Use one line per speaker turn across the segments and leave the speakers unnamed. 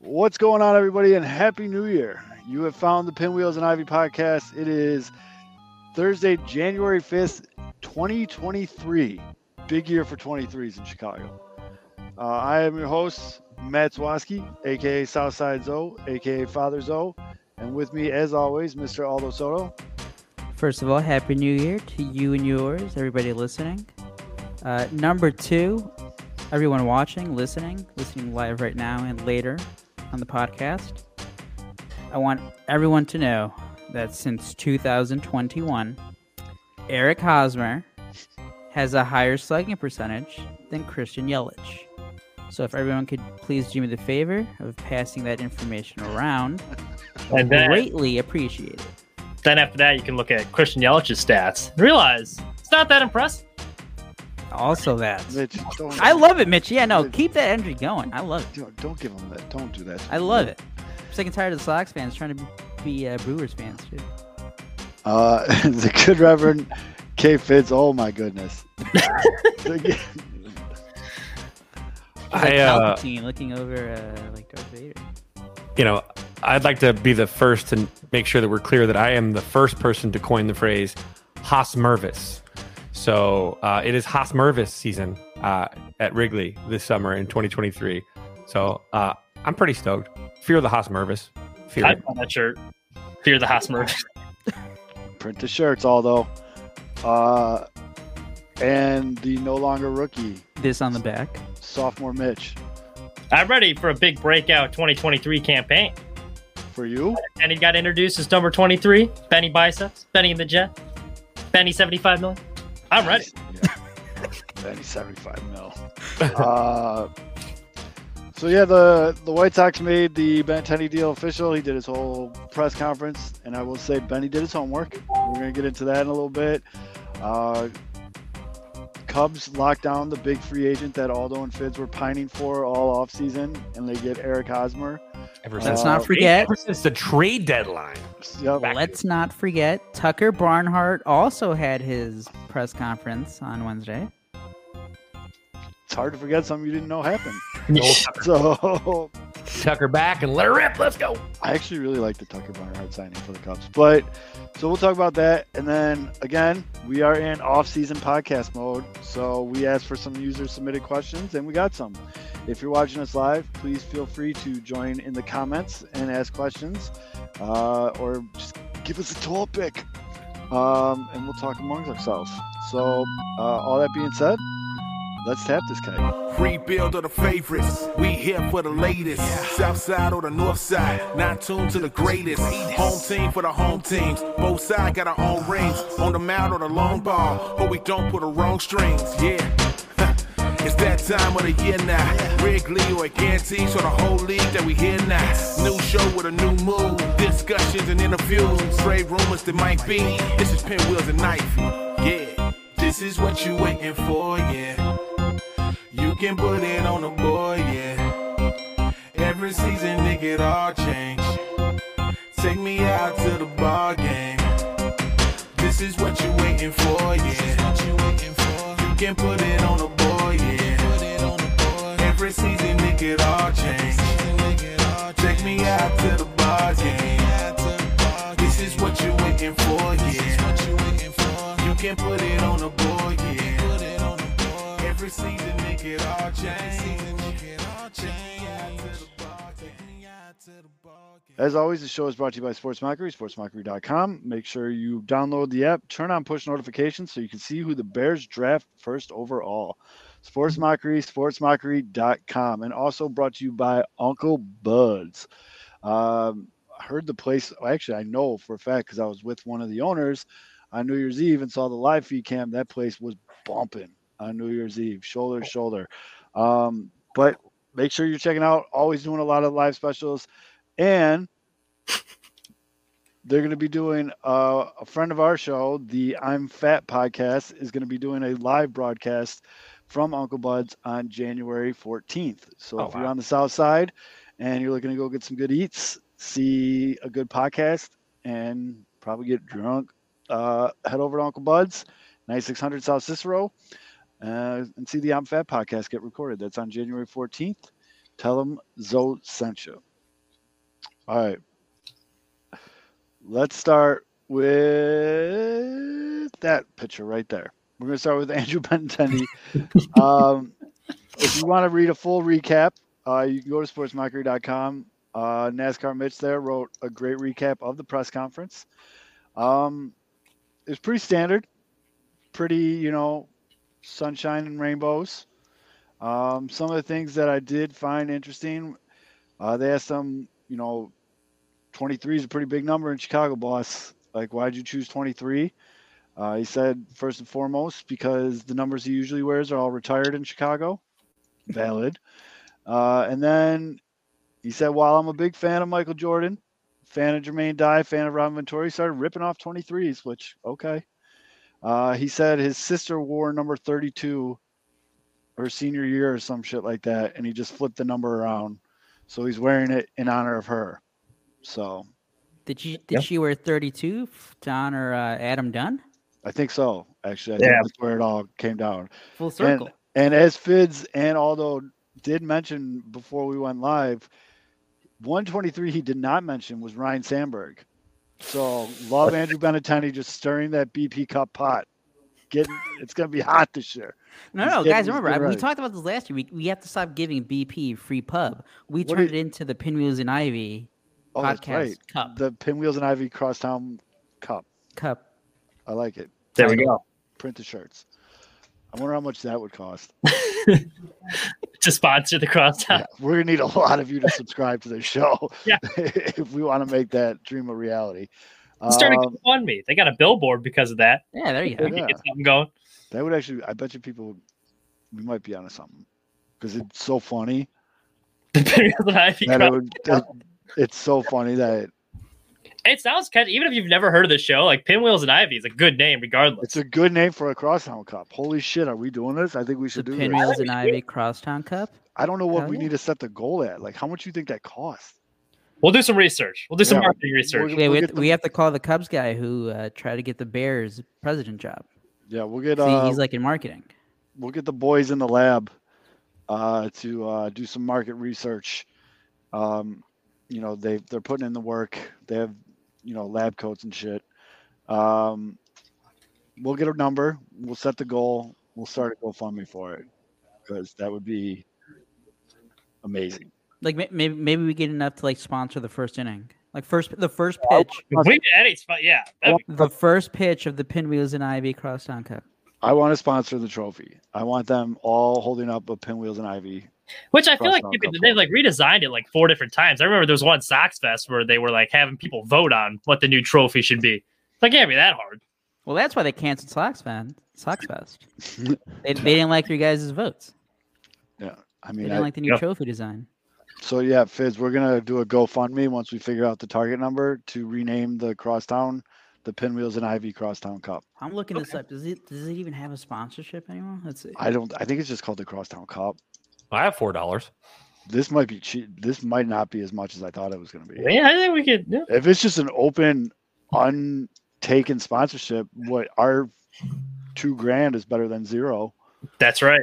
What's going on, everybody, and Happy New Year! You have found the Pinwheels and Ivy podcast. It is Thursday, January 5th, 2023. Big year for 23s in Chicago. Uh, I am your host, Matt Zwoski, aka Southside Zoe, aka Father Zoe, and with me, as always, Mr. Aldo Soto.
First of all, Happy New Year to you and yours, everybody listening. Uh, number two, everyone watching, listening, listening live right now and later on the podcast. I want everyone to know that since 2021, Eric Hosmer has a higher slugging percentage than Christian Yelich. So if everyone could please do me the favor of passing that information around,
And then,
greatly appreciated.
then after that, you can look at Christian Yelich's stats and realize it's not that impressive.
Also that.
Mitch, don't,
I love it, Mitch. Yeah, no, keep that energy going. I love it.
Don't, don't give him that. Don't do that.
I love it. I'm sick and tired of the Sox fans trying to be uh, Brewers fans too.
Uh, the good Reverend K. Fitz. Oh my goodness. The-
I,
I, uh,
Palpatine looking over uh, like Darth Vader.
you know, I'd like to be the first to make sure that we're clear that I am the first person to coin the phrase Hosmervis. So uh, it is Hosmervis season uh, at Wrigley this summer in 2023. So uh, I'm pretty stoked. Fear the Hosmervis. Fear
I
it.
found that shirt. Fear the Hosmer.
print the shirts, although. Uh, and the no longer rookie,
This on the back.
sophomore Mitch.
I'm ready for a big breakout 2023 campaign.
For you,
And he got introduced as number 23, Benny Biceps, Benny and the Jet, Benny 75 million. I'm ready.
Yeah. Benny, 75 mil. Uh, so yeah, the the White Sox made the Benintendi deal official. He did his whole press conference, and I will say Benny did his homework. We're gonna get into that in a little bit. Uh, Cubs locked down the big free agent that Aldo and Fids were pining for all offseason, and they get Eric Hosmer.
Ever
Let's
Uh,
not forget.
ever since the trade deadline.
Yep.
Let's not forget. Tucker Barnhart also had his press conference on Wednesday.
It's hard to forget something you didn't know happened.
Tucker-
So
Tucker back and let her rip. Let's go.
I actually really like the Tucker Barnhart signing for the Cubs. But so we'll talk about that. And then again, we are in off season podcast mode. So we asked for some user submitted questions and we got some. If you're watching us live, please feel free to join in the comments and ask questions uh, or just give us a topic um, and we'll talk amongst ourselves. So, uh, all that being said, let's tap this guy.
Rebuild of the favorites. We here for the latest. South side or the north side. Not tuned to the greatest. Home team for the home teams. Both sides got our own rings. On the mound or the long ball. But we don't put the wrong strings. Yeah. It's that time of the year now. Wrigley or guarantees for the whole league that we here now. New show with a new mood. Discussions and interviews. Trade rumors that might be. This is Pinwheels and Knife. Yeah. This is what you waiting for, yeah. You can put it on the boy, yeah. Every season, they get all change. Take me out to the ball game. This is what you waiting for, yeah. You can put it on the boy, yeah. Every season, they get all change. Take me out to the ball game. This is what you waiting for, yeah. You can put it on the boy, yeah. Every season they get all change.
As always, the show is brought to you by Sportsmockery, sportsmockery.com. Make sure you download the app, turn on push notifications so you can see who the Bears draft first overall. Sportsmockery, sportsmockery.com. And also brought to you by Uncle Buds. Um, I heard the place, actually, I know for a fact because I was with one of the owners on New Year's Eve and saw the live feed cam. That place was bumping on New Year's Eve, shoulder to shoulder. Um, but make sure you're checking out, always doing a lot of live specials. And they're going to be doing uh, a friend of our show, the I'm Fat podcast, is going to be doing a live broadcast from Uncle Bud's on January 14th. So
Oh,
if you're
wow.
on the South Side and you're looking to go get some good eats, see a good podcast, and probably get drunk, uh, head over to Uncle Bud's, 9600 South Cicero, uh, and see the I'm Fat podcast get recorded. That's on January 14th. Tell them Zoe sent you. All right. Let's start with that picture right there. We're going to start with Andrew Benintendi. um, if you want to read a full recap, uh, you can go to sportsmockery.com. Uh, NASCAR Mitch there wrote a great recap of the press conference. Um, it was pretty standard, pretty, you know, sunshine and rainbows. Um, some of the things that I did find interesting, uh, they asked some, you know, 23 is a pretty big number in Chicago, boss. Like, why'd you choose 23? Uh, he said, first and foremost, because the numbers he usually wears are all retired in Chicago. Valid. Uh, and then he said, while I'm a big fan of Michael Jordan, fan of Jermaine Dye, fan of Robin Ventura, he started ripping off 23s, which, okay. Uh, he said his sister wore number 32 her senior year or some shit like that, and he just flipped the number around. So he's wearing it in honor of her. So
Did she did she wear 32 Don or uh, Adam Dunn?
I think so. Actually, I think
Yeah.
that's where it all came down.
Full circle.
And as Fids and Aldo did mention before we went live, 123 he did not mention was Ryan Sandberg. So love Andrew Benetendi just stirring that BP Cup pot. Getting it's gonna be hot this year.
no,
he's
no,
getting his
guys, remember
good
I, we
rights.
talked about this last year. We, we have to stop giving BP free pub. We
What
turned
did-
it into the Pinwheels and Ivy
Oh, that's
podcast
right.
cup
The Pinwheels and Ivy Crosstown Cup.
cup.
I like it.
There we go.
Print the shirts. I wonder how much that would cost.
to sponsor the crosstown.
Yeah, we're gonna need a lot of you to subscribe to the show
Yeah.
if we want to make that dream a reality.
It started
Um,
on me. They got a billboard because of that.
Yeah, there you go.
We could
Yeah.
Get something going.
that would actually, I bet you people, would- we might be onto something because it's so funny
Pinwheels and Ivy
that it
Cross-
would. that- it's so funny that
It sounds catchy. Even if you've never heard of the show, like Pinwheels and Ivy is a good name, regardless.
it's a good name for a crosstown cup. Holy shit, are we doing this? I think we
The
should do this.
Pinwheels and Ivy Crosstown Cup.
I don't know what
Hell
we
yeah.
need to set the goal at. Like, how much you think that costs?
We'll do some research. We'll do some
Yeah.
marketing research.
We'll
Yeah, we
get
have, to,
the-
we have to call the Cubs guy who uh, tried to get the Bears president job.
Yeah, we'll get.
See,
Uh,
he's like in marketing.
we'll get the boys in the lab uh, to uh, do some market research. Um, you know, they they're putting in the work. They have you know lab coats and shit. Um, we'll get a number. We'll set the goal. We'll start a GoFundMe for it because that would be amazing.
Like may- maybe maybe we get enough to like sponsor the first inning, like first the first pitch,
If we get any spot, yeah. that'd be-
the first pitch of the Pinwheels and Ivy Crosstown Cup.
I want to sponsor the trophy. I want them all holding up a pinwheels and ivy.
Which I feel like
Crosstown
they've,
Cup.
they've like redesigned it like four different times. I remember there was one Sox Fest where they were like having people vote on what the new trophy should be. It's Like, it can't be that hard.
Well, that's why they canceled Sox Fan Sox Fest. they, they didn't like your guys' votes.
I
They
mean,
didn't
I-
like the new
yeah.
trophy design.
So yeah, Fizz, we're gonna do a GoFundMe once we figure out the target number to rename the crosstown, the Pinwheels and Ivy Crosstown Cup.
I'm looking this up. Does it does it even have a sponsorship anymore? Let's see.
I don't. I think it's just called the Crosstown Cup.
I have four dollars.
This might be cheap. This might not be as much as I thought it was gonna be.
Yeah, I think we could. Yeah.
If it's just an open, untaken sponsorship, what our two grand is better than zero.
That's right.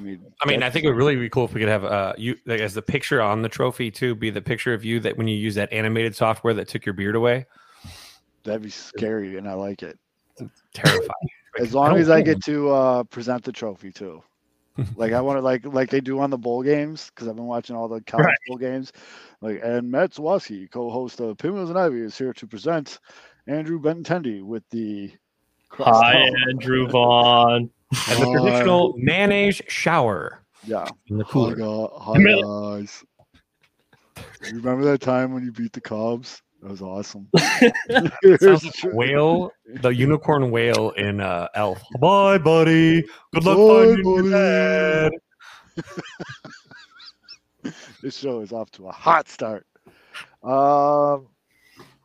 I mean,
I mean, I
that's-
think it would really be cool if we could have uh you like as the picture on the trophy too be the picture of you that when you use that animated software that took your beard away.
that'd be scary, and I like it.
Terrifying.
As long as I get to uh, present the trophy too. like I want to like like they do on the bowl games because I've been watching all the college
Right.
bowl games. Like and Matt Swatsky, co-host of Pinwheels and Ivy, is here to present Andrew Benintendi with the
Hi,
crosstown-
Andrew Vaughn.
and
Oh,
the traditional mayonnaise shower
Yeah,
in the
hi,
cooler.
gu- hi
Mil-
guys. You remember that time when you beat the Cubs? That was awesome.
Sounds like a whale, the unicorn whale in uh, Elf. Bye, buddy. Good luck
Bye,
finding your
buddy.
dad.
this show is off to a hot start. Um,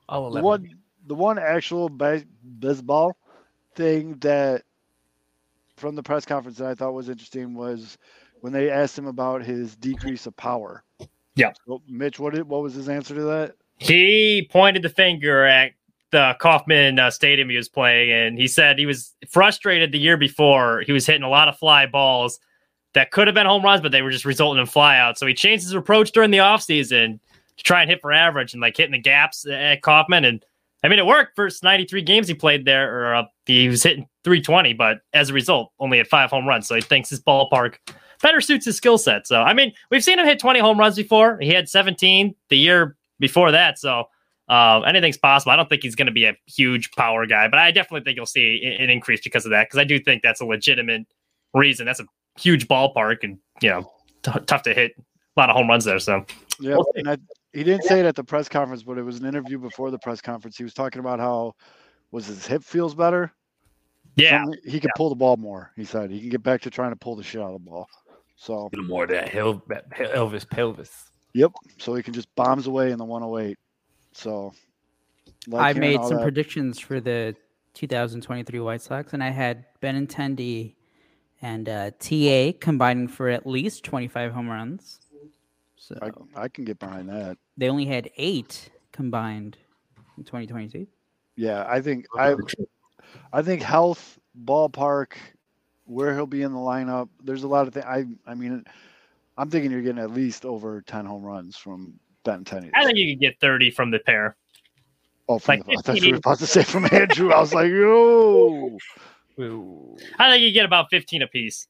All
the
11.
one the one actual ba- baseball thing that from the press conference that I thought was interesting was when they asked him about his decrease of power.
Yeah.
So, Mitch, what did, what was his answer to that?
He pointed the finger at the Kaufman uh, Stadium he was playing, and he said he was frustrated the year before. He was hitting a lot of fly balls that could have been home runs, but they were just resulting in flyouts. So he changed his approach during the offseason to try and hit for average and like hitting the gaps at Kaufman. And I mean, it worked first 93 games he played there, or uh, he was hitting 320, but as a result, only had five home runs. So he thinks his ballpark better suits his skill set. So, I mean, we've seen him hit 20 home runs before. He had 17 the year before that. So, uh, anything's possible. I don't think he's going to be a huge power guy, but I definitely think you'll see i- an increase because of that. Because I do think that's a legitimate reason. That's a huge ballpark, and you know, t- tough to hit a lot of home runs there. So
Yeah, and I, he didn't say it at the press conference, but it was an interview before the press conference. He was talking about how was his hip feels better.
yeah,
Something- he can pull the ball more. He said he can get back to trying to pull the shit out of the ball. So
little more of that Hel- that Elvis pelvis.
yep, so he can just bombs away in the 108. So like
I
hearing
made
all
some
that-
predictions for the 2023 White Sox, and I had Benintendi and uh, TA combining for at least 25 home runs. So
I, I can get behind that.
they only had eight combined in 2022.
Yeah, I think I I think health, ballpark, where he'll be in the lineup. There's a lot of things. I I mean, I'm thinking you're getting at least over 10 home runs from Benintendi.
I think you could get 30 from the pair.
Oh, from
Like
the, I thought you
15.
were about to say from Andrew. I was like, yo.
I think you get about 15 apiece.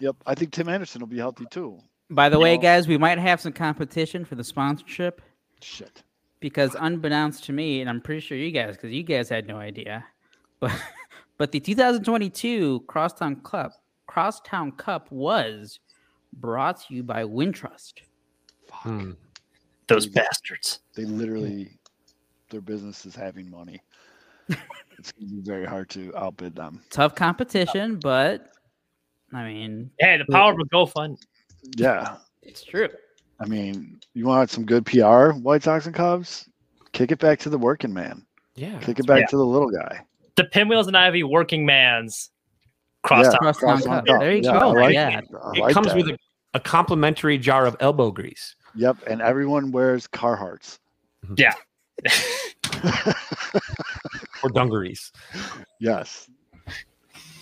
Yep. I think Tim Anderson will be healthy too.
By the way, guys, we might have some competition for the sponsorship
Shit.
because, unbeknownst to me, and I'm pretty sure you guys, because you guys had no idea, but but the 2022 Crosstown Cup Crosstown Cup was brought to you by Wintrust.
Hmm.
Those bastards.
They literally, their business is having money. it's going to be very hard to outbid them.
Tough competition, but I mean,
Hey, the power of a GoFund.
Yeah.
it's true.
I mean, you want some good PR, White Sox and Cubs? Kick it back to the working man.
Yeah.
Kick it back
Yeah.
to the little guy.
The pinwheels and Ivy working man's cross
Yeah.
Crosstown
Crosstown
Cup. There you go.
I like
yeah.
that. I
It
like
comes
that.
with a, a complimentary jar of elbow grease.
Yep. And everyone wears Carhartts.
or dungarees.
Yes.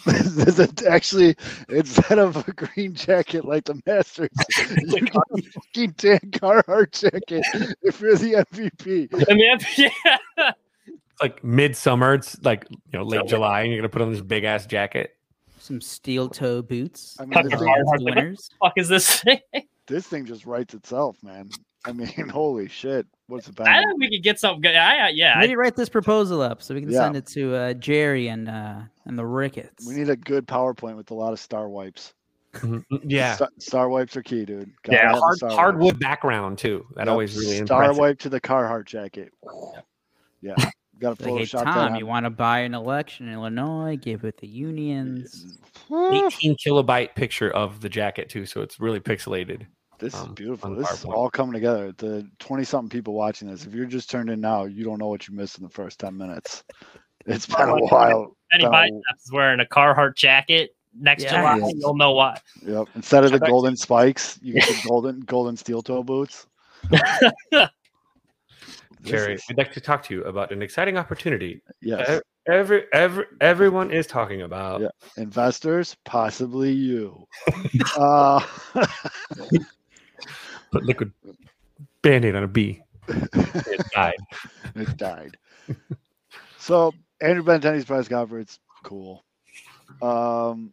This is actually, instead of a green jacket like the Masters, you get a fucking Dan Carhart jacket if you're the MVP.
I mean, yeah.
It's like midsummer. It's like you know late
Yeah.
July, and you're gonna put on this big ass jacket.
Some steel toe boots.
I mean, this
Fucking
thing,
hard. Like,
winners.
Fuck is this thing?
this thing just writes itself, man. I mean, holy shit. What's it
I
about?
think we could get something good. I, I- yeah,
Let
I,
me write this proposal up so we can
Yeah.
send it to uh, Jerry and uh, and the Ricketts.
We need a good PowerPoint with a lot of star wipes.
Yeah,
Star, star wipes are key, dude. Gotta
Yeah,
have the
hard
Mm, star wipes.
hardwood background too. That
Yep,
always really
Star
impressive.
wipe to the Carhartt jacket. Yeah. Got to
like, hey
Photoshop
Tom,
that.
you want to buy an election in Illinois? Give it the unions.
on.
18 kilobyte picture of the jacket too, so it's really pixelated.
This is
um,
beautiful.
on
This is
PowerPoint.
all coming together. The 20 something people watching this, if you're just turned in now, you don't know what you missed in the first 10 minutes. It's been a while.
Benny
No.
Biceps is wearing a Carhartt jacket next
Yeah,
July.
he is.
You'll know why.
Yep. Instead of the
Check.
golden spikes, you get the golden golden steel toe boots. This
Jerry,
is-
we'd like to talk to you about an exciting opportunity.
yes.
Every every everyone is talking about.
Yeah. Investors, possibly you. uh,
Put liquid band-aid on a bee. It died.
it died. So Andrew Benintendi's press conference, cool. Um,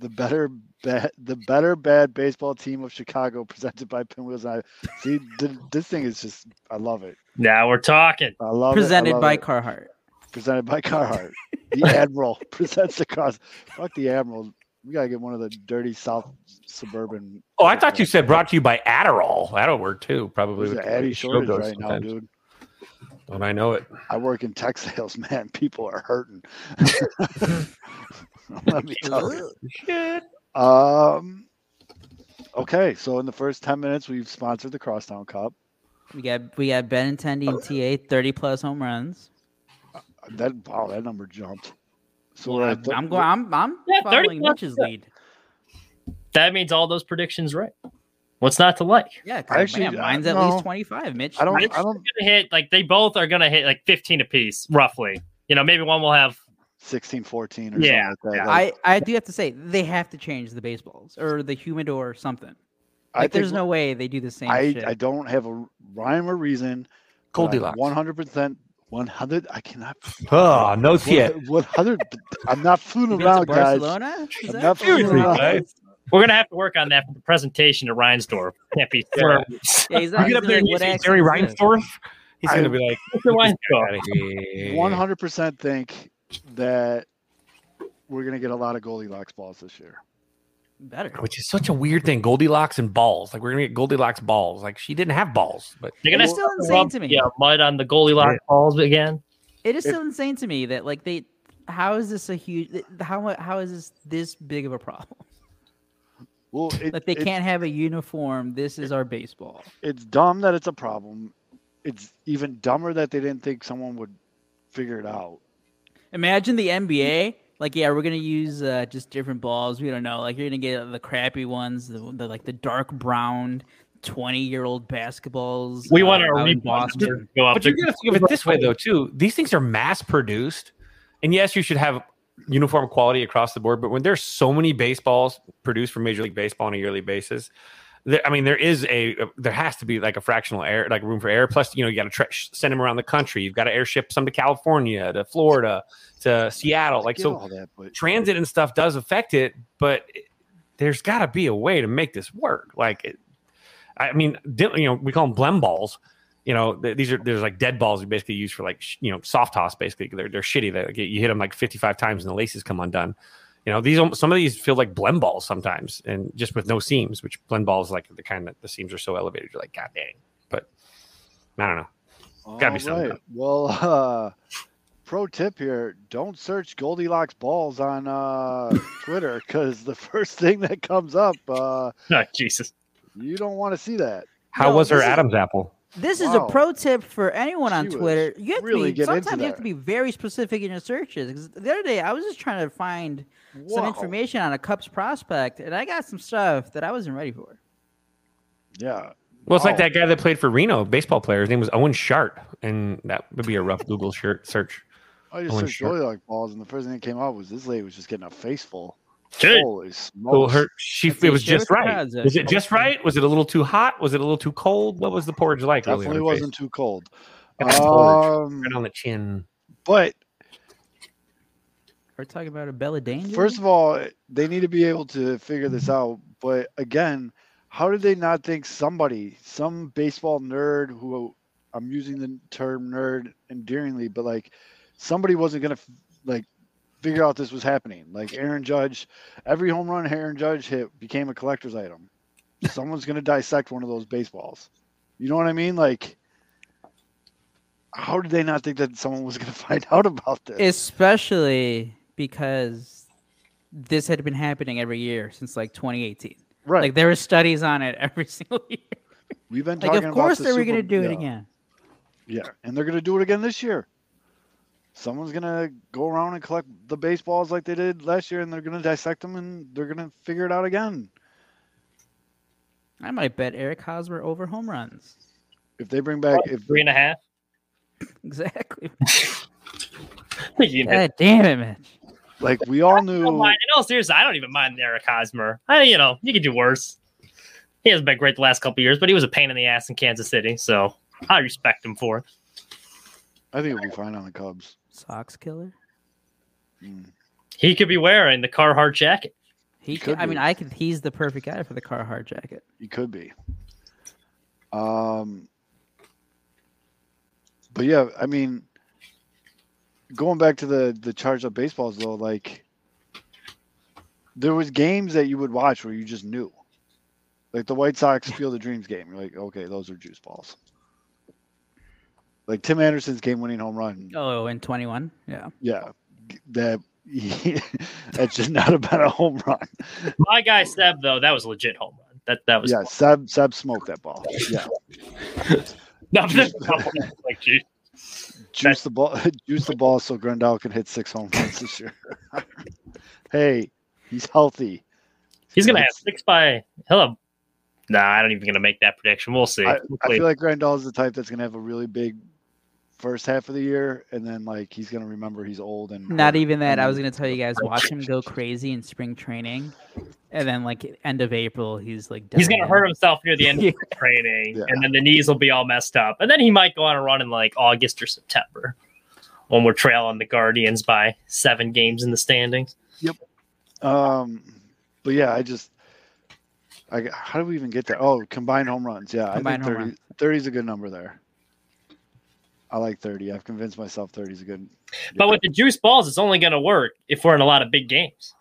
the better bad, the better bad baseball team of Chicago, presented by Pinwheels. And I see th- this thing is just, I love it.
Now we're talking.
I love it. I
Presented
love
by
it.
Carhartt.
presented by Carhartt. The Admiral presents the cross. Fuck the Admiral. We gotta get one of the dirty South suburban.
Oh, I thought you said brought to you by Adderall. That'll work too, probably.
There's an
with the way
Addy
the show
shortage
goes
right now,
sometimes.
dude.
Don't I know it?
I work in tech sales, man. People are hurting. Let me tell you. Um, okay, so in the first 10 minutes, we've sponsored the Crosstown Cup.
We got we got Benintendi and TA, thirty plus home runs.
That Wow, that number jumped. So we're
Well,
at thir-
I'm going. I'm I'm
Yeah, 30
following
plus,
Mitch's
yeah.
lead.
That means all those predictions right. What's not to like?
Yeah, 'cause,
Actually,
man,
uh,
mine's at
no.
least twenty five. Mitch,
I don't,
Mitch-
I don't,
Gonna hit like they both are gonna hit like 15 apiece, roughly. You know, maybe one will have
16, 14 or something
Yeah,
like that.
yeah.
Like,
I I do have to say they have to change the baseballs or the humidor or something. Like,
I
there's
think
no way they do the same
I,
shit.
I don't have a rhyme or reason. but I'm
Goldilocks.
100%. 100. I cannot.
Oh, no shit.
100. I'm not fooling
You've been to
around, guys.
Barcelona? Is
I'm
that-
not fooling
Seriously,
around.
guys.
We're gonna have to work on that for the presentation to Reinsdorf. Can't be
Yeah.
Yeah, he's
You
not,
get
he's
up there
like,
and you
what
say
accent
Jerry
is this?
Reinsdorf. He's
I-
gonna be like,
Mr. Reinsdorf.
outta here.
100% think that we're going to get a lot of Goldilocks balls this year.
Better.
Which is such a weird thing. Goldilocks and balls. Like we're gonna get Goldilocks balls. Like she didn't have balls, but
They're gonna
It's still
have to
insane
rub,
to me.
Yeah, mud on the Goldilocks
Yeah.
balls again.
It is
If-
still insane to me that like they how is this a huge th- how mu- how is this this big of a problem?
Well, it,
Like they
it-
can't have a uniform. This is our baseball.
it's dumb that it's a problem. It's even dumber that they didn't think someone would figure it out.
Imagine the NBA. Like yeah, we're gonna use uh, just different balls. We don't know. Like you're gonna get the crappy ones, the, the like the dark brown, twenty year old basketballs.
We
uh,
want
out
our
in
rebound
Boston.
to go up.
But you
there.
gotta think of it this way though, too. These things are mass produced, and yes, you should have uniform quality across the board. But when there's so many baseballs produced for Major League Baseball on a yearly basis, there, I mean, there is a uh, there has to be like a fractional air, like room for error. Plus, you know, you got to tra- send them around the country. You've got to airship some to California, to Florida, to Seattle. Oh, Like
Get
so,
all that, but
transit and stuff does affect it, but it- there's got to be a way to make this work. Like, it, I mean, di- you know, we call them blem balls. You know, th- these are there's like dead balls you basically use for like sh- you know soft toss. Basically, they're they're shitty. They, like, you hit them like 55 times and the laces come undone. You know, these al- some of these feel like blem balls sometimes, and just with no seams. Which blem balls like the kind that the seams are so elevated, you're like, god dang. But I don't know. gotta be
All
something.
Well, uh, pro tip here: don't search Goldilocks balls on uh, Twitter because the first thing that comes up, uh,
Oh, Jesus.
you don't want to see that.
How
No,
was her
this is-
Adam's apple?
This
Wow.
is a pro tip for anyone on
She was
Twitter. You have
really
to be,
getting into
sometimes you have to
that.
be very specific in your searches. 'Cause The other day, I was just trying to find some
Wow.
information on a Cubs prospect, and I got some stuff that I wasn't ready for.
Yeah,
Well, it's like
Oh.
that guy that played for Reno, baseball player. His name was Owen Sharp, and that would be a rough Google shirt search.
I just
Oh,
searched
sure.
Goldilocks balls, and the first thing that came up was this lady was just getting a face full.
Dude,
Holy
Well,
smokes!
her she
Let's see,
it was
share with
just
the
right.
crowds, uh,
Was it just right? Was it a little too hot? Was it a little too cold? What was the porridge like? really,
Definitely
on her face?
wasn't too cold.
Got that porridge
Um,
right on the chin.
but
We're talking about a Bella Danger.
First of all, they need to be able to figure this out. But again, how did they not think somebody, some baseball nerd who I'm using the term nerd endearingly, but like somebody wasn't going to like figure out this was happening? Like Aaron Judge, every home run Aaron Judge hit became a collector's item. Someone's going to dissect one of those baseballs. You know what I mean? Like, how did they not think that someone was going to find out about this?
especially because this had been happening every year since like 2018.
right.
Like there were studies on it every single year.
We've been
Like
talking
of
about
course
the
they were
Super-
going to do it
yeah.
again.
Yeah, and they're gonna do it again this year. Someone's gonna go around and collect the baseballs like they did last year, and they're gonna dissect them and they're gonna figure it out again.
I might bet Eric Hosmer over home runs.
If they bring back, if
three and a half.
Exactly.
I think you can
God
hit
damn it, Mitch.
like we all
I don't
knew,
mind. In all seriousness, I don't even mind Eric Hosmer. I, you know, you could do worse. He hasn't been great the last couple years, but he was a pain in the ass in Kansas City, so I respect him for it.
I think it'll be fine on the Cubs.
Sox killer.
Mm.
He could be wearing the Carhartt jacket.
He
could
could, I mean,
be.
I could. He's the perfect guy for the Carhartt jacket.
He could be. Um, but yeah, I mean, going back to the the charged up baseballs though, like there was games that you would watch where you just knew, like the White Sox Field of Dreams game. You're like, okay, those are juice balls. Like Tim Anderson's game winning home run.
Oh, and 21. Yeah.
Yeah, g- that that should not have been a home run.
My guy Seb, though, that was a legit home run. That that was
Yeah, Seb Seb smoked that ball. Yeah.
no, but there's a couple. like, geez.
juice the ball, juice the ball, so Grandal can hit six home runs this year. hey, he's healthy.
He's gonna have
That's-
six by he'll have Nah, I don't even gonna make that prediction. We'll see.
I, I
Hopefully-
feel like Grandal is the type that's gonna have a really big first half of the year, and then like he's gonna remember he's old and
Not
hurt,
even that.
and
I
then-
was gonna tell you guys watch him go crazy in spring training, and then like end of April, he's like
He's gonna
dying.
hurt himself near the end
Yeah.
of the training,
Yeah.
and then the knees will be all messed up, and then he might go on a run in like August or September when we're trailing the Guardians by seven games in the standings.
Um, but yeah, I just, I g- how do we even get there? Oh, combined home runs. Yeah,
Combined
I
home
think 30,
runs.
30 is a good number there. I like 30. I've convinced myself 30 is a good.
But with the juice balls, it's only gonna work if we're in a lot of big games.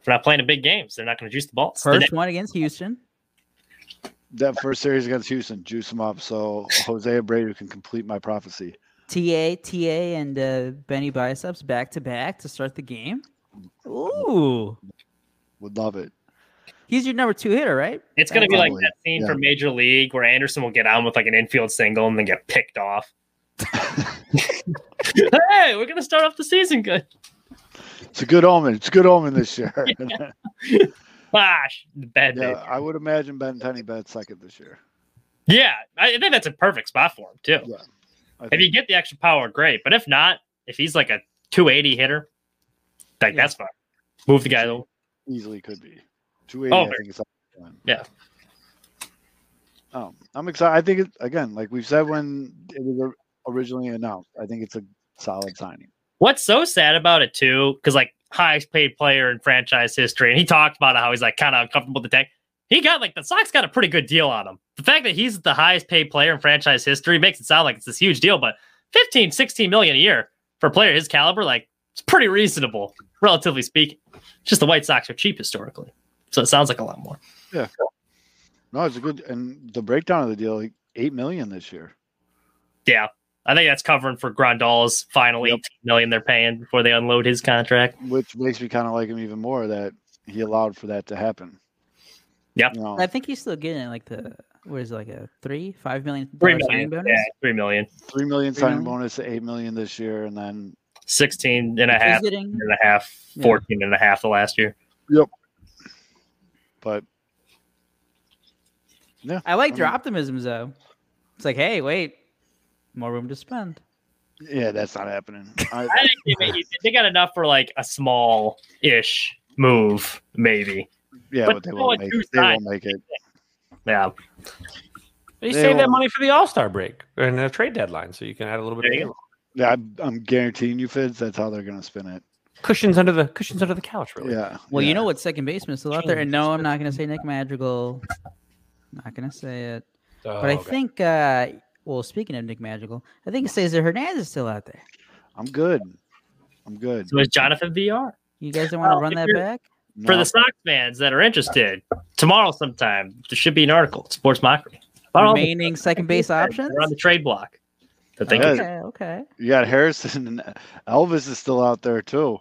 If we're not playing the big games, they're not gonna juice the balls. The
First one against Houston.
that first series against Houston, juice them up so Jose Abreu can complete my prophecy.
TA, TA, and uh, Benny Biceps back to back to start the game. Ooh,
Would love it.
he's your number two hitter, right?
It's going to be like
Probably,
that scene
yeah.
from Major League where Anderson will get on with like an infield single and then get picked off. hey, we're going to start off the season good.
It's a good omen. It's a good omen this year.
Flash, bad
yeah,
day.
I would imagine Ben Penny bet second this year.
Yeah, I I think that's a perfect spot for him too.
Yeah, I
If you
think-
get the extra power, great. But if not, if he's like a 280 hitter, like
Yeah.
that's fine. Move the guy. though.
easily could be. 280,
Oh,
I
there-
think it's on.
Yeah.
Um, I'm excited. I think it, again, like we've said when it was or- originally announced, I think it's a solid signing.
What's so sad about it too? Because like highest paid player in franchise history, and he talked about how he's like kind of uncomfortable with the tank. He got like the Sox got a pretty good deal on him. The fact that he's the highest paid player in franchise history makes it sound like it's this huge deal, but 15, 16 million a year for a player his caliber, like it's pretty reasonable, relatively speaking. It's Just the White Sox are cheap historically. So it sounds like a lot more.
No, it's a good and the breakdown of the deal, like eight million this year.
Yeah. I think that's covering for Grandal's final
Yep.
18 million they're paying before they unload his contract.
Which makes me kind of like him even more that he allowed for that to happen.
Yep.
You know,
I think he's still getting like the what is it, like a three, five million
Three
dollar signing
million.
bonus.
Yeah, three million.
three million
Three
signing
million?
bonus to eight million this year, and then
16 and a
He's
half.
getting-
and a half,
Yeah.
14 and a half the last year.
but yeah,
I like
I
their
mean-
optimism though. It's like, hey, wait, more room to spend.
yeah, that's not happening. I,
I think they, may- they got enough for like a small ish move, maybe.
yeah,
But
but, they
no
won't
one
make
choose
it. They
sign.
won't make it.
Yeah.
They,
They
save that
will-
money for the All Star break and the trade deadline, so you can add a little bit
There you
of
Yeah, I'm, I'm guaranteeing you, Fids. That's how they're gonna spin it.
cushions under the cushions under the couch. Really,
Yeah.
Well,
yeah.
you know what second baseman's still out there, and no, I'm not gonna say Nick Madrigal. Not gonna say it.
So,
But I
Oh,
okay.
think uh well speaking of Nick Madrigal, I think Cesar Hernandez is still out there.
I'm good. I'm good.
So it's Jonathan VR.
You guys don't want to
Well,
run
if
that
you're-
back?
For
No,
the Sox fans that are interested, tomorrow sometime, there should be an article, Sports Mockery. About all the-
Remaining second base options?
They're on the trade block. That they
Yeah.
can-
Okay, okay.
you got Harrison and Elvis is still out there too.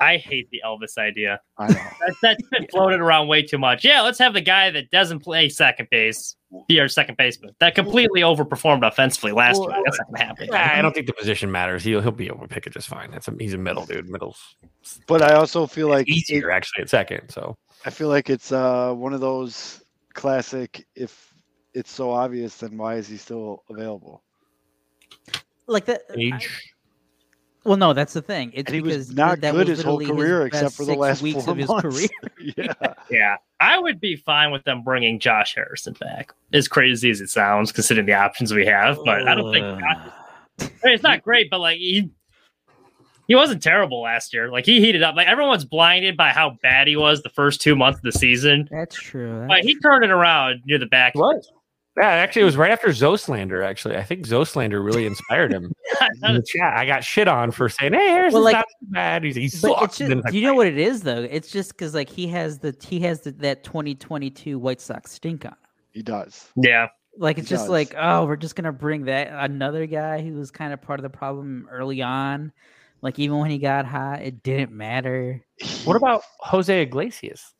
I hate the Elvis idea.
I know.
That's, that's been floated around way too much. Yeah, let's have the guy that doesn't play second base be our second baseman. That completely overperformed offensively last
Well,
year. That's not going to happen.
Nah, I don't think the position matters. He'll he'll be able to pick it just fine. That's a, he's a middle dude. Middle's
But I also feel like
easier actually at second. So
I feel like it's uh one of those classic. If it's so obvious, then why is he still available?
Like that I-
age.
well no, that's the thing. It's
And he
because
was not
that
good
was
his whole
literally
career
best
except for the
six
last
weeks
four
of his
months.
career.
yeah.
Yeah, I would be fine with them bringing Josh Harrison back. As crazy as it sounds, considering the options we have, but I don't think Josh- I mean, it's not great. But like he, he wasn't terrible last year. Like he heated up. Like everyone's blinded by how bad he was the first two months of the season.
That's true. that's
But he turned it around near the back.
was. Yeah, actually, it was right after Zoslander. Actually, I think Zoslander really inspired him. In the chat, I got shit on for saying, "Hey, Harrison's
Well, like-
not too bad. He's, he
But it's
sucks."
ju-
And then it's like,
do you know what it is though? It's just because like he has the he has the, that 2022 White Sox stink on. him.
He does.
Yeah,
Like it's
He
just
does.
like oh, we're just gonna bring that another guy who was kind of part of the problem early on. Like even when he got hot, it didn't matter.
What about Jose Iglesias?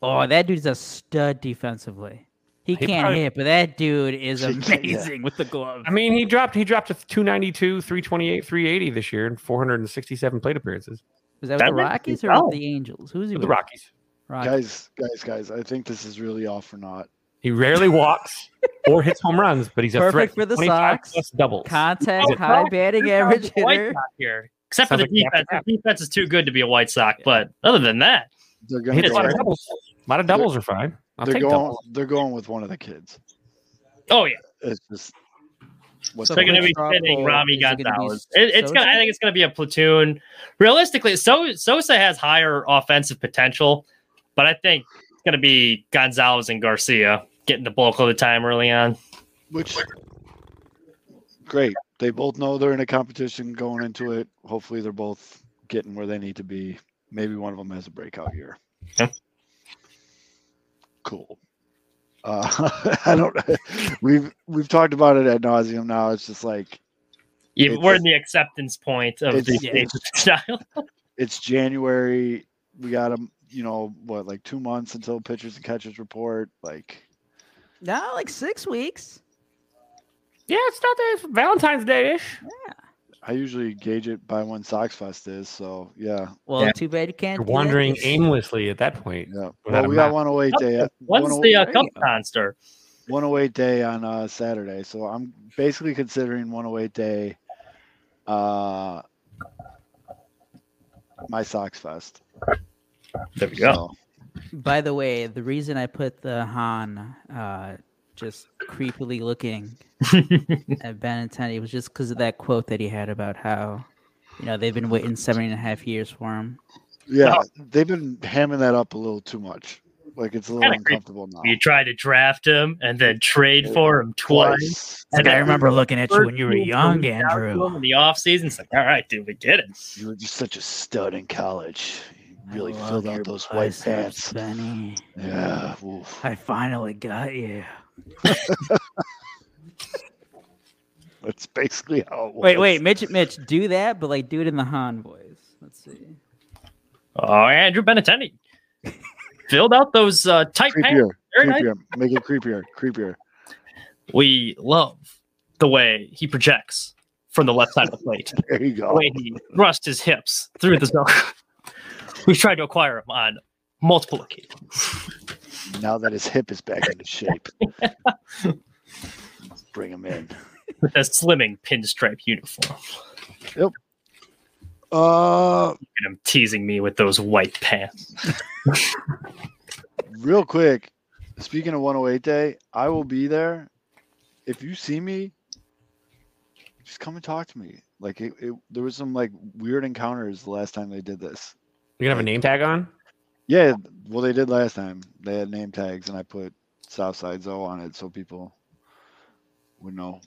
Oh, that dude's a stud defensively. He,
He
can't
probably-
hit, but that dude is
He can't, yeah.
amazing with the glove.
I mean, he dropped he dropped to 292, 328, 380 this year and 467 plate appearances
was that
that
with the
makes me
Rockies or
proud.
with the Angels? Who's he with?
with the Rockies.
Rockies.
guys, guys, guys? I think this is really all for naught.
He rarely walks or hits home runs, but he's a threat
Perfect for the
25
Sox.
plus doubles.
Contact,
Is it
high
Sox?
batting average
White
hitter.
Sox here. Except
Sounds
for the
like Captain
defense. The defense is too good to be a White Sox, but other than that,
They're
He
going,
hits a lot
go,
of doubles. A lot of doubles are fine. I'll
they're
take
going.
doubles.
They're going with one of the kids.
oh yeah,
It's just what's
So
they're
the-
going to
which
be
drop
spinning
or
Rami
is it gonna be
Gonzalez. It it's
Sosa?
gonna. I think it's going to be a platoon. Realistically, so Sosa has higher offensive potential, but I think it's going to be Gonzalez and Garcia getting the bulk of the time early on.
which great. They both know they're in a competition going into it. Hopefully, they're both getting where they need to be. Maybe one of them has a breakout year.
Yeah.
Cool. Uh, I don't. We've we've talked about it ad nauseum. Now it's just like
You-
It's-
We're in the acceptance point of
it's-
the
yeah.
the style.
it's January. We got them. You know what? Like two months until pitchers and catchers report. Like
No, like six weeks.
Yeah, it's not that it's Valentine's Day ish.
I usually gauge it by when Sox Fest is. So yeah,
Well,
Yeah.
too bad you can't.
You're
do that
wandering
this-
aimlessly at that point.
yeah.
Without
Well,
a
we got
map.
108 day. uh,
Once
10-
the uh,
There you
Cup
go.
monster.
108 day on uh, Saturday. So I'm basically considering 108 day uh, my Sox Fest.
There we go.
So,
By the way, the reason I put the Han uh, just creepily looking at Benintendi was just because of that quote that he had about how, you know, they've been waiting seven and a half years for him.
yeah,
Oh.
they've been hamming that up a little too much. Like it's a little
Kinda creepy.
uncomfortable now.
You try to draft him and then trade for him twice.
And
And
I
I
remember looking at you
First
when you were
team
young,
comes out to him
Andrew.
In the offseason, it's like, all right, dude, we get it.
You were just such a stud in college. You
I
really
love
filled
your
out those white pants.
biceps, Benny.
Yeah. oof.
I finally got you.
That's basically how it was.
Wait, wait, Mitch, Mitch, do that, but like do it in the Han voice. Let's see.
Oh, Andrew Benatendi filled out those uh, tight pants.
Creepier.
Very nice.
Creepier. Make it creepier. Creepier.
We love the way he projects from the left side of the plate.
There you
The
go.
way he thrusts his hips through the zone. We've tried to acquire him on multiple occasions.
Now that his hip is back into shape, bring him in.
With a slimming pinstripe uniform.
Uh,
And him teasing me with those white pants.
real quick, speaking of 108 day, I will be there. If you see me, just come and talk to me. Like it, it there was some like weird encounters the last time they did this.
You're gonna have a name tag on.
Yeah, well they did last time. They had name tags and I put Southside Zoe on it so people would know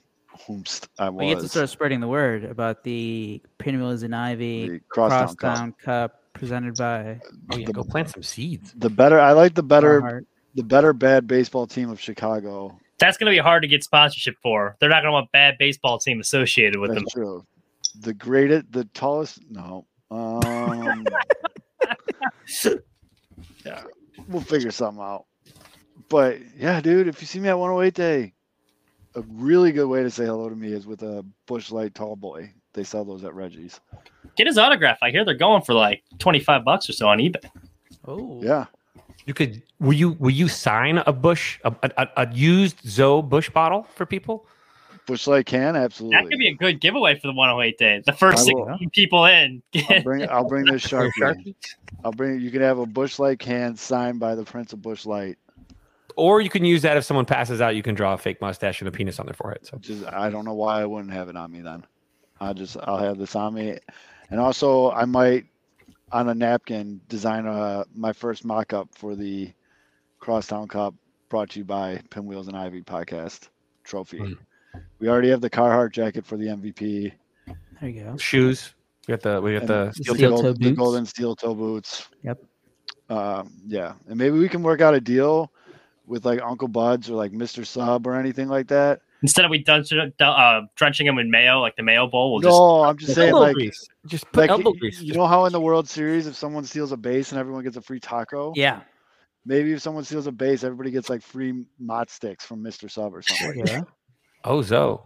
whom I was.
We get to start spreading the word about the Pinwheels and Ivy
the crosstown,
Crosstown
Cup.
Cup. presented by
Oh yeah,
The-
go plant some seeds.
The better I like the better
Carhartt.
the better bad baseball team of Chicago.
That's going to be hard to get sponsorship for. They're not going to want bad baseball team associated with
That's
them.
true. The greatest, the tallest. No. Um, yeah, we'll figure something out. But yeah, dude, if you see me at 108 day, a really good way to say hello to me is with a bush light tall boy. They sell those at Reggie's.
Get his autograph. I hear they're going for like 25 bucks or so on eBay.
Oh,
Yeah,
You could. Will you? Will you sign a bush a, a, a- a used Zoe bush bottle for people?
bush light can
That could be
absolutely.
a good giveaway for the 108 day. The
I
first
will.
16 people in.
I'll bring I'll bring this
Or
sharpie. I'll bring you can have a bush light can signed by the Prince of Bush Light.
Or you can use that if someone passes out. You can draw a fake mustache and a penis on their forehead. So
just I don't know why I wouldn't have it on me then. I just I'll have this on me, and also I might on a napkin design uh my first mock up for the Crosstown Cup brought to you by Pinwheels and Ivy podcast trophy.
Mm.
We already have the Carhartt jacket for the MVP.
there you go.
shoes. We got the we got
and
the steel
Steel
toe.
gold-
toe
the
boots.
golden steel toe boots.
Yep.
Um, yeah, and maybe we can work out a deal with like Uncle Bud's or like Mr. Sub or anything like that.
Instead of we dunch, uh, drenching them in mayo, like the mayo bowl, we'll just.
no, I'm just saying
Elbow
like
grease. Just put
Like,
elbow
y-
grease.
You
Just-
know how in the World Series, if someone steals a base and everyone gets a free taco,
Yeah.
maybe if someone steals a base, everybody gets like free mott sticks from Mr. Sub or something. Like that.
Uh
oh Zoe.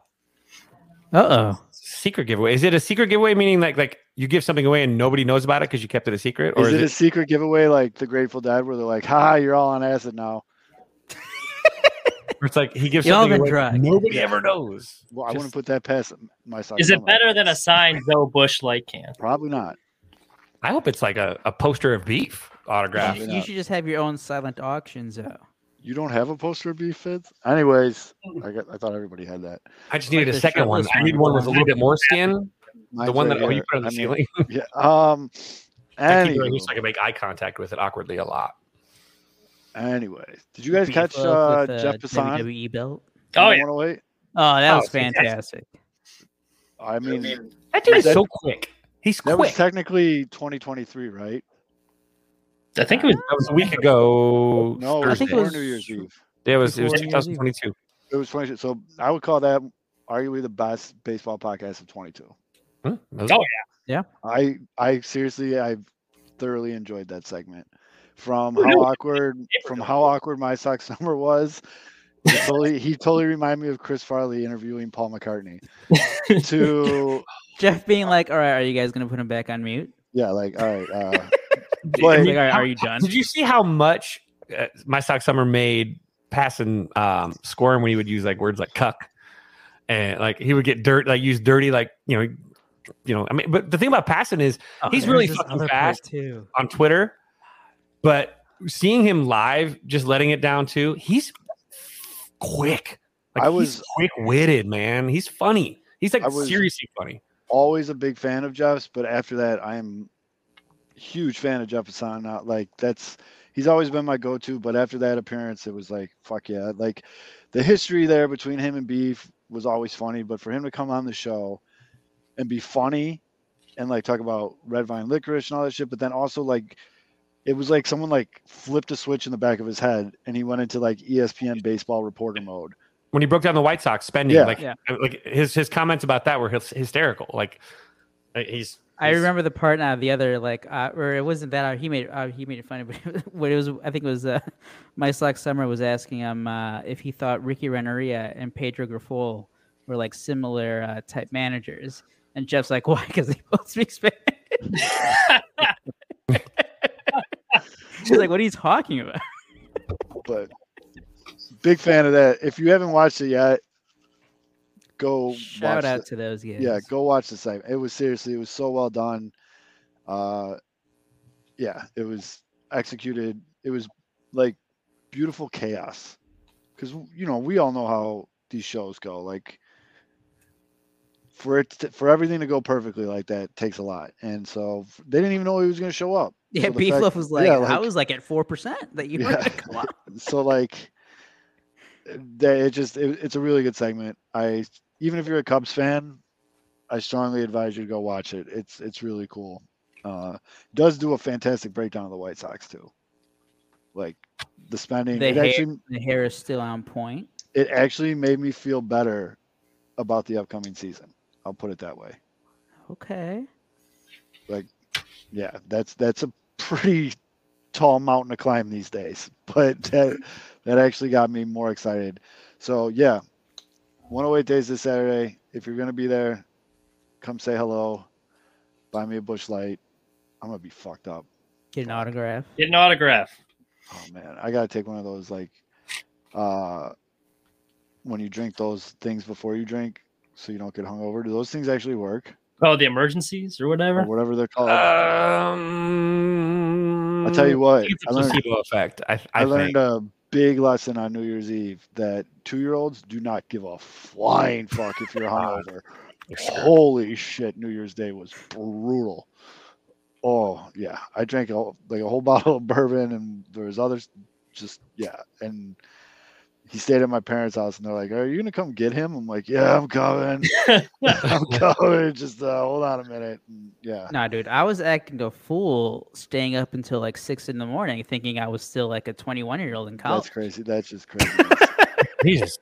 oh.
Secret giveaway. Is it a secret giveaway? Meaning like like you give something away and nobody knows about it because you kept it a secret, or
Is
is,
it a secret giveaway like the Grateful Dead, where they're like, "Ha, ha, you're all on acid now"?
It's like he gives
Y'all
something
been
away
drugged.
nobody ever knows.
Well, I
Just-
wouldn't put that past myself.
Is it better than a signed Joe Bush light can?
Probably not.
I hope it's like a, a poster of beef autograph.
Probably
You
not.
should just have your own silent auctions, though.
You don't have a poster of beef fits? Anyways, I, got, I thought everybody had that.
I just needed
Like
a
the
second one.
shirtless
I need
one.
one with a little bit more skin. The
Mine's
one
right
that oh, you
here.
put on the
I mean,
ceiling.
Yeah. Um.
I keep it right
Anyway,
here so I can make eye contact with it awkwardly a lot.
anyway, did you guys
Beef
catch
up
uh,
with,
Jeff
E.
Passan?
WWE E belt.
Oh yeah,
Oh, that
Oh,
was
it's fantastic.
fantastic.
I mean,
That dude is
That-
so quick. He's
that was
quick.
technically 2023, right?
I think it was.
that was a week ago.
No, it
I
was
think it
Thursday.
before
was-
New Year's Eve.
Yeah, it was, it was
before New Year's Eve.
2022.
It was 20. So I would call that arguably the best baseball podcast of 22.
Hmm, that was-
Oh,
I I seriously I thoroughly enjoyed that segment. From
Who
how
knew?
awkward from how awkward my sock summer was, he totally he totally reminded me of Chris Farley interviewing Paul McCartney. to
Jeff being like, "All right, are you guys gonna put him back on mute?"
yeah, like all right, uh,
Like,
Like,
all right,
how-
are you done?
Did you see how much uh, my sock summer made passing um, scoring when he would use like words like cuck and like he would get dirt like use dirty like you know you know I mean but the thing about passing is
Oh,
he's
there's
really
this
fucking
other part,
fast.
too.
on Twitter, but seeing him live, just letting it down too, he's quick. Like
I
he's
was-
quick witted, man. He's funny. He's like
I was-
seriously funny.
always a big fan of Jeff's, but after that I am huge fan of Jeff Passan. Not like that's he's always been my go-to, but after that appearance, it was like fuck yeah. Like the history there between him and Beef was always funny, but for him to come on the show and be funny and like talk about red vine licorice and all that shit, but then also like it was like someone like flipped a switch in the back of his head and he went into like E ESPN baseball reporter mode.
When he broke down the White Sox spending,
Yeah.
like
Yeah.
like his his comments about that were hys- hysterical. Like like, he's
I
he's-
remember the part now. The other like, uh, or it wasn't that. Uh, he made uh, he made it funny, but what it was, I think it was. Uh, my slack summer was asking him uh, if he thought Ricky Renneria and Pedro Grifol were like similar uh, type managers, and Jeff's like, why? Because they both speak Spanish. She's like, what are you talking about?
but big fan of that. If you haven't watched it yet, go watch
Shout out
the-
to those guys.
yeah, go watch the site. It was seriously, it was so well done. Uh, yeah, it was executed. It was like beautiful chaos, because you know we all know how these shows go. Like for it to, for everything to go perfectly like that takes a lot, and so f- they didn't even know he was going to show up.
yeah.
So the
Beef
fact-
Loaf was like,
yeah,
I
like-
was like at four percent that you were
Yeah.
gonna come up.
so like that it just it, it's a really good segment i even if you're a cubs fan i strongly advise you to go watch it it's it's really cool uh does do a fantastic breakdown of the white sox too like the spending
The
it
hair-
actually
The hair is still on point.
it actually made me feel better about the upcoming season i'll put it that way
Okay.
yeah that's that's a pretty tall mountain to climb these days but that that actually got me more excited so yeah 108 days this saturday if you're going to be there come say hello buy me a bush light i'm going to be fucked up
Get an autograph.
Get an autograph.
oh man i gotta take one of those like uh when you drink those things before you drink so you don't get hungover do those things actually work
Oh, the emergencies or
or
whatever.
whatever they're called
um,
i'll tell you what
it's a
Oh. I learned-
um, placebo effect. I, I,
I, learned a
think.
big lesson on New Year's Eve that two year olds do not give a flying fuck if you're hungover.
You're
uh,
screwed.
Holy shit, New Year's Day was brutal. Oh, yeah. I drank a, whole- like a whole bottle of bourbon and there was others just, yeah. And he stayed at my parents' house and they're like, Are you going to come get him? I'm like, Yeah, I'm coming. I'm coming. Just uh, hold on a minute. And, yeah.
Nah, dude, I was acting a fool staying up until like six in the morning, thinking I was still like a 21 year old in
That's
college.
crazy. That's just crazy.
Jesus.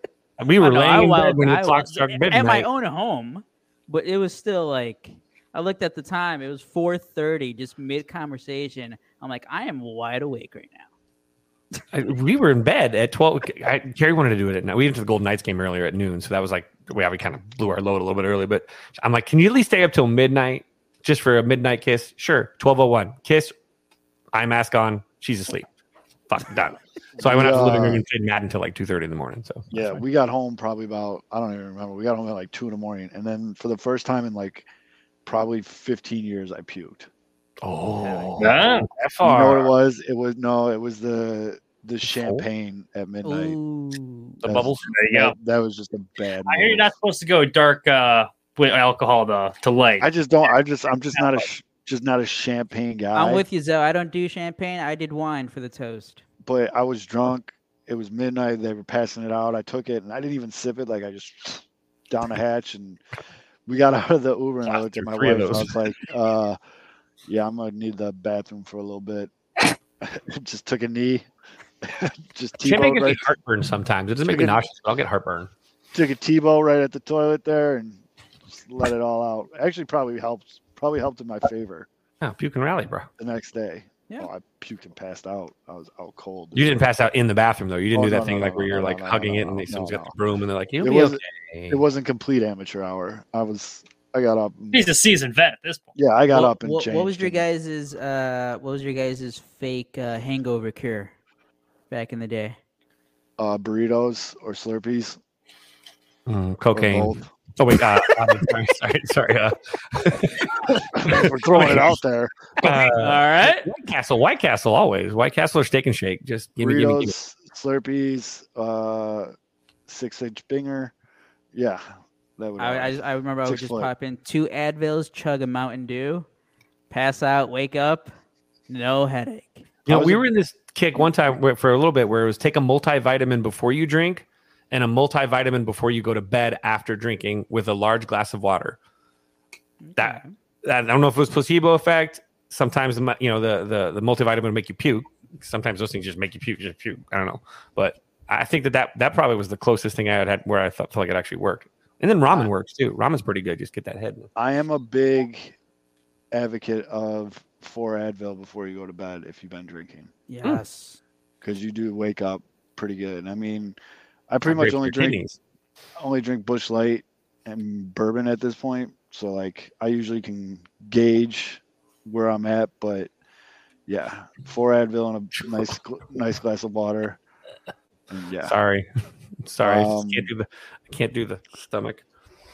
We were
I know, I
laying in bed
wowed-
when the
I
clock
wowed-
struck
at-
midnight.
at my own home, but it was still like I looked at the time. It was 4:30, just mid conversation. I'm like, I am wide awake right now.
I, we were in bed at 12. I, Jerry wanted to do it at night. We went to the Golden Knights game earlier at noon. So that was like, yeah, we kind of blew our load a little bit early. But I'm like, can you at least stay up till midnight just for a midnight oh kiss? Sure. 1201. Kiss. Eye mask on. She's asleep. Fuck, done. So I went out to the living
Yeah.
room and played Madden until like two thirty in the morning. So that's
Yeah,
fine.
we got home probably about I don't even remember. We got home at like two in the morning, and then for the first time in like probably 15 years, I puked.
oh,
Yeah.
that
You know
far.
what it was? It was no, it was the the champagne at midnight.
Ooh.
The
That's-
bubbles.
There you go.
That, that was just a bad.
I hear you're
move.
not supposed to go dark uh, with alcohol to, to light.
I just don't. I just. I'm just not a. sh- Just not a champagne guy.
I'm with you, Zoe. I don't do champagne. I did wine for the toast.
but I was drunk. It was midnight. They were passing it out. I took it and I didn't even sip it. Like I just down the hatch and we got out of the Uber and I looked at my
Three
wife
of
and I was
those.
like, uh, yeah, I'm gonna need the bathroom for a little bit. just took a knee. just T-bone
Champagne gives me
right,
heartburn sometimes. It doesn't make me
Chicken.
nauseous, but I'll get heartburn.
took a T-bow right at the toilet there and just let it all out. Actually probably helped probably helped in my favor
Oh, puke and rally, bro.
the next day.
Yeah.
Oh, I puked and passed out. I was out cold.
You didn't pass out in the bathroom though. You didn't
Oh,
do that
no,
thing
no,
like
no,
where
no,
you're
no,
like
no,
hugging
no,
it and
no,
someone's
no,
got
no.
the broom and they're like, "You'll
It
be
wasn't-
okay."
It wasn't complete amateur hour. I was I got up and
He's a seasoned vet at this point.
Yeah, I got
What-
up and
what,
changed.
what was your
and-
guys' uh, what was your guys' fake uh, hangover cure back in the day?
uh, burritos or Slurpees?
Mm,
or
cocaine.
both?
Oh wait, uh, uh, sorry, sorry, sorry. Uh,
We're throwing it out there.
uh,
All right.
White Castle, White Castle, always White Castle or Steak and Shake. Just give me, give me, give me.
burritos, Slurpees, uh, six-inch binger. Yeah, that would.
I, I,
always-
just- I remember I would
Six
just
foot.
pop in two Advils, chug a Mountain Dew, pass out, wake up, no headache.
You
I
know,
was
we
a-
were in this kick one time where, for a little bit where it was take a multivitamin before you drink and a multivitamin before you go to bed after drinking with a large glass of water. That-
Okay.
I don't know if it was placebo effect. Sometimes the mu- you know the the, the multivitamin would make you puke. Sometimes those things just make you puke, just puke. I don't know, but I think that that, that probably was the closest thing I had had where I thought felt like it actually worked. And then ramen works too. Ramen's pretty good. Just get that head.
I am a big advocate of four Advil before you go to bed if you've been drinking,
yes.
because you do wake up pretty good. And I mean, I pretty
Great
much
for
only
your
drink
kidneys.
only drink Bush Light and bourbon at this point, so like I usually can gauge where I'm at. But yeah, four Advil and a nice gl- nice glass of water. And yeah.
Sorry, sorry.
Um,
can't do the I can't do the stomach.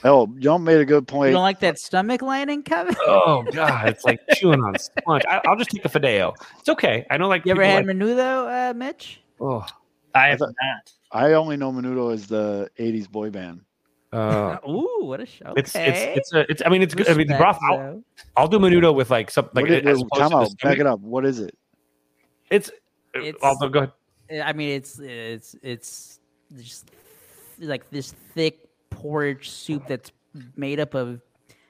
Oh, y'all made a good
You
point.
don't like that stomach lining, Kevin?
Oh god, it's like chewing on sponge. I, I'll just take a fideo. It's okay. I don't like.
You ever
people
had
like-
menudo, uh, Mitch?
oh,
I have
thought-
not.
I only know Menudo as the '80s boy band.
uh,
Ooh, what a show!
It's
okay.
it's it's a, it's. I mean, it's good. I mean, the
Respect,
broth. I'll,
though.
I'll do menudo with like something like
What is-
as
wait,
opposed
time
to the
out. Back
stomach.
it up. What is it?
It's,
It's-
although go ahead.
eh, I mean, it's it's it's just like this thick porridge soup that's made up of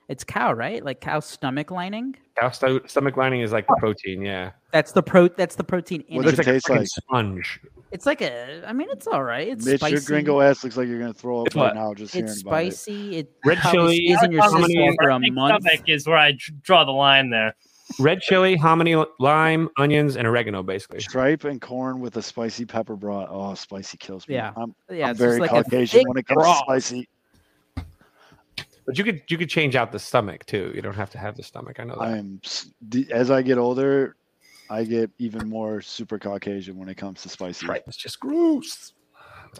it's cow, right? Like cow stomach lining.
Cow sto- stomach lining is like the protein. Yeah,
That's the pro. That's the protein in
What
it
does
it.
looks
does
like
it
a
taste
freaking
like?
sponge.
It's like a. I mean, it's all right. It's
Mitch,
spicy.
your gringo ass looks like you're gonna throw up
It's
right
what?
now just hearing
It's spicy. It
Red
probably
chili,
stays in your
hominy,
system for a
Big
month.
stomach is where I dr- draw the line there.
Red chili, hominy, lime, onions, and oregano.
about
Basically,
it. Stripe and corn with a spicy pepper broth. Oh, spicy kills me.
Yeah.
I'm,
Yeah,
I'm
it's just
very
like a
Caucasian
thick
when it comes
broth.
to spicy.
but you could you could change out the stomach too. You don't have to have the stomach. I know that.
I'm s- d- as I get older, I get even more super Caucasian when it comes to spicy.
Right, it's just gross.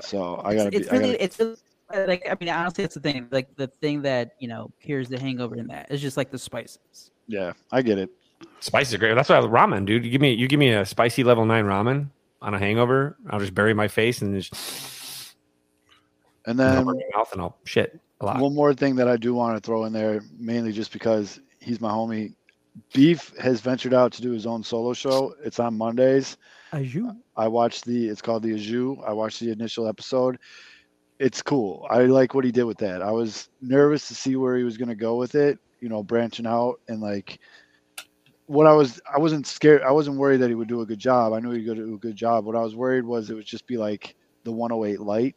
So I
It's-
gotta be.
it's
I
really
gotta,
it's really, uh, like I mean honestly it's the thing like the thing that you know cures the hangover in that is just like the spices.
yeah, I get it.
Spice is great. That's why I love ramen, dude. You give me you give me a spicy level nine ramen on a hangover. I'll just bury my face and just
And
cover
then
my mouth and I'll shit a lot.
One more thing that I do want to throw in there, mainly just because he's my homie. Beef has ventured out to do his own solo show. It's on Mondays. I watched the. It's called the Ajou. I watched the initial episode. It's cool. I like what he did with that. I was nervous to see where he was going to go with it. You know, branching out and like what I was. I wasn't scared. I wasn't worried that he would do a good job. I knew he'd go do a good job. What I was worried was it would just be like the 108 light.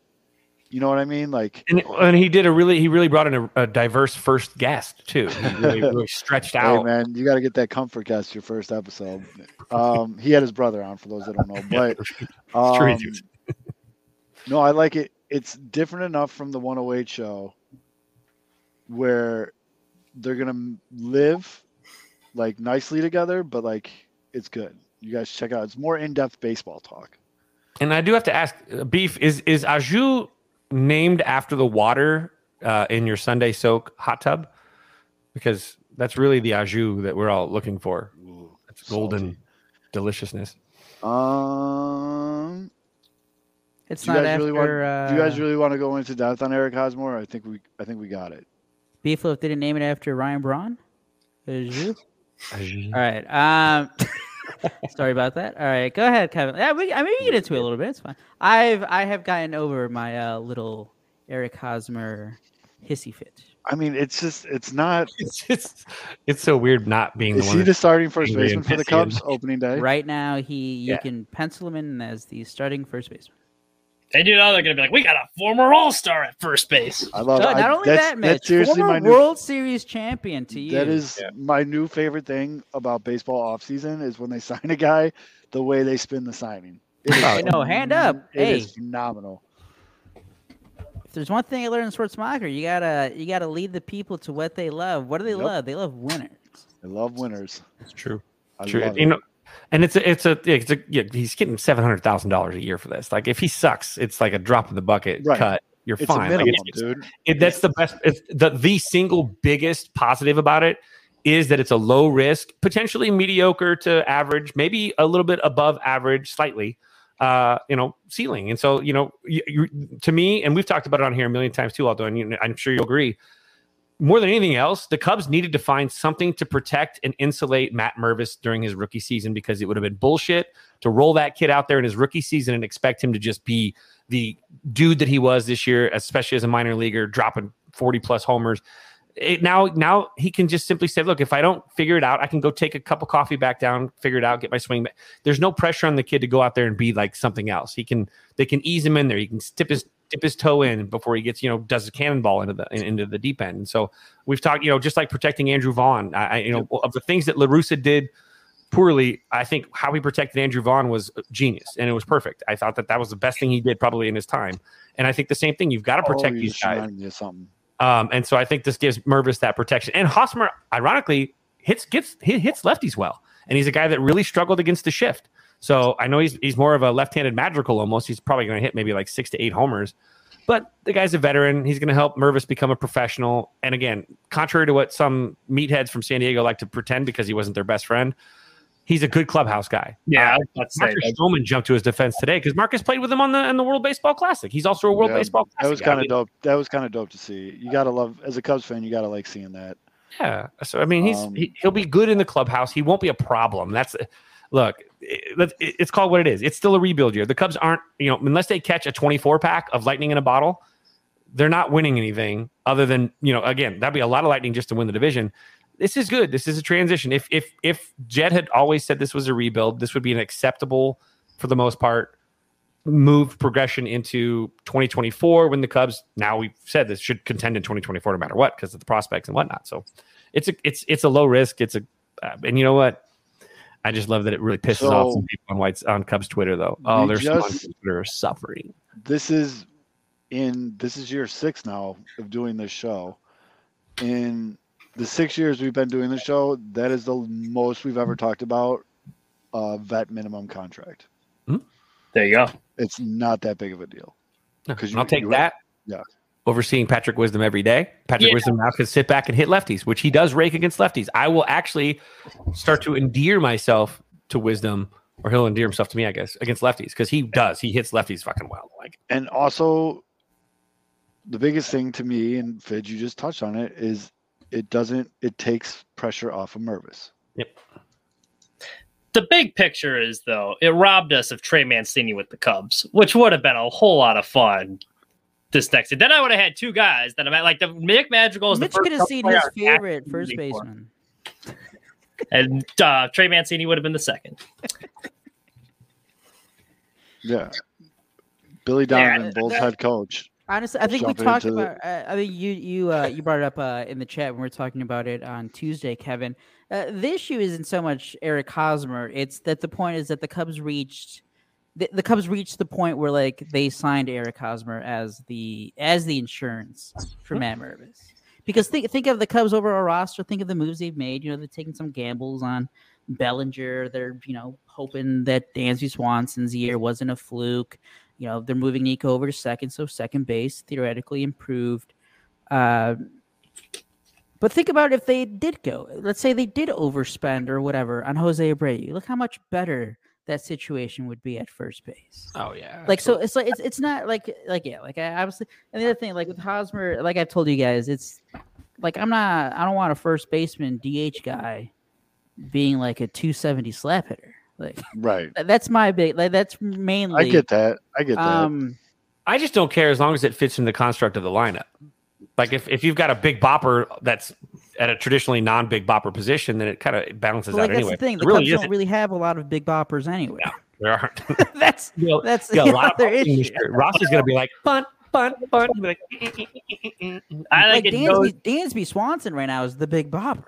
You know what I mean? Like
and, and he did a really he really brought in a, a diverse first guest too. He really, really stretched
Hey
out.
man, you got to get that comfort cast your first episode. Um, he had his brother on for those that don't know, but um,
Sure he did.
no, I like it. It's different enough from the 108 show where they're gonna live like nicely together, but like it's good. You guys check it out. It's more in-depth baseball talk.
And I do have to ask, uh, Beef, is is Aju named after the water uh, in your Sunday soak hot tub? Because that's really the Aju that we're all looking for.
Ooh,
It's golden deliciousness.
salty. Um,
It's
Do you
not
guys
after
really want-
uh,
do you guys really want to go into depth on Eric Hosmer? I think we, I think we got it.
Beefloaf didn't name it after Ryan Braun. Is you?
Aju.
All right. Um, sorry about that. All right, go ahead, Kevin. Yeah, we, I mean, we can get into it a little bit. It's fine. I've I have gotten over my uh, little Eric Hosmer hissy fit.
I mean, it's just, it's not.
It's, it's it's so weird not being the
Is
one.
he the
that-
starting first
angry
baseman
and
for the
pissy and-
Cubs opening day?
Right now, he you
Yeah.
can pencil him in as the starting first baseman.
And you know they're gonna be like, we got a former All Star at first base.
I love
No,
it. Uh, I-
not only
that's,
that,
that's
Mitch,
seriously
former
my new
World Series champion to you.
That is my new favorite thing about baseball offseason is when they sign a guy, the way they spin the signing. It is
I
know, hand up.
phenom- it is
Hey.
phenomenal.
If there's one thing I learned in sports soccer, you gotta you gotta lead the people to what they love. What do they
Yep.
love? They love winners.
I love winners.
It's true.
I
True.
love
you
it.
know, and it's a, it's a, it's a, yeah, he's getting seven hundred thousand dollars a year for this. Like, if he sucks, it's like a drop in the bucket
Right.
cut. You're
it's
fine.
a
Like,
minimum,
it's-
dude.
it, that's the best. It's the the single biggest positive about it is that it's a low risk, potentially mediocre to average, maybe a little bit above average, slightly. Uh, you know, ceiling, and so you know, you, you, to me, and we've talked about it on here a million times too, Aldo, and you, I'm sure you'll agree. More than anything else, the Cubs needed to find something to protect and insulate Matt Mervis during his rookie season because it would have been bullshit to roll that kid out there in his rookie season and expect him to just be the dude that he was this year, especially as a minor leaguer, dropping 40 plus homers. It, now, now he can just simply say, "Look, if I don't figure it out, I can go take a cup of coffee back down, figure it out, get my swing back." There's no pressure on the kid to go out there and be like something else. He can, they can ease him in there. He can tip his dip his toe in before he gets, you know, does a cannonball into the in- into the deep end. And so we've talked, you know, just like protecting Andrew Vaughn. I, I you know, of the things that Larusa did poorly, I think how he protected Andrew Vaughn was genius and it was perfect. I thought that that was the best thing he did probably in his time. And I think the same thing, you've got to protect
oh, you
these
just
guys.
reminded me of something.
Um, and so I think this gives Mervis that protection. And Hosmer, ironically, hits gets he hits lefties well, and he's a guy that really struggled against the shift. So I know he's he's more of a left-handed madrigal almost. He's probably going to hit maybe like six to eight homers, but the guy's a veteran. He's going to help Mervis become a professional. And again, contrary to what some meatheads from San Diego like to pretend, because he wasn't their best friend, he's a good clubhouse guy.
Yeah, I was about to say
Marcus
that.
Stroman jumped to his defense today because Marcus played with him on the in the World Baseball Classic. He's also a World
Yeah,
Baseball Classic.
That was
guy.
kind of dope. That was kind of dope to see. You gotta love as a Cubs fan. You gotta like seeing that.
Yeah. So I mean, he's
Um,
he, he'll be good in the clubhouse. He won't be a problem. That's look. It, let's- it- it's called what it is. It's still a rebuild year. The Cubs aren't you know unless they catch a twenty four pack of lightning in a bottle, they're not winning anything other than you know again that'd be a lot of lightning just to win the division. This is good. This is a transition. If if if Jed had always said this was a rebuild, this would be an acceptable for the most part move progression into 2024 when the Cubs now we've said this should contend in 2024 no matter what because of the prospects and whatnot. So it's a it's it's a low risk. It's a uh, and you know what? I just love that it really pisses
So-
off some people on Whites on Cubs Twitter though. Oh,
We
there's some on
just-
Twitter suffering.
this is in this is year six now of doing this show. In the six years we've been doing the show, that is the most we've ever talked about uh, vet minimum contract.
There you go.
It's not that big of a deal. 'Cause you-
I'll take
you're
that.
Yeah.
Overseeing Patrick Wisdom every day. Patrick
Yeah.
Wisdom now can sit back and hit lefties, which he does rake against lefties. I will actually start to endear myself to Wisdom, or he'll endear himself to me, I guess, against lefties because he does. He hits lefties fucking well. Like
And also, the biggest thing to me, and Fid, you just touched on it, is it doesn't, it takes pressure off of Mervis.
the big picture is though it robbed us of Trey Mancini with the Cubs, which would have been a whole lot of fun this next. year. Then I would have had two guys that I'm at, like the Nick Madrigal is
Mitch
the first
could have
Cubs
seen
player
his
I'm actually
favorite first
rooting for.
baseman.
and uh, Trey Mancini would have been the second.
Yeah. Billy
Yeah,
Donovan, Bulls head coach.
Honestly, I think we
jumping
talked
into the-
about. Uh, I think you you uh, you brought it up uh, in the chat when we were talking about it on Tuesday, Kevin. Uh, the issue isn't so much Eric Hosmer. It's that the point is that the Cubs reached the, the Cubs reached the point where like they signed Eric Hosmer as the as the insurance for Matt Mervis. Because think think of the Cubs overall roster. Think of the moves they've made. You know, they've taken some gambles on Bellinger. They're you know hoping that Dansby Swanson's year wasn't a fluke. You know they're moving Nico over to second, so second base theoretically improved. Uh, but think about if they did go. Let's say they did overspend or whatever on Jose Abreu. Look how much better that situation would be at first base
Oh yeah.
like so it's like it's, it's not like like yeah like i obviously and the other thing like with hosmer like i've told you guys it's like i'm not i don't want a first baseman dh guy being like a 270 slap hitter like
Right.
tha- that's my big like that's mainly
I get that. I get that.
um
I just don't care as long as it fits in the construct of the lineup. Like if, if you've got a big bopper that's at a traditionally non big bopper position, then it kind of balances
but, like
out
that's
anyway.
the thing the
There really
Cubs
isn't.
don't really have a lot of big boppers anyway
there aren't.
that's
You know,
that's
you got a lot of
their
bunting
issue
this year. Rossi's gonna be like bunt, bunt, bunt. and be like,
I
like
think it goes.
dansby, dansby swanson right now is the big bopper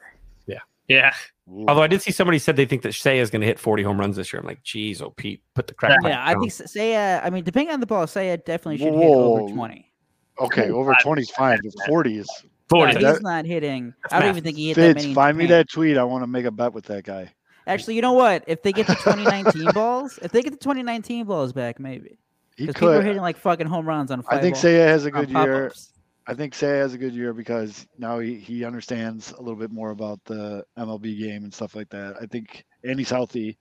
Yeah,
Ooh.
Although I did see somebody said they think that Shea is gonna hit 40 home runs this year. I'm like, geez, oh Pete, put the crack. pipe
yeah i
down.
think saya i mean depending on the ball saya definitely should hit
Whoa.
over 20
okay, over 20 is fine, but 40 is.
forty.
Yeah,
That-
he's not hitting. I don't
math.
even think he hit that
Fitz,
many. in
find me
Japan.
that tweet. I want to make a bet with that guy.
Actually, you know what? If they get the 2019 balls, if they get the 2019 balls back, maybe
He
because people are
could.
hitting like fucking home runs on.
I
five
think
ball-
Saya has a
on
good year.
pop-ups.
I think Say has a good year because now he, he understands a little bit more about the MLB game and stuff like that. I think and he's healthy,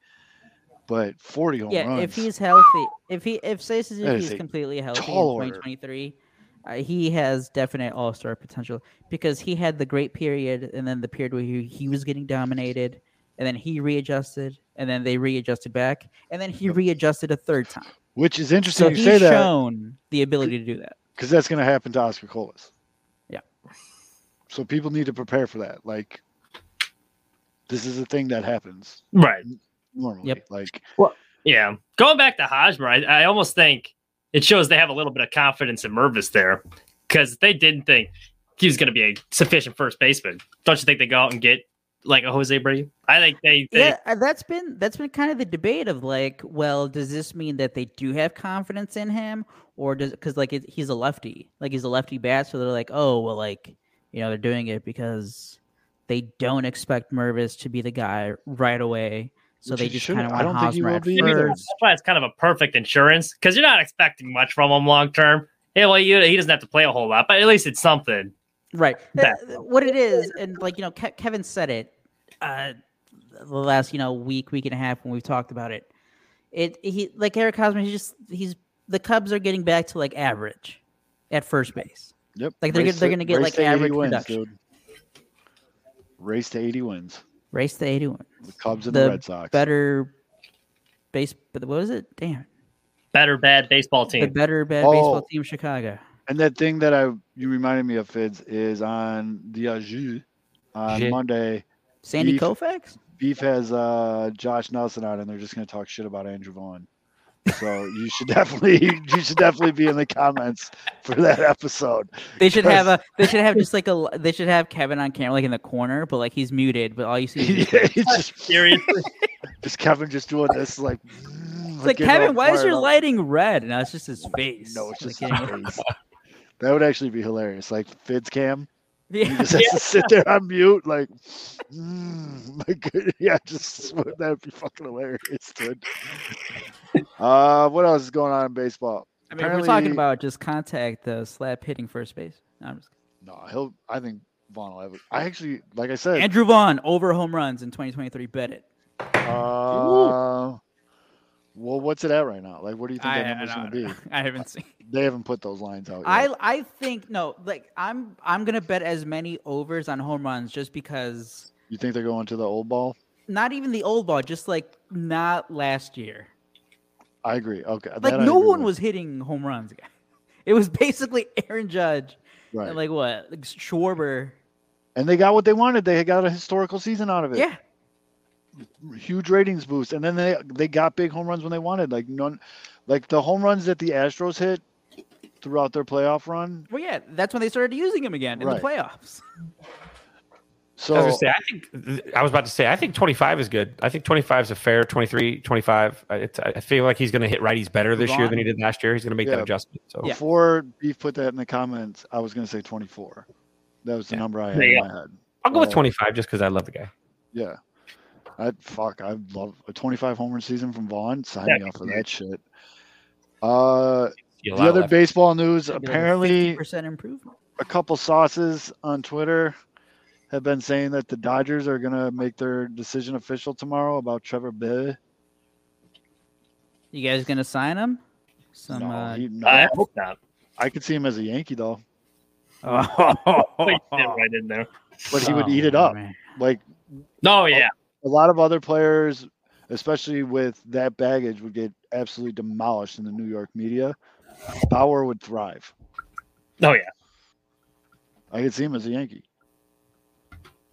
but 40 home
Yeah,
runs.
if he's healthy, if he if Say
That
Suzuki
is
is
a
completely healthy in
tall order.
2023, uh, he has definite All Star potential because he had the great period and then the period where he, he was getting dominated, and then he readjusted, and then they readjusted back, and then he readjusted a third time.
Which is interesting
So
you
he's
say that
shown the ability to do that.
because that's going to happen to Oscar Colas.
Yeah.
So people need to prepare for that. Like, this is a thing that happens
Right.
normally.
Yep.
Like,
Yeah. Going back to Hosmer, I, I almost think it shows they have a little bit of confidence in Mervis there because they didn't think he was going to be a sufficient first baseman. Don't you think they go out and get like a Jose Abreu? I think they, they
yeah uh, that's been that's been kind of the debate of like well does this mean that they do have confidence in him or does because like it, he's a lefty like he's a lefty bat so they're like oh well like you know they're doing it because they don't expect Mervis to be the guy right away so
Which
they
he
just
shouldn't.
kind of
I
want
don't think he
Hosmer
will
at
be
Maybe
either.
first.
that's why it's kind of a perfect insurance because you're not expecting much from him long term. Yeah, well, you, he doesn't have to play a whole lot, but at least it's something.
Right.
Back
Uh, What it is, and like you know, Ke- Kevin said it uh, the last you know week, week and a half when we've talked about it. It he like Eric Hosmer. He's just he's the Cubs are getting back to like average at first base.
yep.
Like, they're
race
gonna- they're
to-
gonna get,
race
like,
to 80
average
wins,
production.
dude. Race to 80 wins.
Race to eighty one.
The Cubs and the,
The
Red Sox.
Better base, but what was it? Damn,
Better bad baseball
the
team.
better bad baseball
Oh.
team, Chicago.
And that thing that I you reminded me of, Fids, is on the Ajou on
Jeu.
Monday.
Sandy
Beef.
Koufax.
Beef has uh, Josh Nelson on, and they're just going to talk shit about Andrew Vaughn. So you should definitely you should definitely be in the comments for that episode.
They should have a. They should have just like a. They should have Kevin on camera, like in the corner, but like he's muted. But all you see is his
It's just,
Seriously,
just Kevin just doing this like. It's
It's like Kevin, why is your lighting red? No, it's just his face.
No, it's just
Like,
his
getting-
face. That would actually be hilarious. Like Fids Cam, he
yeah.
just has to sit there on mute, like, mm, my good, yeah, just that would be fucking hilarious, dude. Uh, what else is going on in baseball?
I mean, we're
Apparently-
talking about just contact the slap hitting first base. No, I'm just kidding.
No, he'll. I think Vaughn will have. a- I actually, like I said,
Andrew Vaughn over home runs in 2023. Bet it.
uh, well, what's it at right now? Like, what do you think
I,
that
I
number's going
don't- I
to be?
don't- I haven't seen.
They haven't put those lines out yet.
I I think no. Like I'm I'm gonna bet as many overs on home runs just because.
you think they're going to the old ball?
Not even the old ball, just like not last year.
I agree. Okay,
Like
that I
no
agree
one
with.
was hitting home runs. guy. It was basically Aaron Judge
right,
and like what like Schwarber.
and they got what they wanted. They got a historical season out of it.
Yeah,
huge ratings boost, and then they they got big home runs when they wanted. Like none, like the home runs that the Astros hit throughout their playoff run.
Well, yeah, that's when they started using him again in
Right.
the playoffs.
So
I was gonna say, I think I was about to say, I think 25 is good. I think 25 is a fair 23, 25. I, it's, I feel like he's gonna hit righties better this year than he did last year. He's gonna make
Yeah.
that adjustment. So
Yeah.
before Beef put that in the comments, I was gonna say 24. That was the
Yeah.
number I had
There you
in my head.
I'll go with
Well-
25 just because I love the guy.
Yeah. I fuck. I love a 25 homer season from Vaughn. Sign
Yeah,
me up for that shit. Uh, the other
left.
baseball news. Apparently,
percent improvement.
a couple sauces on Twitter have been saying that the Dodgers are gonna make their decision official tomorrow about Trevor Bill.
You guys gonna sign him? Some.
No,
uh,
he- no.
I hope not.
I could see him as a Yankee though,
Please get right in there.
but he would
oh,
eat it up.
man.
Like
No, yeah.
a lot of other players, especially with that baggage, would get absolutely demolished in the New York media. Bauer would thrive.
Oh, yeah.
I could see him as a Yankee.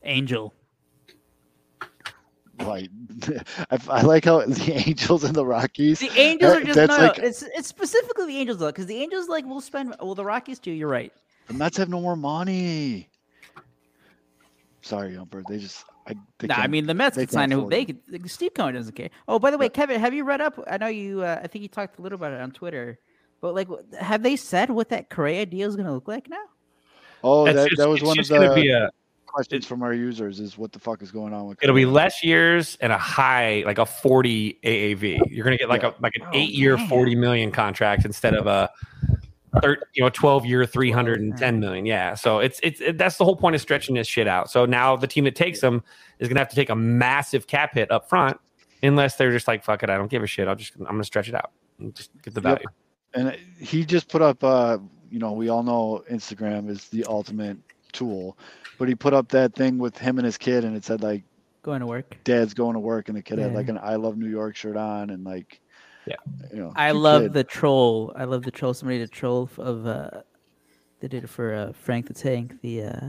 Angel.
Like, I, I like how the Angels and the Rockies.
The Angels are
That-
just no.
that's
no,
like-
it's it's specifically the Angels though, because the Angels like will spend. Well, the Rockies do. You're right.
The Mets have no more money. Sorry, Umper. They just. I, they
Nah, I
can't-
mean the Mets
they
could sign
can't
who
afford
they
him.
could. like, Steve Cohen doesn't care. Oh, by the way, Kevin, have you read up? I know you. Uh, I think you talked a little about it on Twitter, but like, wh- have they said what that Correa deal is going to look like now?
Oh,
That's
that,
just-
that was
it's
one of
just gonna
the
be a-
questions from our users: is what the fuck is going on with?
It'll be
Correa?
less years and a high, like a forty AAV. You're gonna get like a like an
Oh,
eight year,
man.
forty million contract instead of a, thir- you know, twelve year, three hundred and ten million. Yeah, so it's it's it, that's the whole point of stretching this shit out. So now the team that takes them is gonna have to take a massive cap hit up front, unless they're just like fuck it, I don't give a shit. I'll just I'm gonna stretch it out and just get the
Yep.
value.
and uh, he just put up uh you know we all know instagram is the ultimate tool but he put up that thing with him and his kid and it said like
Going to work.
dad's going to work and the kid had
Yeah.
like an i love new york shirt on and like
Yeah.
you know
I
good
love
kid.
the troll. I love the troll. Somebody did a troll f- of uh, they did it for uh, Frank the Tank, the uh,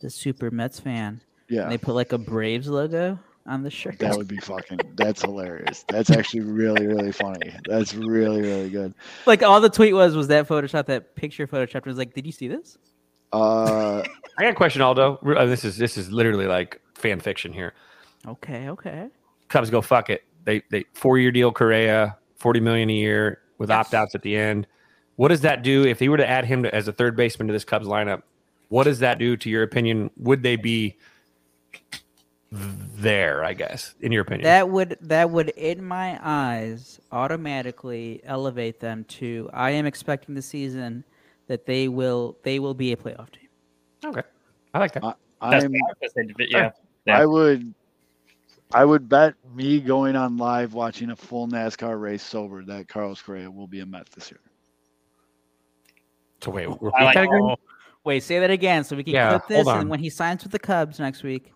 the super Mets fan. And
yeah
they put like a Braves logo on the shirt.
that would be fucking that's hilarious that's actually really really funny that's really really good
like all the tweet was was that Photoshop, that picture Photoshop. It was like, did you see this?
uh
I got a question, Aldo. Re- uh, This is this is literally like fan fiction here.
Okay, okay.
Cubs go fuck it. They they four year deal Correa, forty million a year with
Yes.
opt outs at the end. What does that do if they were to add him to, as a third baseman to this Cubs lineup? What does that do to your opinion? Would they be there? I guess in your opinion,
That would that would in my eyes automatically elevate them to. I am expecting the season that they will they will be a playoff team.
okay. I like that.
Uh,
That's
i'm
that's the end of it, yeah. Yeah.
i would i would bet me going on live watching a full nascar race sober that carlos correa will be a met this year
so wait, repeat
I like-
that again?
Wait, say that again so we can
Yeah,
clip this.
hold on.
And when he signs with the Cubs next week,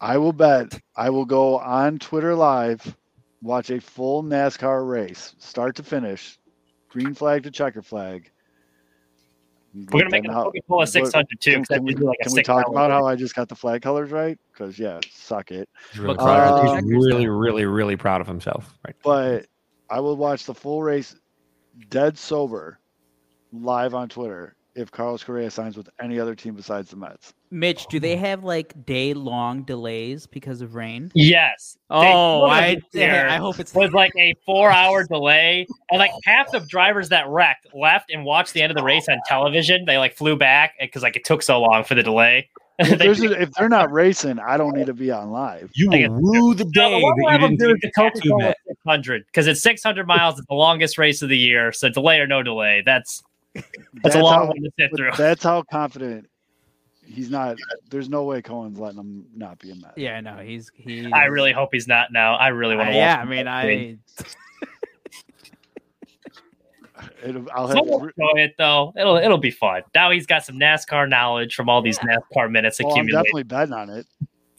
I will bet I will go on Twitter Live, watch a full NASCAR race, start to finish, green flag to checker flag.
We're going to make
Then
a
how-
Coca Cola
what-
600 too.
Can,
'cause I
can we,
did do, like a
can we
six
talk
hour
about
one.
how I just got the flag colors right? Because yeah, suck it.
He's really,
Uh,
proud of- he's
Checkers
really,
down.
really, really proud of himself. Right.
But I will watch the full race, dead sober, live on Twitter. If Carlos Correa signs with any other team besides the Mets,
Mitch, do they have like day long delays because of rain?
Yes.
Oh, I,
there.
I hope it's
was like a four hour delay. And like half the drivers that wrecked left and watched the end of the race on television. They like flew back because like it took so long for the delay.
if,
They-
there's a- if they're not racing, I don't need to be on live.
You
I guess-
rue the
No, what we'll
that
have
you
them
didn't
do is
take
the
the tattoo
Coca-Cola
bet.
600 because it's 600 miles. It's the longest race of the year. So delay or no delay, that's that's, a long
how-
one to sit
But
through.
that's how confident he's not. There's no way Cohen's letting him not be a Met.
yeah, no, he's he. uh,
I really hope he's not now. I really
Uh,
want to.
yeah, I mean, I
It'll, I'll have.
Someone enjoy it though. It'll it'll be fun. Now he's got some NASCAR knowledge from all these NASCAR minutes
well, I'm
accumulated.
definitely betting on it.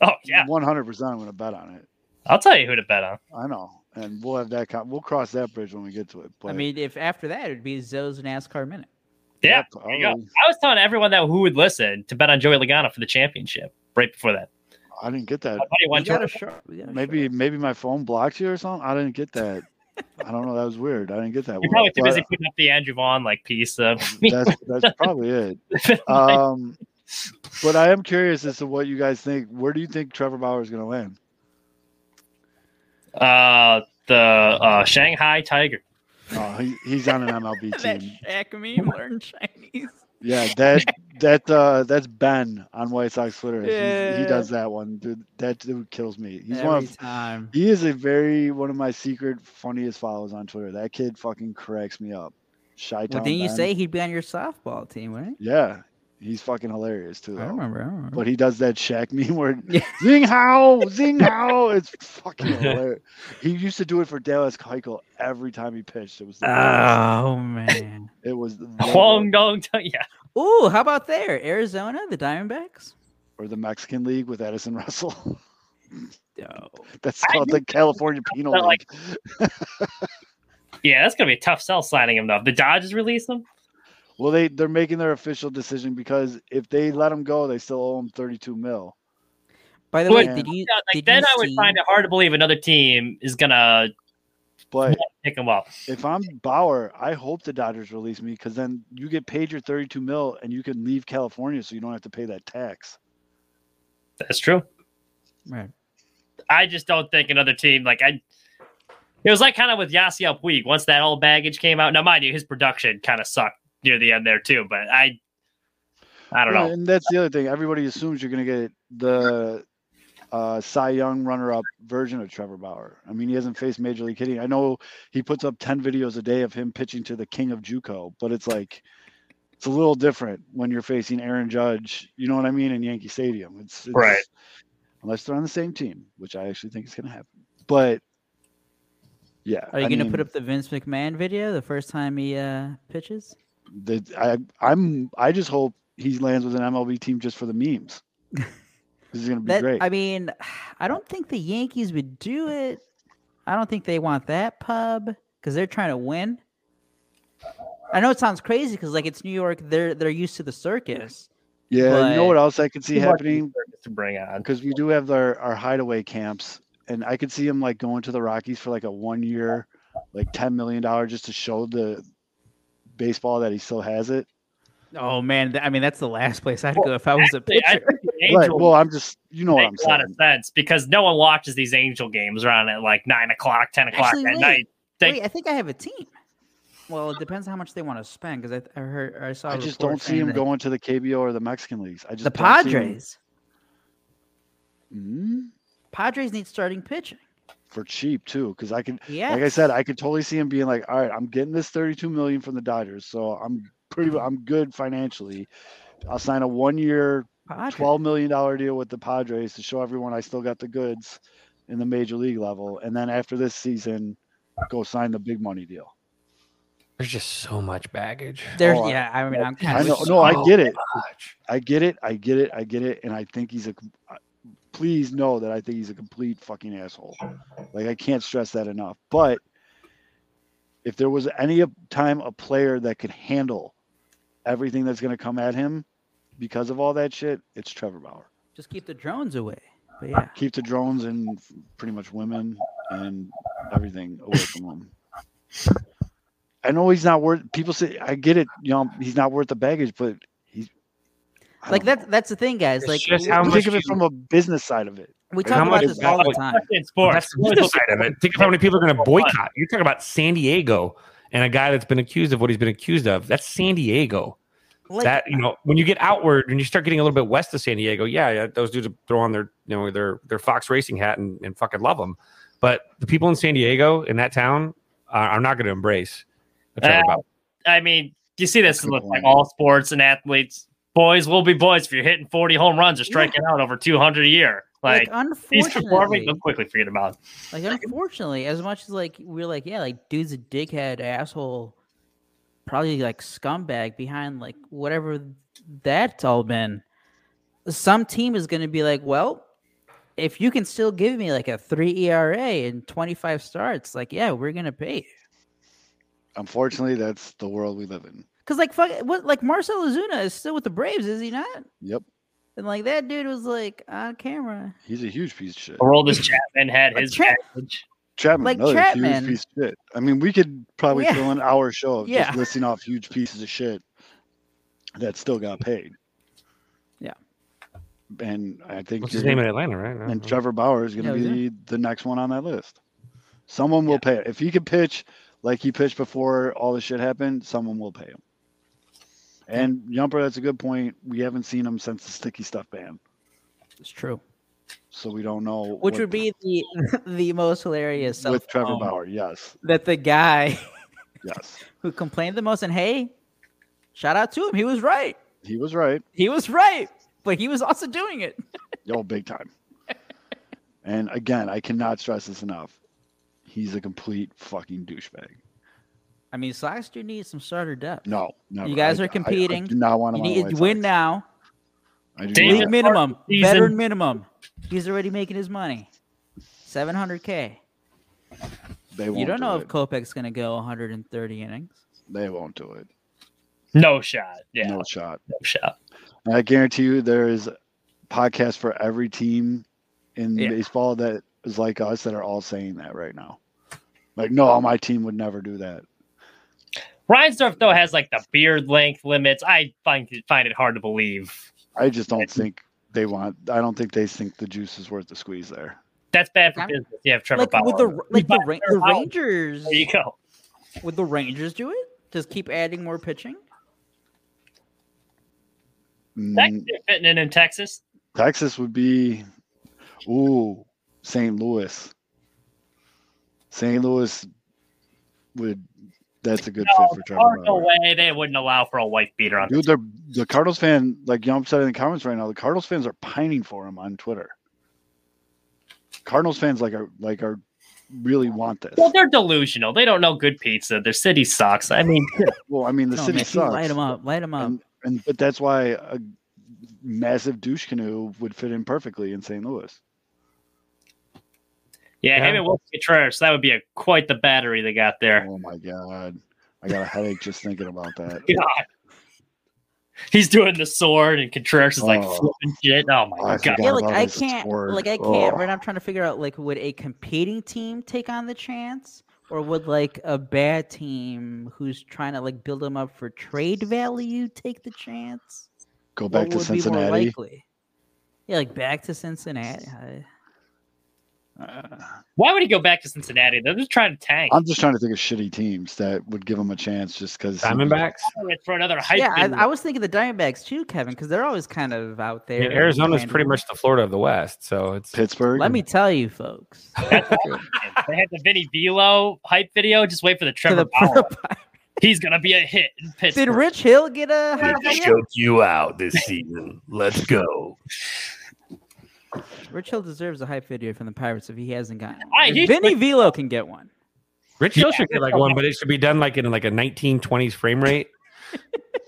Oh yeah,
100. percent I'm going to bet on it.
I'll tell you who to bet on.
I know, and we'll have that. Con- we'll cross that bridge when we get to it. But
I mean, if after that it'd be Zoe's NASCAR minute.
Yeah,
Yep,
there you go.
already-
I was telling everyone that who would listen to bet on Joey Logano for the championship right before that.
I didn't get that.
My buddy
We
won
got a
Joey-
short. we got a
Maybe
short-
maybe my phone blocked you or something. I didn't get that. I don't know. That was weird. I didn't get that.
You're
one.
probably too
But
busy putting up the Andrew Vaughn like piece of
That's that's probably it. Um, but I am curious as to what you guys think. Where do you think Trevor Bauer is going to land?
uh, the uh, Shanghai Tiger.
Oh, he, he's on an MLB
that
team.
Shaq meme learned Chinese.
Yeah, that that uh, that's Ben on White Sox Twitter. He's- He
Yeah.
does that one. Dude, that dude kills me. He's
every
one of
time.
he is a very one of my secret funniest followers on Twitter. That kid fucking cracks me up. Shy
Well, didn't you say he'd be on your softball team, right?
Yeah, he's fucking hilarious too.
I
though.
remember. I remember.
But he does that Shaq meme where
Yeah.
zing how, zing how. It's fucking hilarious. He used to do it for Dallas Keuchel every time he pitched. It was the
Ah.
worst.
oh man.
it was the
Long
worst.
dong. dong- Yeah.
Ooh, how about there, Arizona, the Diamondbacks?
or the Mexican League with Edison Russell.
No.
That's
I
called the California Penal
that, like-
League.
Yeah, that's gonna be a tough sell signing him though. The Dodgers release him.
Well, they they're making their official decision because if they let him go, they still owe him 32 mil.
By the
But-
way, did you?
Yeah, like
did
then
you
I would
see-
find it hard to believe another team is gonna
But
pick him up.
if I'm Bauer, I hope the Dodgers release me because then you get paid your 32 mil and you can leave California, so you don't have to pay that tax.
That's true.
Right.
I just don't think another team like I. It was like kind of with Yasiel Puig once that old baggage came out. Now, mind you, his production kind of sucked near the end there too. But I, I don't
Yeah,
know.
And that's the other thing. Everybody assumes you're going to get the uh, Cy Young runner-up version of Trevor Bauer. I mean, he hasn't faced major league hitting. I know he puts up 10 videos a day of him pitching to the king of JUCO, but it's like it's a little different when you're facing Aaron Judge. You know what I mean? In Yankee Stadium, it's, it's
Right.
Unless they're on the same team, which I actually think is going to happen. But yeah,
Are you
I
going to
mean,
put up the Vince McMahon video the first time he uh, pitches?
the? I, I'm. I just hope he lands with an MLB team just for the memes. this is going to be
That
great.
I mean, I don't think the Yankees would do it. I don't think they want that pub because they're trying to win. I know it sounds crazy because like it's New York, they're they're used to the circus.
Yeah, you know
but-
what else I could see
Too much
happening?
reserve to bring on.
Because we do have our, our hideaway camps, and I could see him like going to the Rockies for like a one year, like ten million dollar just to show the baseball that he still has it.
Oh man, th- I mean that's the last place I'd
Well,
go if I was a
Actually, I
pitcher.
think the
Right.
Angels
Well, I'm just you know what I'm
make a lot of
saying.
sense because no one watches these Angel games around at like nine o'clock, ten o'clock
Actually,
at
wait.
night. think-
Wait, I think I have a team. Well, it depends how much they want to spend because I, th- I heard I saw. a
I just
report
don't see
saying
him
that
going to the KBO or the Mexican leagues. I just
The
don't see him-
Padres.
Mhm.
Padres need starting pitching.
for cheap too, because I can.
Yeah.
Like I said, I could totally see him being like, "All right, I'm getting this 32 million from the Dodgers, so I'm pretty, I'm good financially. I'll sign a one-year
Padres.
twelve million dollar deal with the Padres to show everyone I still got the goods in the major league level, and then after this season, go sign the big money deal.
There's just so much baggage.
There's,
Oh, I-
yeah, I mean, I'm kind
I
of.
know,
was
no, I
so
get it,
Much.
I get it, I get it, I get it, and I think he's a. com- I- Please know that I think he's a complete fucking asshole. Like I can't stress that enough. But if there was any a- time a player that could handle everything that's going to come at him because of all that shit, it's Trevor Bauer.
Just keep the drones away. But yeah,
keep the drones and f- pretty much women and everything away from him. I know he's not worth. People say I get it. You know, he's not worth the baggage, but he's I
like
don't
that's that's the thing, guys.
It's
Like
just
we-
how
know.
much
Think of it
you-
from a business side of it.
we
how
talk about
much
this
is
all the
value?
time.
Especially in sports.
That's the business side of it. Think of how many people are going to boycott. You talk about San Diego and a guy that's been accused of what he's been accused of. That's San Diego.
Like,
that you know, when you get outward and you start getting a little bit west of San Diego, yeah, yeah those dudes throw on their you know their their Fox Racing hat and, and fucking love them. But the people in San Diego in that town are, are not going to embrace. the Trevor
Uh,
Bauer.
I mean, you see this
Good
with like
point.
all sports and athletes. Boys will be boys if you're hitting 40 home runs or striking out over 200 a year. Like,
like,
these performing,
unfortunately,
they'll quickly forget about.
like unfortunately, as much as like we're like, yeah, like dude's a dickhead, asshole, probably like scumbag behind like whatever that's all been. Some team is going to be like, well, if you can still give me like a three ERA and twenty five starts, like yeah, we're gonna pay you.
Unfortunately, that's the world we live in.
Cause like fuck, what like Marcel Ozuna is still with the Braves, is he not?
Yep,
And like that dude was like on camera.
he's a huge piece of shit.
Aroldis Chapman had
But
his
Chap-
package.
Chapman,
Like
another
Chapman.
huge piece of shit. I mean, we could probably
Yeah.
fill an hour show of
Yeah.
just listing off huge pieces of shit that still got paid.
Yeah.
and I think
What's his
you're-
name in Atlanta, right? I don't
and
know.
Trevor Bauer is going
Yeah,
to
he's
be the, the next one on that list. Someone will pay it if he can pitch like he pitched before all this shit happened. Someone will pay him. And Jumper, that's a good point. We haven't seen him since the sticky stuff ban,
It's true.
so we don't know.
Which
what-
would be the the most hilarious self
with Trevor
promo,
Bauer. Yes,
that the guy
yes,
who complained the most and hey, shout out to him. He was right.
he was right.
He was right. But he was also doing it.
Yo, big time. and again, I cannot stress this enough. He's a complete fucking douchebag.
I mean, Sox do need some starter depth.
No, never.
You guys
I-
are
I-
competing.
I, do not want
you
him.
need
on
to
the White
win
Sox.
now.
I do
David-
League
not.
minimum,
season.
veteran minimum. He's already making his money, seven hundred k.
They won't
You don't
do
know
it.
if Kopech's going to go one hundred and thirty innings.
they won't do it.
No shot. Yeah, no,
No shot.
shot.
And I guarantee you, there is podcasts for every team in
Yeah.
baseball that is like us that are all saying that right now. Like, no, my team would never do that.
Reinsdorf though has like the beard length limits. I find find it hard to believe.
I just don't think they want. I don't think they think the juice is worth the squeeze there.
That's bad for
Okay.
business. You have Trevor
Like
Bauer.
with the like the, Ra- the
Bauer.
Rangers,
there you go.
would the Rangers do it? Just keep adding more pitching.
That
Mm,
could be fitting in in Texas.
Texas would be, ooh, St. Louis. St. Louis would. That's a good
No,
fit for
Far
Trevor.
no
Bauer.
way they wouldn't allow for a white beater on.
Dude, they're, the Cardinals fan, like Yump said in the comments right now, the Cardinals fans are pining for him on Twitter. Cardinals fans like are like are really want this.
Well, they're delusional. They don't know good pizza. Their city sucks. I mean,
Well, I mean the
No,
city
Mickey,
sucks,
Oh, Light them up. Light them up.
And, and but that's why a massive douche canoe would fit in perfectly in St. Louis.
yeah, him
Yeah.
and Wilson Contreras. That would be a quite the battery they got there.
Oh my god, I got a headache just thinking about that.
God. He's doing the sword, and Contreras is like
Oh.
flipping shit. Oh my
Oh, I
god!
forgot.
yeah, like
about
I
this
can't,
word.
like I can't.
Ugh.
Right now, I'm trying to figure out like would a competing team take on the chance, or would like a bad team who's trying to like build them up for trade value take the chance?
Go
What
back to
would
Cincinnati.
Be more likely? Yeah, like back to Cincinnati. I-
Uh,
Why would he go back to Cincinnati? They're just trying to tank.
I'm just trying to think of shitty teams that would give him a chance just because
Diamondbacks.
I'm gonna throw another hype.
yeah, I,
bin.
I was thinking the Diamondbacks too, Kevin, because they're always kind of out
I
there.
mean, Arizona's
and-
pretty much the Florida of the West, so it's
Pittsburgh.
Let me tell you, folks.
they had the Vinny Velo hype video. Just wait for the
to
Trevor
the-
Bauer. one. He's gonna be a hit in
Did
Pittsburgh.
Rich Hill get a? high five?
you out this season. Let's go.
Rich Hill deserves a hype video from the Pirates if he hasn't gotten. one.
Aye,
If
he's
Vinny Velo can get one.
Rich Hill should get like one, but it should be done like in like a 1920s frame rate,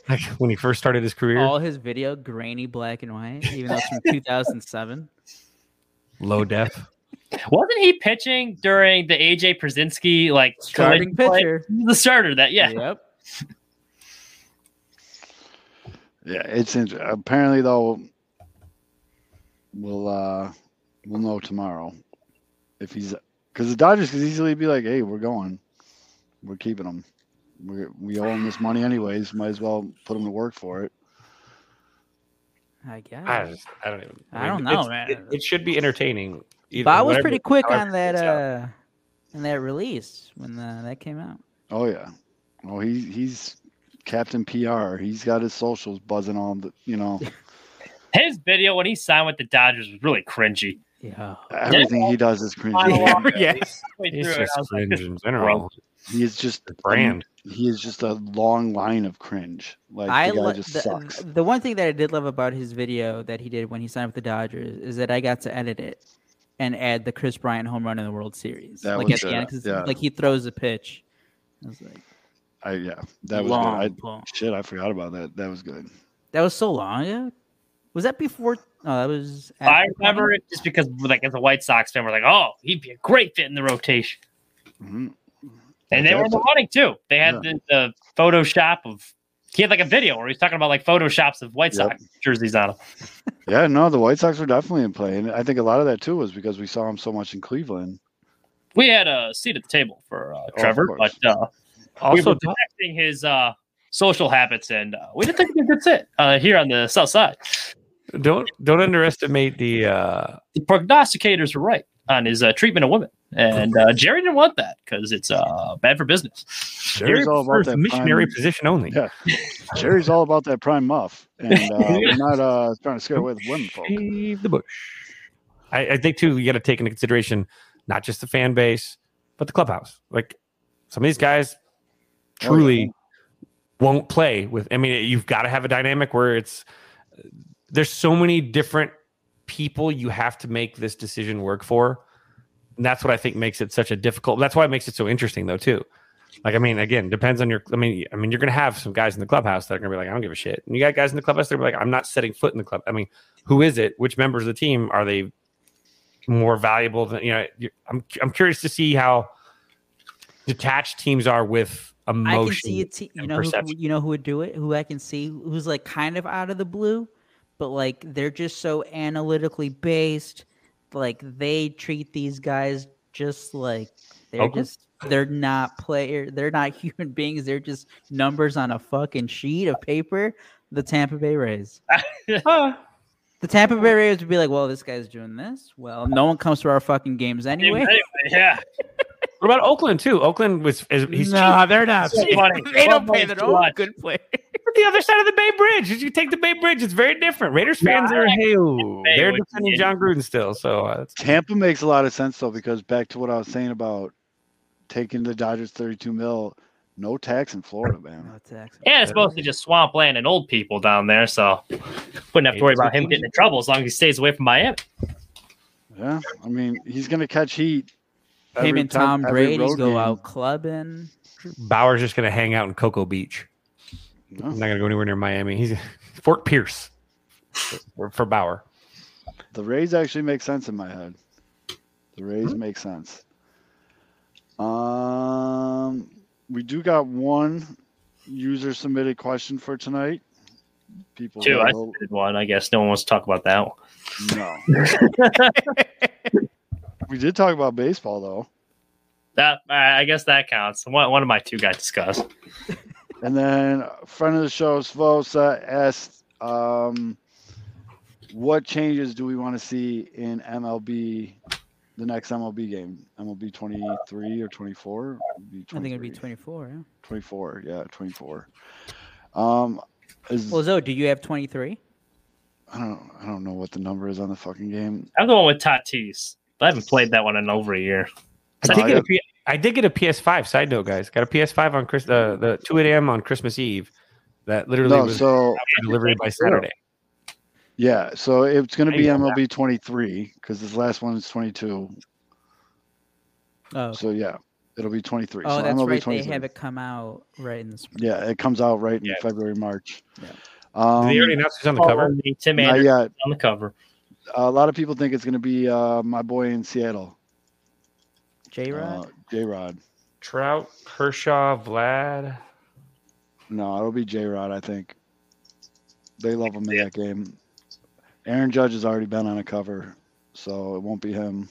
like when he first started his career.
All his video grainy black and white, even though it's from 2007.
Low def.
Wasn't he pitching during the AJ Przinski like
Starting
collision play?
pitcher.
He's The starter that yeah.
Yep.
Yeah, it's inter- apparently though. We'll uh, we'll know tomorrow if he's because the Dodgers could easily be like, "Hey, we're going, we're keeping him. We we owe him this money anyways. Might as well put him to work for it."
I guess.
I, just, I don't even.
I don't
mean,
know,
it's-
man.
It, it should be entertaining. either-
Bob was
whatever-
pretty quick
however
on
it
that
works out.
uh in that release when the, that came out.
Oh yeah, oh he he's Captain PR. He's got his socials buzzing on the you know
His video when he signed with the Dodgers was really cringy.
Yeah.
everything he does is cringy.
Monologue,
Yes.
halfway through
It's
it, I
just
was like,
cringe in general.
He is just
The brand.
He is just a long line of cringe. Like
I
the guy
lo-
just
the,
sucks.
the one thing that I did love about his video that he did when he signed with the Dodgers is that I got to edit it and add the Chris Bryant home run in the World Series.
That
like
was
at the
good,
end, 'cause,
yeah.
like he throws a pitch. I was like,
I yeah, that was
long,
good.
long.
I, shit, I forgot about that. That was good.
That was so long ago. Was that before? No, that was.
I
after
remember
20?
it just because like as a White Sox fan, we're like, oh, he'd be a great fit in the rotation.
Mhm.
And they were
Exactly.
wanting too. They had
Yeah.
the, the Photoshop of he had like a video where he's talking about like photoshops of White
Yep.
Sox jerseys on him.
Yeah, no, the White Sox were definitely in play, and I think a lot of that too was because we saw him so much in Cleveland.
We had a seat at the table for uh,
Oh, of
Trevor,
course.
but uh, we
Also,
were protecting his uh, social habits, and uh, we didn't think he was a good fit uh, here on the South Side.
don't don't underestimate the uh,
The prognosticators were right. on his uh, treatment of women, and uh, Jerry didn't want that because it's uh, bad for business.
Jerry's all about
First
that
missionary
prime-
position only.
Yeah. Jerry's all about that prime muff, and uh, we're not uh, trying to scare away with women folk.
Shave the bush. I, I think too, you got to take into consideration not just the fan base, but the clubhouse. Like some of these guys
yeah.
truly won't play with. I mean, you've got to have a dynamic where it's there's so many different people you have to make this decision work for. And that's what I think makes it such a difficult. That's why it makes it so interesting though too. Like I mean, again, depends on your. I mean, I mean, you're gonna have some guys in the clubhouse that are gonna be like, I don't give a shit. And you got guys in the clubhouse that are like, I'm not setting foot in the club. I mean, who is it? Which members of the team are they more valuable than you know? you- I'm I'm curious to see how detached teams are with emotion.
I can see a team. You
and
know, who,
perception.
you know who would do it. Who I can see who's like kind of out of the blue, but like they're just so analytically based. Like they treat these guys just like they're
Oakland?
just they're not player. They're not human beings. They're just numbers on a fucking sheet of paper. The Tampa Bay Rays. The Tampa Bay Rays would be like, well, this guy's doing this. Well, no one comes to our fucking games anyway.
Anyway, yeah,
What about Oakland too? Oakland was is, he's cheap.
no, they're not.
So funny.
They don't
Well,
pay
it's
their
too
own
much.
good players.
But the other side of the Bay Bridge. If you take the Bay Bridge, it's very different. Raiders fans are hey, ooh,
Bay
they're
would
defending
be-
John Gruden still. So uh, it's-
Tampa makes a lot of sense though, because back to what I was saying about taking the Dodgers 32 mil, no tax in Florida, man.
No tax.
yeah. It's mostly just swampland and old people down there, so wouldn't have to worry about him getting in trouble as long as he stays away from Miami.
Yeah, I mean he's gonna catch heat.
Him
every
and
time-
Tom
every
Brady go
road game.
out clubbing.
Bauer's just gonna hang out in Cocoa Beach.
No.
He's not gonna go anywhere near Miami. He's Fort Pierce for, for Bauer.
The Rays actually make sense in my head. The Rays make sense. Um, we do got one user submitted question for tonight. People
Two, I
will-
submitted one. I guess no one wants to talk about that one.
no. we did talk about baseball though,
That uh, I I guess that counts. One, one of my two got discussed.
and then a friend of the show Svosa asked, um, "What changes do we want to see in MLB?" The next MLB game, MLB 23 or 24?
I think it'd be
23. 24
24. Yeah.
yeah 24 um is,
Well, Zoe, do you have 23?
I, don't, I don't know what the number is on the fucking game
I'm the one with Tatis. I haven't played that one in over a year.
I
Oh,
did, get
yeah.
a P- I did get a PS5. Side note, guys, got a PS5 on Chris uh, the 2 a.m. on Christmas Eve. That literally
no
was
so
delivery by Saturday.
yeah so it's going to be
Hang on,
mlb 23 because this last one is 22
Oh,
so yeah it'll be 23
oh
so
that's
MLB
right. They
23.
have it come out right in the spring.
yeah it comes out right in
Yeah.
february march
Yeah.
um
Did they already announce who's on the cover?
Only Tim
not
Anderson
yet.
on the cover.
a lot of people think it's going to be uh my boy in seattle
J Rod?
uh, j-rod
Trout, Kershaw, Vlad.
No, it'll be J Rod, I think. They love him in that game. Aaron Judge has already been on a cover, so it won't be him.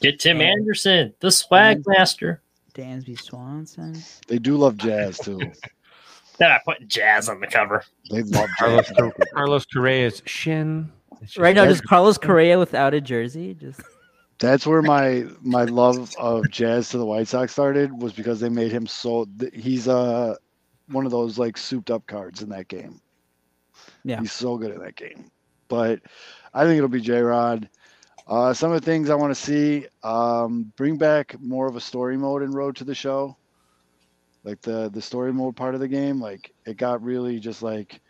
Get Tim
Yeah.
Anderson, the
Mm-hmm.
swag master.
Dansby Swanson.
They do love jazz too.
Then I put Jazz on the cover.
They love
Carlos,
jazz.
Carlos Correa's shin. It's just-
Right now, just Carlos Correa without a jersey. Just
That's where my my love of jazz to the White Sox started was because they made him so th- he's uh one of those like souped up cards in that game.
Yeah.
He's so good at that game. But I think it'll be J Rod. Uh, some of the things I want to see um, bring back more of a story mode in Road to the Show, like the the story mode part of the game. Like it got really just like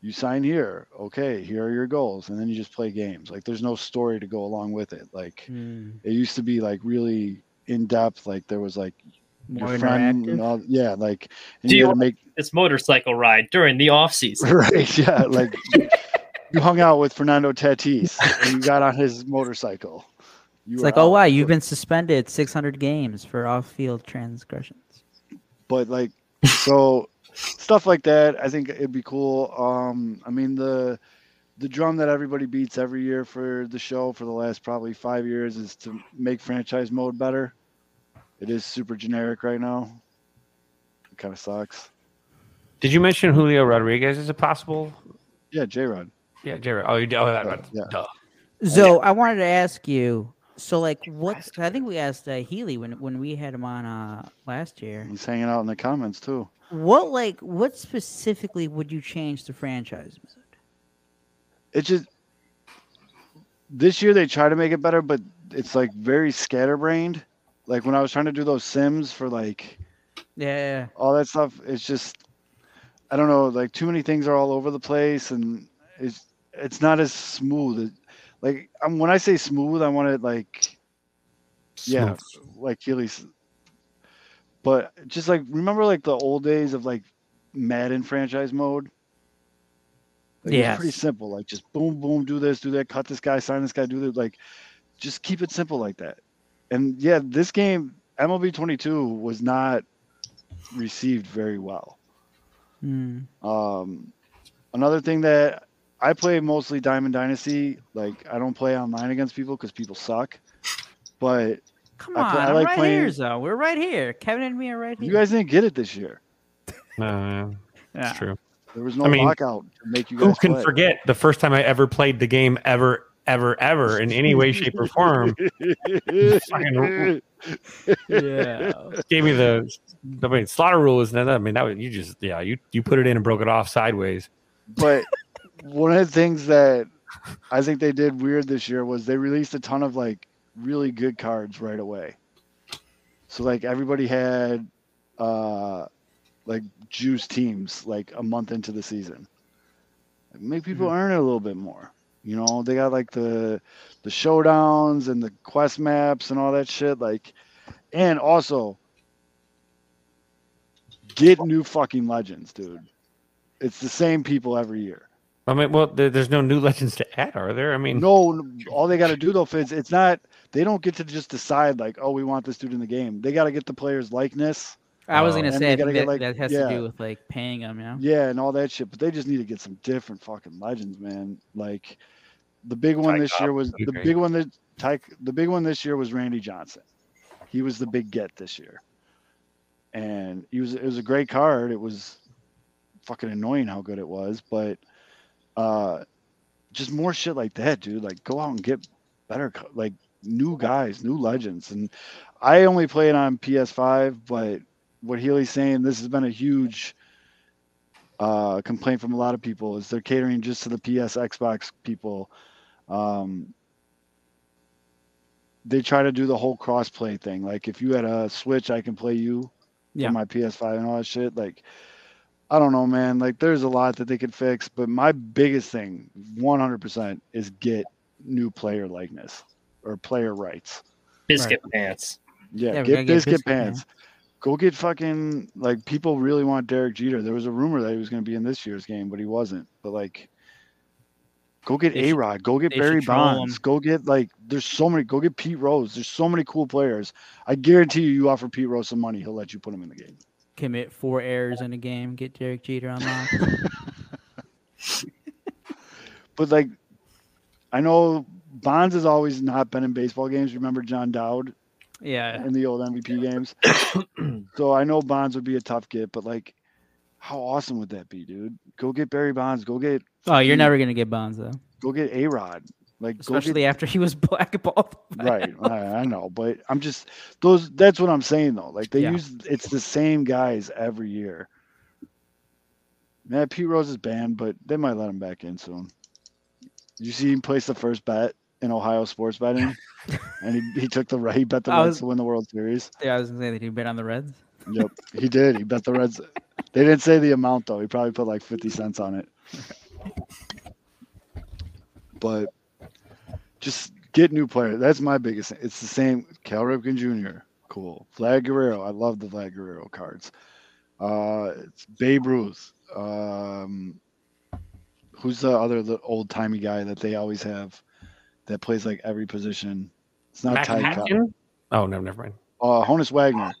you sign here, okay, here are your goals, and then you just play games. Like there's no story to go along with it. Like
mm,
it used to be like really in depth. Like there was like
more
your friend and
interactive.
all, yeah, like and
Do
you
you
had to make
This motorcycle ride during the off season.
right, yeah, like you hung out with Fernando Tatis and you got on his motorcycle. You
It's
were
like, oh,
out.
wow, you've been suspended 600 games for off field transgressions.
but like so stuff like that i think it'd be cool um i mean the the drum that everybody beats every year for the show for the last probably five years is to make franchise mode better it is super generic right now it kind of sucks
Did you mention Julio Rodriguez as a possible?
yeah j-rod
Yeah, Jared. Oh, you, oh, that,
Yeah.
duh.
Zoe, I wanted to ask you So like, what's? I think we asked uh, Healy when when we had him on uh, last year.
He's hanging out in the comments too.
What like what specifically would you change the franchise? Mizzou?
It just this year they try to make it better, but it's like very scatterbrained. Like when I was trying to do those sims for like
Yeah, yeah,
all that stuff it's just i don't know like too many things are all over the place and it's it's not as smooth It- like i when i say smooth i want it like yeah like healy's but just like remember like the old days of like madden franchise mode like, it was pretty
Yes.
simple like just boom boom do this do that cut this guy sign this guy do this like just keep it simple like that and yeah this game mlb 22 was not received very well.
yeah. Mm.
Um, another thing that I play mostly Diamond Dynasty. Like I don't play online against people because people suck. But
Come
I
on,
pl- I
I'm
like
right
playing-
here, though. We're right here. Kevin and me are right here.
you guys didn't get it this year.
No,
yeah.
that's true.
There was no
I mean,
lockout to make you guys
Who can
play.
forget the first time I ever played the game ever, ever, ever in any way, shape, or form? Fucking-
yeah.
Gave me the I mean, slaughter rule is that. I mean, that was you just yeah you you put it in and broke it off sideways.
but one of the things that I think they did weird this year was they released a ton of like really good cards right away. So like everybody had uh like juice teams like a month into the season. Make people earn it a little bit more. You know, they got like the the showdowns and the quest maps and all that shit like and also get new fucking legends, dude. It's the same people every year.
I mean, well, there, there's no new legends to add, are there? I mean,
No, n- all they got to do though, Fitz, it's not. They don't get to just decide like, oh, we want this dude in the game. They got to get the player's likeness,
I was
Oh.
gonna
And
say
they
I think
gotta
that,
get, like-
that has to
yeah.
do with like paying them, you know.
yeah, and all that shit. But they just need to get some different fucking legends, man. Like the big one
Ty
this year
Cobb
was
be
the
great.
big one that Tyke. The big one this year was Randy Johnson. He was the big get this year, and he was. It was a great card. It was fucking annoying how good it was, but uh, just more shit like that, dude. Like go out and get better, co- like new guys, new legends. And I only play it on PS5, but what Healy's saying, this has been a huge uh, complaint from a lot of people is they're catering just to the PS Xbox people. Um, they try to do the whole crossplay thing. Like if you had a Switch, I can play you
Yeah.
on my PS5 and all that shit. Like I don't know, man. Like there's a lot that they could fix, but my biggest thing, 100%, is get new player likeness or player rights.
Biscuit pants.
Yeah,
Yeah, we gotta
get
get
biscuit
Biscuit, yeah.
pants. Go get fucking like people really want Derek Jeter. There was a rumor that he was going to be in this year's game, but he wasn't. But like, go get
They should-
A Rod. Go get
they should
Barry
troll
Bonds.
him.
Go get like, there's so many. Go get Pete Rose. There's so many cool players. I guarantee you, you offer Pete Rose some money, he'll let you put him in the game.
Commit four errors in a game. Get Derek Jeter on lock.
But like, I know Bonds has always not been in baseball games. Remember John Dowd
yeah.
in the old MVP games. so I know Bonds would be a tough get, but like, how awesome would that be, dude? Go get Barry Bonds. Go get
Oh, you're
Mm.
never gonna get Bonds though,
go get A Rod. Like, go
especially
get,
after he was blackballed. by
right. I, I know, but I'm just those. That's what I'm saying though. Like they
Yeah.
use it's the same guys every year. Man, Pete Rose is banned, but they might let him back in soon. You see him place the first bet in Ohio sports betting, and he, he took the right. He bet the
I
Reds
was-
to win the World Series.
Yeah, I was gonna say that he bet on the Reds.
Yep, he did. He bet the Reds. They didn't say the amount though. He probably put like fifty cents on it. But just get new player. That's my biggest. Thing. It's the same. Cal Ripken Jr. Cool. Vlad Guerrero. I love the Vlad Guerrero cards. Uh, it's Babe Ruth. Um, who's the other old timey guy that they always have that plays like every position? It's not Ty Cobb.
McMahon? Oh no, never mind.
Uh, Honus Wagner.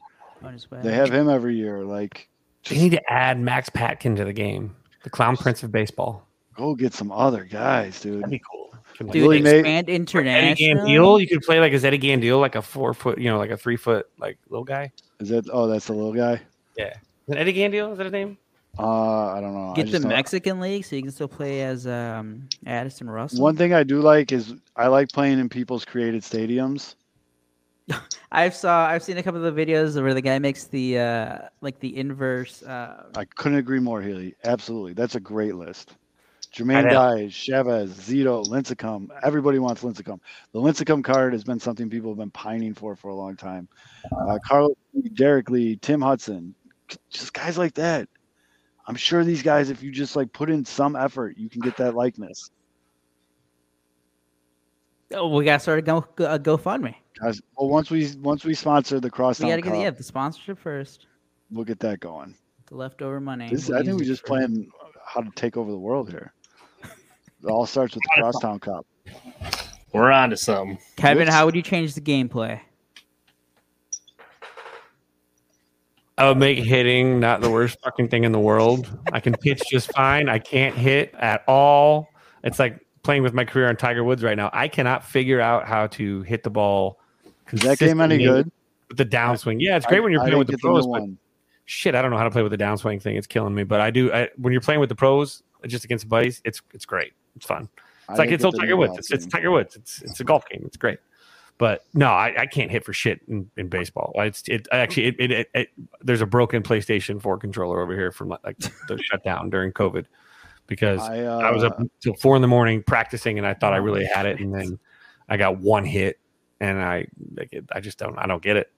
On his way.
They have him every year. Like
They need to add Max Patkin to the game, the Clown Prince of baseball.
Go get some other guys,
That'd
dude.
be cool.
Dude,
Willie May-
expand
Eddie
international.
Gandiel, you could play like as Eddie Gandiel, like a four foot, you know, like a three foot, like little guy.
Is that? Oh, that's the little guy.
Is it Eddie Gandiel is that his name?
Uh, I don't know. I
Get the
just don't-
Mexican league so you can still play as um, Addison Russell.
One thing I do like is I like playing in people's created stadiums.
I've saw I've seen a couple of the videos where the guy makes the uh, like the inverse. Uh,
I couldn't agree more, Healy. Absolutely. That's a great list. Jermaine
I know.
Diaz, Chavez, Zito, Lincecum. Everybody wants Lincecum. The Lincecum card has been something people have been pining for for a long time. Uh, Carlos, Lee, Derek Lee, Tim Hudson, just guys like that. I'm sure these guys, if you just like put in some effort, you can get that likeness.
oh, we got started go, go uh, GoFundMe.
Guys, well, once we once we sponsor the
We
Crosstown
gotta get
Cup,
yeah the sponsorship first.
we'll get that going.
The leftover money.
This,
we'll
I think
use
we
it
just
for-
plan how to take over the world here. It all starts with the Crosstown Cup.
We're on to something.
Kevin,
Whoops.
how would you change the gameplay?
I'll make hitting not the worst fucking thing in the world. I can pitch just fine. I can't hit at all. It's like playing with my career on Tiger Woods right now. I cannot figure out how to hit the ball.
Is that game any
consistently
good?
With the downswing, yeah, it's great when you're
I- I
playing with the
didn't get new
pros. But
one.
shit, I don't know how to play with the downswing thing. It's killing me. But I do. I, when you're playing with the pros, just against buddies, it's it's great. It's fun.
I
It's like
didn't
it's
get
old
the
Tiger
new
Woods.
golf
It's, it's
game.
Tiger Woods. It's it's a golf game. It's great. But no, I, I can't hit for shit in, in baseball. I- It's it I actually it, it, it, it there's a broken PlayStation 4 controller over here from like like, the shutdown during COVID because I,
I, uh, oh,
was up till four in the morning practicing and I thought I really had it and then I got one hit and I like it, I just don't I don't get it.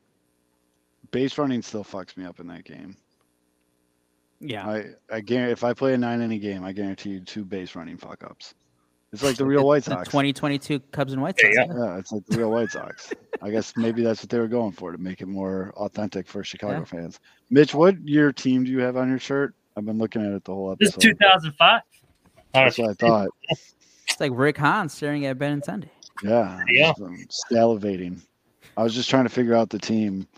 Base running still fucks me up in that game.
Yeah,
I I guarantee if I play a nine inning game, I guarantee you two base running fuck ups. It's like the real White
the
Sox.
2022 Cubs and White
There
Sox.
you
yeah.
Yeah, it's like the real White Sox. I guess maybe that's what they were going for to make it more authentic for Chicago
Yeah.
fans. Mitch, what year team do you have on your shirt? I've been looking at it the whole
This is
episode.
2005. All right.
That's what I thought.
It's like Rick Hahn staring at Ben and Sunday.
Yeah,
Yeah.
just, um, salivating. I was just trying to figure out the team.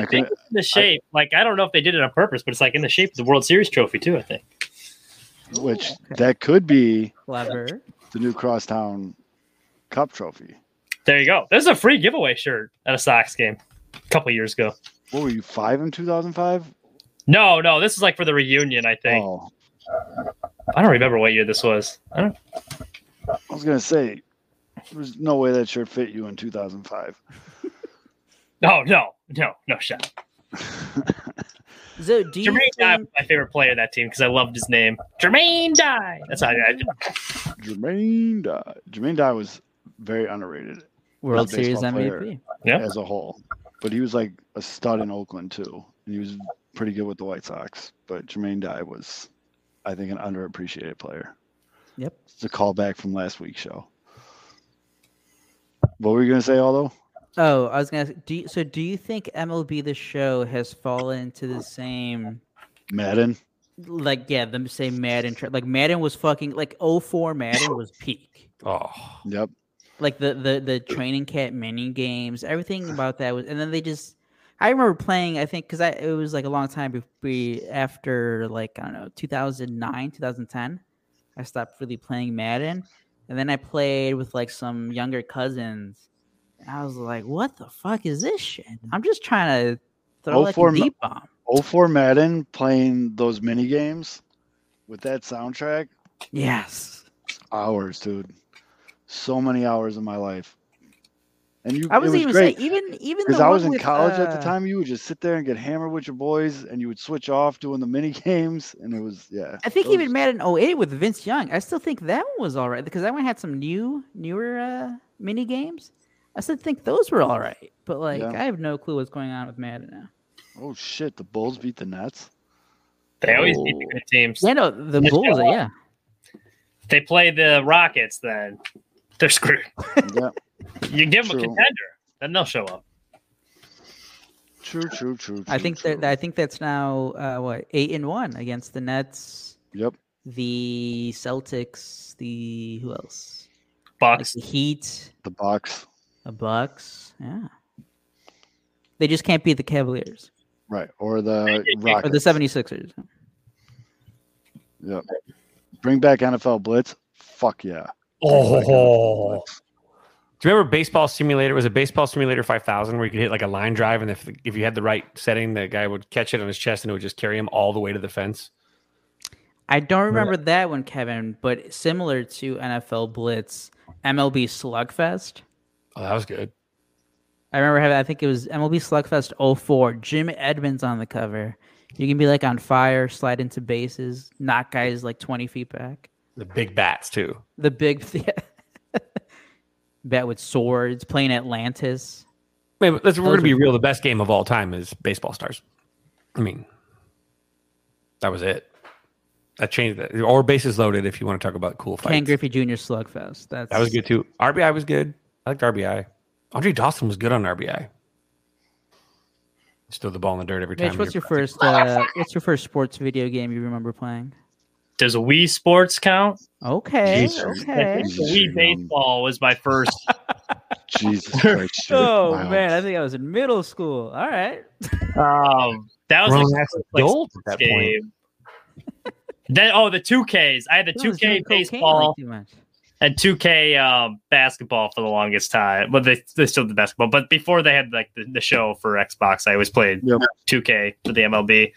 uh, I
they
couldn't-
did the shape. like I don't know if they did it on purpose, but it's like in the shape of the World Series trophy too. I think.
which that could be
Clever.
the new Crosstown Cup trophy.
There you go. This is a free giveaway shirt at a Sox game a couple years ago.
What were you five in two thousand five?
No, no, this is like for the reunion. I think.
Oh,
I don't remember what year this was. I don't.
I was gonna say, there's no way that shirt fit you in two thousand five.
No, no, no, no shot.
So do you
Jermaine Dye was
think-
my favorite player of that team because I loved his name. Jermaine Dye. That's how I, I
Jermaine Dye. Jermaine Dye was very underrated
World
baseball
Series
player.
MVP?
Yeah.
as a whole, but he was like a stud in Oakland too, and he was pretty good with the White Sox. But Jermaine Dye was, I think, an underappreciated player.
Yep.
It's a callback from last week's show. What were you gonna say, although?
Oh, I was gonna. Ask, do you, so? Do you think MLB the Show has fallen into the same
Madden.
like yeah the same Madden tra- like Madden was fucking like 04 Madden was peak.
Oh,
Yep.
Like the the the training cat mini games, everything about that was, and then they just. I remember playing. I think because I it was like a long time before after like I don't know 2009 2010. I stopped really playing Madden, and then I played with like some younger cousins. And I was like, "What the fuck is this shit?" I'm just trying to throw like a
04 Ma-
deep bomb.
04 Madden playing those mini games with that soundtrack.
Yes.
Hours, dude. So many hours of my life. And you
I
it
was,
was
even
great.
saying, even even
because
the
I
one
was in
with,
college at the
uh,
time, you would just sit there and get hammered with your boys, and you would switch off doing the mini games, and it was yeah.
I think
those-
even Madden 08 with Vince Young, I still think that one was all right because that one had some new newer uh, mini games. I still think those were all right, but like
Yeah.
I have no clue what's going on with Madden now.
Oh shit! The Bulls beat the Nets.
they always beat the good teams.
Yeah, no, the
Vince
Bulls,
Young.
yeah.
If they play the Rockets, then they're screwed.
yeah,
You give
True.
them a contender, then they'll show up.
true, true, true.
I
true,
think
true.
that I think that's now uh, what eight and one against the Nets,
Yep.
the Celtics, the who else? Like
Bucks.
the Heat,
The Bucks.
the Bucks. Yeah, they just can't beat the Cavaliers
Right. Or the
or
Rockets.
the 76ers.
Yep. Bring back NFL Blitz. Fuck yeah.
oh,
Oh.
Do you remember Baseball Simulator? It was a Baseball Simulator 5000 where you could hit like a line drive, and if if you had the right setting, the guy would catch it on his chest and it would just carry him all the way to the fence.
I don't remember that one, Kevin, but similar to NFL Blitz, MLB Slugfest.
Oh, that was good.
I remember having, I think it was MLB Slugfest 04, Jim Edmonds on the cover. You can be like on fire, slide into bases, knock guys like 20 feet back.
The big bats too.
The big bat with swords, playing Atlantis.
Wait, but let's, we're
Those
going to be
are-
real. The best game of all time is Baseball Stars. I mean, that was it. That changed it. Or Bases Loaded, if you want to talk about cool fights.
Ken Griffey Jr. Slugfest. That's
That was good too. RBI was good. I liked RBI. Andre Dawson was good on RBI. Just throw the ball in the dirt every time.
Mitch, what's
you're
your first? Uh, what's your first sports video game you remember playing?
Does a Wii Sports count?
Okay,
Jesus.
okay.
I think Wii Baseball was my first.
Jesus Christ. you're
Oh
wild.
man, I think I was in middle school. All right,
um, that was
Wrong
like,
ass
the first,
adult at
sports
that point.
game. then oh, the two Ks. I had the
I
two
was doing
K
cocaine, like,
baseball
too much.
and two K um, basketball for the longest time. But they they still did basketball. But before they had like the, the show for Xbox, I always played
Yep.
two K for the MLB.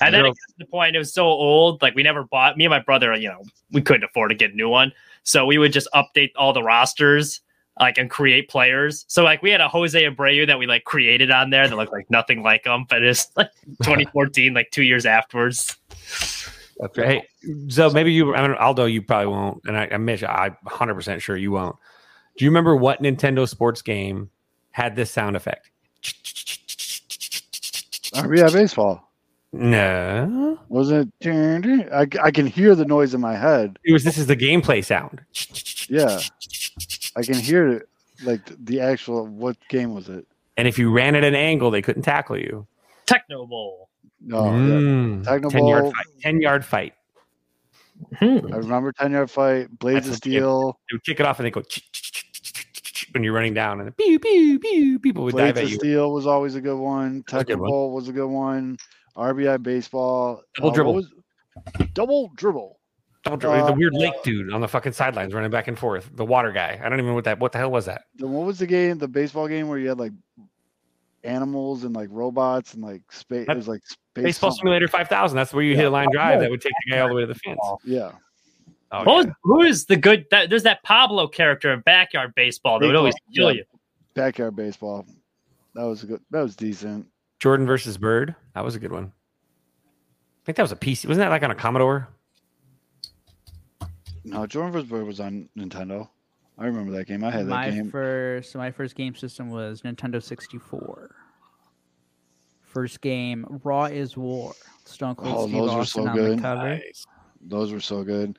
And then it
Zero.
got to the point it was so old, like we never bought me and my brother, you know, we couldn't afford to get a new one. So we would just update all the rosters, like and create players. So like we had a Jose Abreu that we like created on there that looked like nothing like him, but it's like 2014, like two years afterwards.
Okay. Hey, so maybe you, I mean, Aldo, you probably won't. And I, I Mitch, I'm 100% sure you won't. Do you remember what Nintendo sports game had this sound effect?
RBI Uh, baseball.
No.
Wasn't it? I, I can hear the noise in my head.
It was this is the gameplay sound.
Yeah. I can hear it. Like the actual, what game was it?
And if you ran at an angle, they couldn't tackle you.
Techno Bowl.
No,
Mm.
Techno
10 yard
Oh, Bowl.
fight. 10 yard fight.
I remember 10 yard fight, Blades of
That's a game.
Steel,
They would kick it off and they go when you're running down and pew, pew, pew, people would dive
Blades
at
of
you.
Steel was always a good one.
was a good
Techno
one.
Bowl was a good one. RBI baseball. uh,
Double
what
dribble.
was- double dribble.
Don't dr-
Uh,
the weird lake dude on the fucking sidelines running back and forth. The water guy. I don't even know what that. What the hell was that?
Then what was the game? The baseball game where you had like animals and like robots and like space. It
That-
was like space
Baseball
something.
Simulator 5000. That's where you hit a line drive that would take the guy all the way to the fence. Oh,
Yeah,
What
yeah.
was, who is the good? That, there's that Pablo character in Backyard Baseball that would always kill you.
backyard baseball. That was a good. That was decent.
Jordan versus Bird. That was a good one. I think that was a PC. Wasn't that like on a Commodore?
No, Jordan vs. Bird was on Nintendo. I remember that game. I had that
My
game.
first, my first game system was Nintendo 64. First game, Raw is War. Stone Cold
Oh,
Steve
those were
Austin
so
on
good.
the cover.
Those were so good.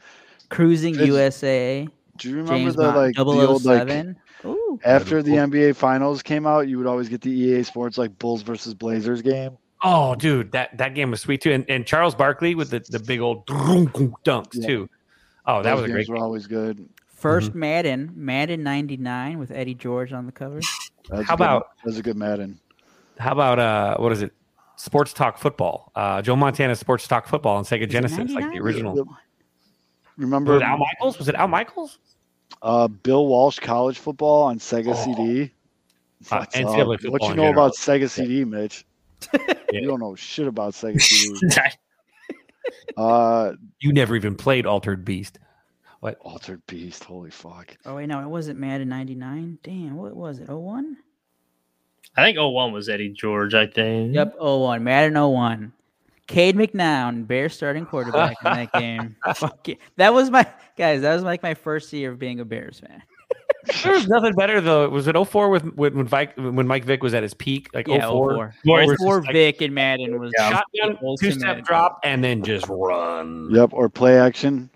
Cruising
It's-
USA.
Do you remember
James
the
Bond.
like the old like
007. Ooh.
after the
cool.
NBA Finals came out, you would always get the EA Sports like Bulls versus Blazers game.
Oh, dude, that, that game was sweet too. And, and Charles Barkley with the, the big old dunks
Yeah.
too. Oh, that
Those
was a
games
great.
Were always good.
1st
Mm-hmm.
Madden, Madden 99 with Eddie George on the cover.
That was
How
a good-
about-
that was a good Madden?
How about uh, what is it? Sports Talk Football. Uh, Joe Montana Sports Talk Football on Sega Genesis, like
99?
the original.
Yep. Remember
Was it Al Michaels? Was it Al Michaels?
uh, Bill Walsh college football on Sega
Oh.
CD.
Uh,
What's
NCAA
up?
football
what you
in
know
general.
about Sega CD, Mitch? You don't know shit about Sega CD. uh,
You never even played Altered Beast.
Altered Beast. Holy fuck!
Oh, wait, no, it wasn't Madden 99. Damn, what was it? 01?
I think 01 was Eddie George, I think.
Mm-hmm.
Yep, 01. Madden 01. Cade McNown, Bear starting quarterback in that game. Fuck it. That was my guys. That was like my first year of being a Bears fan.
There was nothing better though. Was it 04 with when when, Vic, when Mike Vick was at his peak? Like
Yeah,
04?
04.
Morris
was
04
just like
Vic and Madden was
Yeah.
shotgun,
the
two
ultimate.
step drop, and then just run.
Yep, or play action,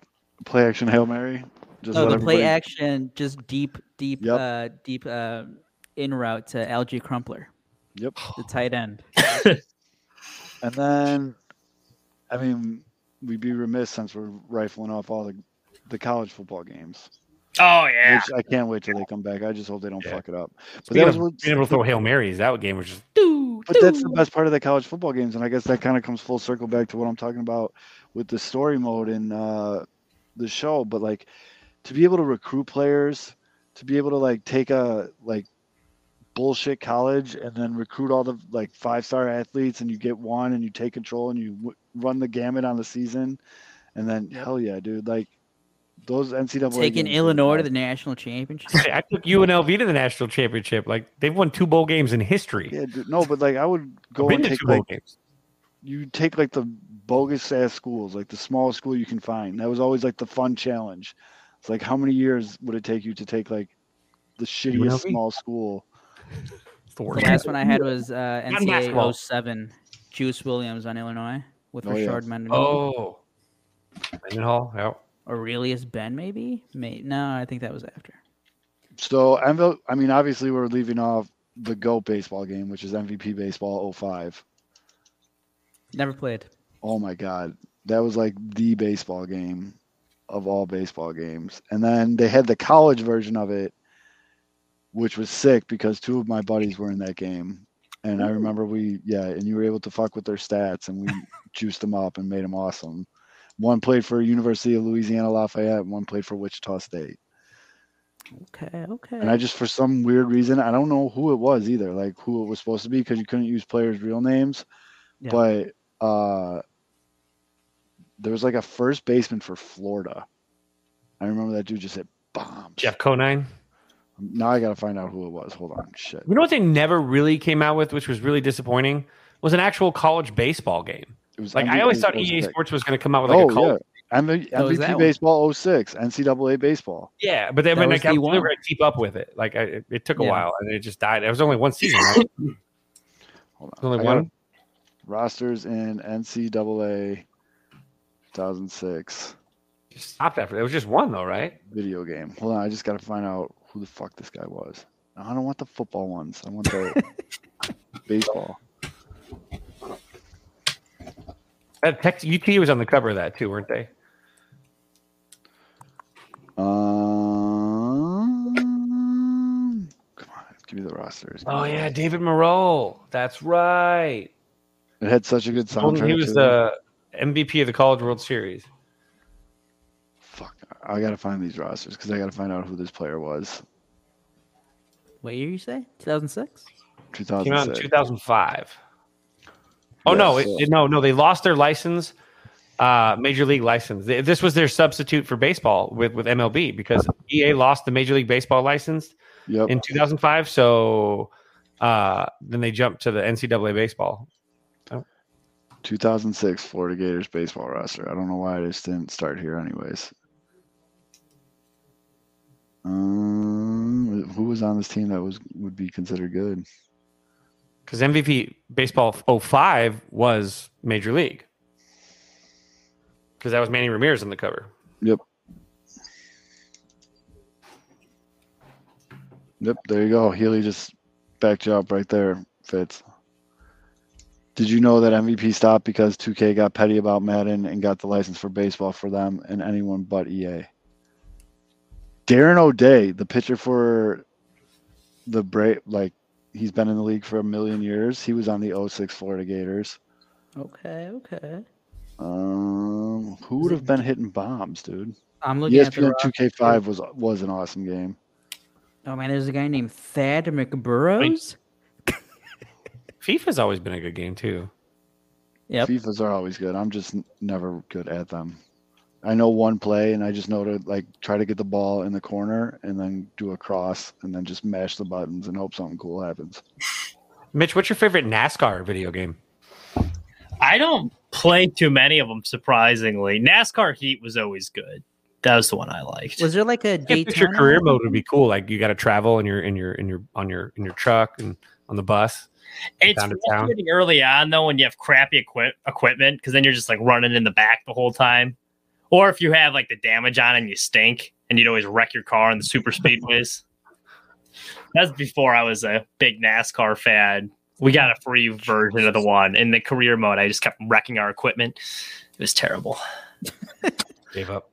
play action Hail Mary. Just
Oh,
let
the play
everybody-
action, just deep, deep,
Yep.
uh, deep uh, in route to LG Crumpler,
Yep,
the tight end.
and then, I mean, we'd be remiss since we're rifling off all the the college football games.
Oh, yeah.
Which I can't wait till they come back. I just hope they don't
Yeah.
fuck it up. But
Speaking
that was
of
what-
being able to throw hail marys, that game was just
But that's the best part of the college football games, and I guess that kind of comes full circle back to what I'm talking about with the story mode and uh, the show. But like to be able to recruit players, to be able to like take a like bullshit college and then recruit all the like five star athletes, and you get one, and you take control, and you w- run the gamut on the season. And then hell yeah, dude! Like those NCAA
Taking
games are
Illinois to
wild.
the national championship.
Hey, I took UNLV to the national championship. Like they've won two bowl games in history.
yeah, dude, no, but like I would go
Been
and
to
take
two
like
bowl games.
you take like the bogus ass schools, like the smallest school you can find. That was always like the fun challenge. It's like how many years would it take you to take like the shittiest
UNLV?
small school?
It's the
The
worst.
last one I had was uh,
On basketball.
NCAA 07, Juice Williams on Illinois with
Oh,
Richard
yes.
Mendenhall.
Oh, Mendenhall. Yeah.
Aurelius Ben, maybe? May- no, I think that was after.
So MV- I mean, obviously we're leaving off the GOAT baseball game, which is MVP baseball 05.
Never played.
Oh my god, that was like the baseball game of all baseball games. And then they had the college version of it, which was sick because two of my buddies were in that game. And I remember we, yeah, and you were able to fuck with their stats and we juiced them up and made them awesome. One played for University of Louisiana Lafayette, and one played for Wichita State.
Okay, okay.
And I just, for some weird reason, I don't know who it was either, like who it was supposed to be, because you couldn't use players' real names.
Yeah.
But uh, there was like a first baseman for Florida. I remember that dude just hit bombs.
Jeff Conine.
Now I gotta find out who it was. Hold on, shit.
You know what they never really came out with, which was really disappointing, was an actual college baseball game.
It was
Like I
MVP
always thought
06.
EA Sports was going to come out with like
oh
a college.
yeah, MV-
That was that
MVP
one.
baseball 06, NCAA baseball.
Yeah. but then
That
when
was
I got
the
they
one.
were going to keep up with it, like I, it, it took a
Yeah.
while and it just died. It was only one season. Right? It
Hold
was
on.
only
I got
one.
rosters in NCAA 2006
Just stopped after that. It was just one though, right?
video game. Hold on, I just gotta find out who the fuck this guy was. I don't want the football ones. I want the baseball.
That Tex UT was on the cover of that too, weren't they?
Um, come on, give me the rosters.
Oh yeah, David Moreau. That's right.
it had such a good soundtrack.
Oh, he was
too.
the MVP of the College World Series.
Fuck, I gotta find these rosters because I gotta find out who this player was.
What year you say? 2006?
Came out in
2006.
2005. Oh no,
Yes.
it, it- no, no! They lost their license, uh, major league license. Th- This was their substitute for baseball with with MLB because EA lost the major league baseball license
Yep.
in 2005. So uh, then they jumped to the NCAA baseball.
2006 Florida Gators baseball roster. I don't know why I just didn't start here, anyways. Um, who was on this team that was would be considered good?
because MVP baseball 05 was Major League because that was Manny Ramirez on the cover.
Yep. Yep, there you go. Healy just backed you up right there, Fitz. Did you know that MVP stopped because 2K got petty about Madden and got the license for baseball for them and anyone but EA? Darren O'Day, the pitcher for the Bra like he's been in the league for a million years. He was on the 06 Florida Gators.
Okay, okay.
Um, who would have been hitting bombs, dude? E
I'm looking at the
ESPN
roster.
2K5 was was an awesome game.
Oh man, there's a guy named Thad McBurrows.
FIFA's always been a good game too.
Yep.
FIFA's are always good. I'm just n- never good at them. I know one play, and I just know to like try to get the ball in the corner and then do a cross and then just mash the buttons and hope something cool happens.
Mitch, what's your favorite NASCAR video game?
I don't play too many of them, surprisingly. NASCAR Heat was always good. That was the one I liked.
Was there like a
I
Daytona?
think your career mode would be cool. Like you got to travel in your in your in your on your in your truck and on the bus.
it's
down to town?
frustrating early on though when you have crappy equi- equipment because then you're just like running in the back the whole time, or if you have like the damage on and you stink and you'd always wreck your car on the super speedways. That's before I was a big NASCAR fan. We got a free version of the one in the career mode. I just kept wrecking our equipment. It was terrible.
Gave up.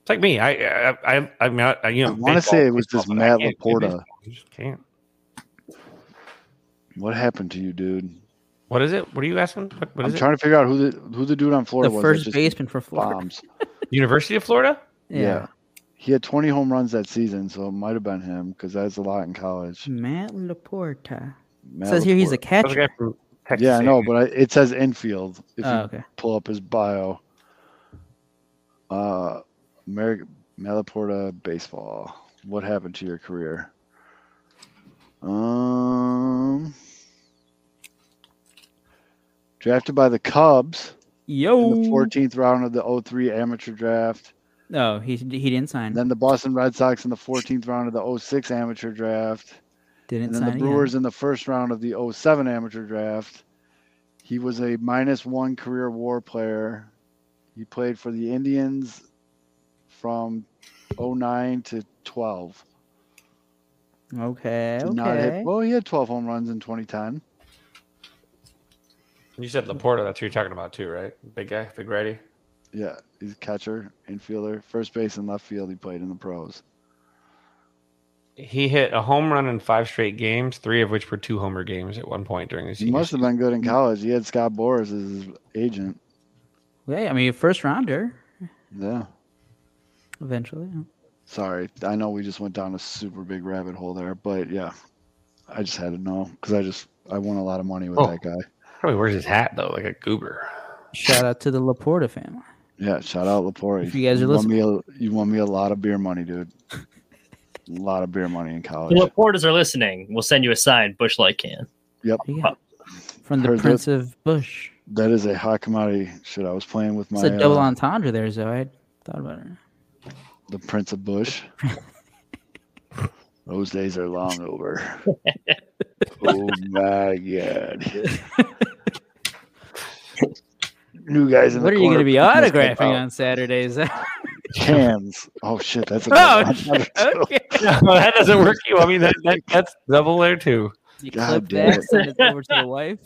It's like me. I I I, I mean I, I- you know.
I wanna say it was
baseball,
just
but I
Matt
can't do
LaPorta.
baseball. I just Can't.
What happened to you, dude?
What is it? What are you asking? What, what
I'm
is
trying to figure out who the who the dude on Florida
the
was. that
first
just
baseman for Florida.
bombs.
it? University of Florida.
Yeah. he had 20 home runs that season, so it might have been him because that's a lot in college.
Matt Laporta.
Matt
Says here he's a
LaPorte.
That was a
catcher.
guy from Texas
yeah, I know,
A&M.
but I, it says infield if
Oh,
you
okay.
pull up his bio. Uh, Mer- Malaporta baseball. What happened to your career? Um, drafted by the Cubs
Yo.
in the 14th round of the 03 amateur draft.
No, Oh, he he didn't sign.
And then the Boston Red Sox in the 14th round of the 06 amateur draft.
didn't
And then
sign.
the Brewers in the first round of the 07 amateur draft. He was a minus one career war player. He played for the Indians from 09 to 12.
Again. Okay.
Did not
Okay.
hit, well, he had 12 home runs in 2010.
You said Laporta. That's who you're talking about too, right? Big guy, big righty.
Yeah, he's a catcher, infielder, first base, and left field. He played in the pros.
He hit a home run in five straight games, three of which were two homer games at one point during his
He
season.
must have been good in college. He had Scott Boras as his agent.
Yeah, I mean, first rounder
Yeah.
eventually.
Sorry, I know we just went down a super big rabbit hole there, but yeah, I just had to know because I just I won a lot of money with
Oh.
that guy.
Probably wears his hat though, like a goober.
Shout out to the Laporta family.
Yeah, shout out Lapore.
If you guys are
want me a, you won me a lot of beer money, dude. a lot of beer money in college.
The reporters are listening. We'll send you a signed Bush Light can.
Yeah. From the
Heard that.
Prince of Bush.
That is a hot commodity. Shit, I was playing with my
It's a double
uh,
entendre there, Zoe. I thought about it.
the Prince of Bush. Those days are long over. oh my god. New guys in
What
the
are you going to
corner
be
picking this stuff
autographing
out.
on Saturdays? oh,
Cans. Oh shit, that's a good
shit,
one.
okay.
that doesn't work. You, I mean, that, that that's double there too.
You
God
clip
damn
that,
it.
send it over to the wife.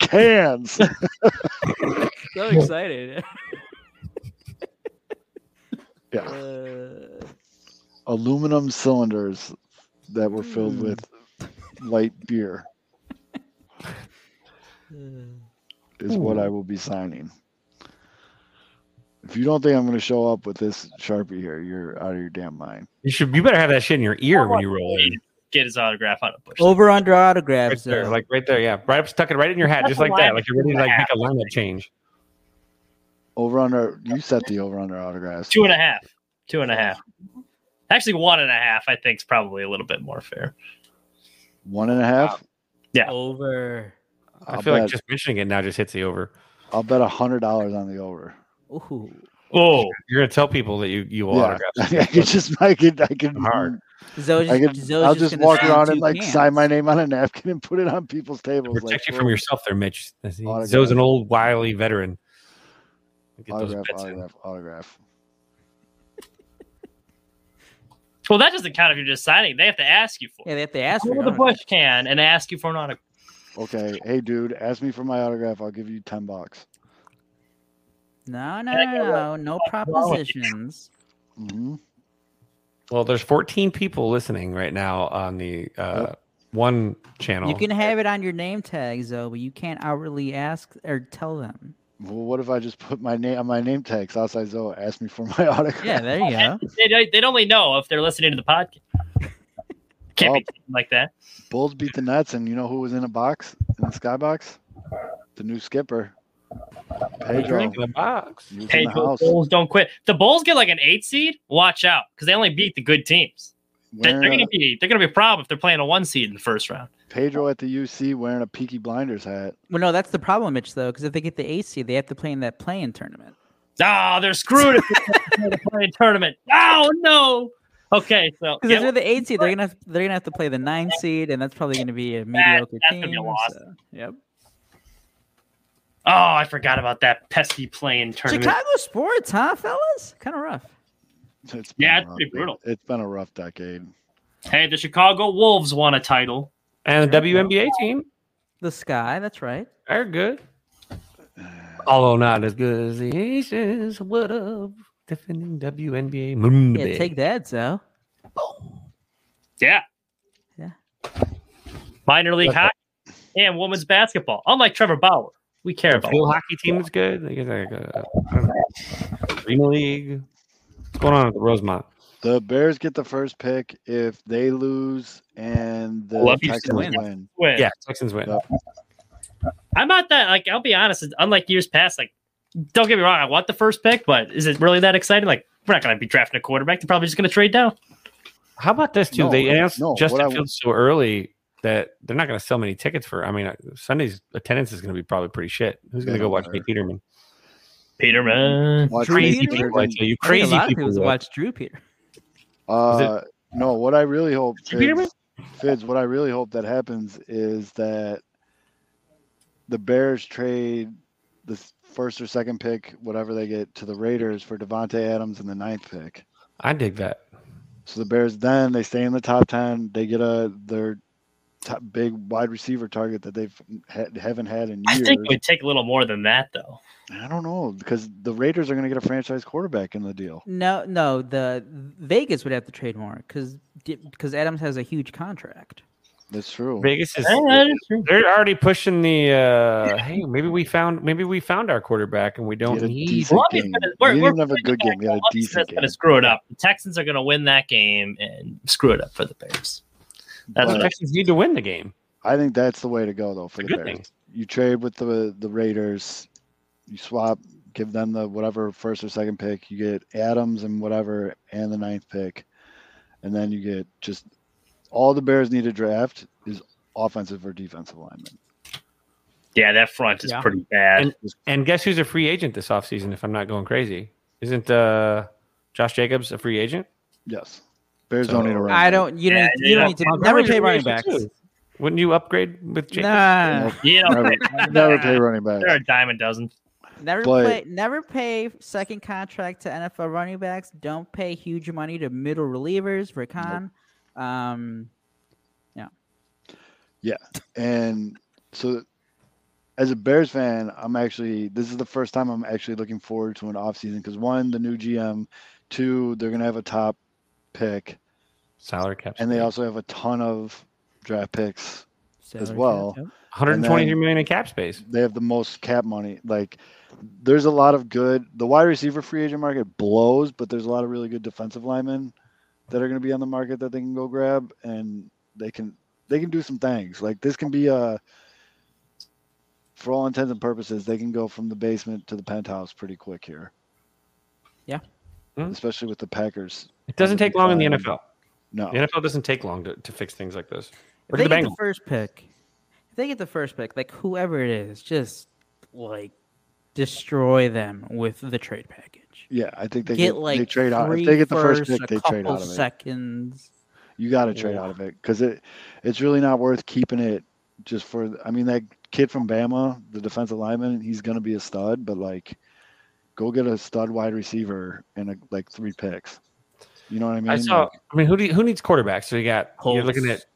Cans.
So excited.
Yeah.
Uh,
Aluminum cylinders that were filled with light beer
uh,
is what I will be signing. If you don't think I'm going to show up with this Sharpie here, you're out of your damn mind.
You should. You better have that shit in your ear when you roll in.
Get his autograph on a Bush.
over under
Right
autographs.
there,
Zoe.
like right there, yeah. Right up, stuck it right in your hat, just like that. Like you're ready to like make a lineup change.
Over under, you set the over under autographs.
Two and a half. Two and a half. Actually, one and a half. I think is probably a little bit more fair.
One and a half.
Yeah.
Over.
I
I'll
feel like
bet.
just mentioning it now just hits the over.
I'll bet a hundred dollars on the over.
Ooh.
Oh,
You're gonna tell people that you you will
yeah,
autograph.
I could just, I could, I could,
Hard.
Zoe
I could,
just, Zoe's
I'll
just,
just
gonna
walk
sign
around
two
and like
cans.
sign my name on a napkin and put it on people's tables.
Protect
Like,
you
"Whoa,
from yourself, there, Mitch. That's- he-
Autograph.
Zoe's an old wily veteran. Get those
autograph,
bets in.
autograph, autograph.
well, that doesn't count if you're just signing. They have to ask you for
Yeah,
it.
they have to ask
Go
for
to the Bush can and ask you for an autograph.
Okay, hey dude, ask me for my autograph. I'll give you ten bucks.
No, no,
Yeah,
no, no, no propositions.
hmm
Well, there's 14 people listening right now on the uh, one channel.
You can have it on your name tags though, but you can't outwardly ask or tell them.
Well, what if I just put my name on my name tag? Southside Zoe, ask me for my autograph.
Yeah, there you go.
They, they'd only know if they're listening to the podcast. Can't be taken like that.
Bulls beat the Nets, and you know who was in a box in the skybox? The new skipper, Pedro.
Drink in the box.
He was
Hey,
in the
the
house
Bulls don't quit. The Bulls get like an eight seed. Watch out, because they only beat the good teams. They- They're,
wearing a-
gonna be they're gonna be a problem if they're playing a one seed in the first round.
Pedro at the UC wearing a Peaky Blinders hat.
Well, no, that's the problem, Mitch. Though, because if they get the AC, they have to play in that play-in tournament.
Ah, they're screwed if they're playing a tournament. Oh no. Okay, so
Because
yeah,
if they're the eight seed, they're gonna have, they're gonna have to play the nine seed, and that's probably gonna be a mediocre
that's gonna
team.
be a loss.
so- yep.
oh, I forgot about that pesky playing tournament.
Chicago sports, huh, fellas? Kind of rough.
It's been
Yeah,
a
it's
rough-
pretty brutal.
It's been a rough decade.
Hey, the Chicago Wolves won a title.
And the WNBA team
The sky, that's right.
are good. Although not as good as the Aces. What up? Defending WNBA. Moon
Yeah, take that, Zoe.
Yeah.
Yeah.
Minor league
Okay.
hockey and women's basketball. Unlike Trevor Bauer, we care about.
field hockey team is good. They got like a, I don't know, Arena League. What's going on with Rosemont?
The Bears get the first pick if they lose and the
Well, if Houston
Texans
wins.
win.
Win.
Yeah, Texans win.
Yeah.
I'm not that like I'll be honest, unlike years past, like don't get me wrong, I want the first pick, but is it really that exciting? Like we're not gonna be drafting a quarterback, they're probably just gonna trade down.
How about this too?
No,
they
no,
announced
what
Justin
I-
Fields so early that they're not going to sell many tickets for. I mean, uh, Sunday's attendance is going to be probably pretty shit. Who's going
They
to go
don't
watch
matter.
Nate Peterman?
Peterman.
Watch
Crazy
Nate
people,
People, I
Peterman.
tell you,
I think
crazy
a lot
people.
of people
will.
watch Drew Peter.
Uh, no, what I really hope,
Mr. Peterman?
Fids, Fids, what I really hope that happens is that the Bears trade the first or second pick, whatever they get, to the Raiders for Devonte Adams in the ninth pick.
I dig that.
So the Bears then they stay in the top ten. They get a their top, big wide receiver target that they've ha- haven't had in
I
years.
think it would take a little more than that though.
I don't know because the Raiders are going to get a franchise quarterback in the deal.
No, no, the Vegas would have to trade more because because Adams has a huge contract.
That's true.
Vegas is.
Eh, that is true.
They're already pushing the. uh Hey, maybe we found maybe we found our quarterback and we
They
don't
had a
need.
decent
Well, I mean,
game.
but
They
we're-
didn't
we're
even have a good game. They had a
Obviously,
decent
that's
game.
gonna screw it up. The Texans are gonna win that game and screw it up for the Bears. That's
The
But
what I-
Texans need to win the game.
I think that's the way to go though for
It's a
the
good
Bears.
thing.
You trade with the the Raiders, you swap, give them the whatever first or second pick. You get Adams and whatever and the ninth pick, and then you get just all the Bears need to draft is offensive or defensive linemen.
Yeah, that front is
Yeah.
pretty bad.
And guess who's a free agent this offseason? If I'm not going crazy, isn't uh Josh Jacobs a free agent?
Yes, Bears don't
So-
need a running
I don't. You don't.
Yeah,
you
yeah.
don't need to never
Montgomery's a
pay
free
running
agent,
backs.
too. Wouldn't you upgrade with Jacobs?
Nah,
you know,
back. Never, never pay running back.
they're a dime a dozen.
never
But-
play. Never pay second contract to NFL running backs. Don't pay huge money to middle relievers. Rakan. Um,
And so, as a Bears fan, I'm actually this is the first time I'm actually looking forward to an offseason because one, the new GM, two, they're gonna have a top pick,
Salary cap.
and they also have a ton of draft picks.
salary cap,
well.
yep.
123 million in cap space.
They have the most cap money. Like, there's a lot of good. The wide receiver free agent market blows, but there's a lot of really good defensive linemen that are gonna be on the market that they can go grab, and they can they can do some things. Like this can be a for all intents and purposes, they can go from the basement to the penthouse pretty quick here.
Yeah.
Mhm.
Especially with the Packers.
It doesn't take long in the
Um,
NFL.
No.
The NFL doesn't take long to, to fix things like this.
If
Look at
they
the
get the
Bengals.
first pick, if they get the first pick, like whoever it is, just like destroy them with the trade package.
Yeah, I think they
get
get,
like
they trade out. If
three
they get the first
firsts,
pick,
a
they trade
couple
out of it.
Seconds.
You got to trade out of it because it it's really not worth keeping it just for. I mean, that kid from Bama, the defensive lineman, he's going to be a stud, but like, go get a stud wide receiver and a, like three picks. You know what I mean?
I saw.
Like,
I mean, who do you, who needs quarterbacks? So you got you're looking at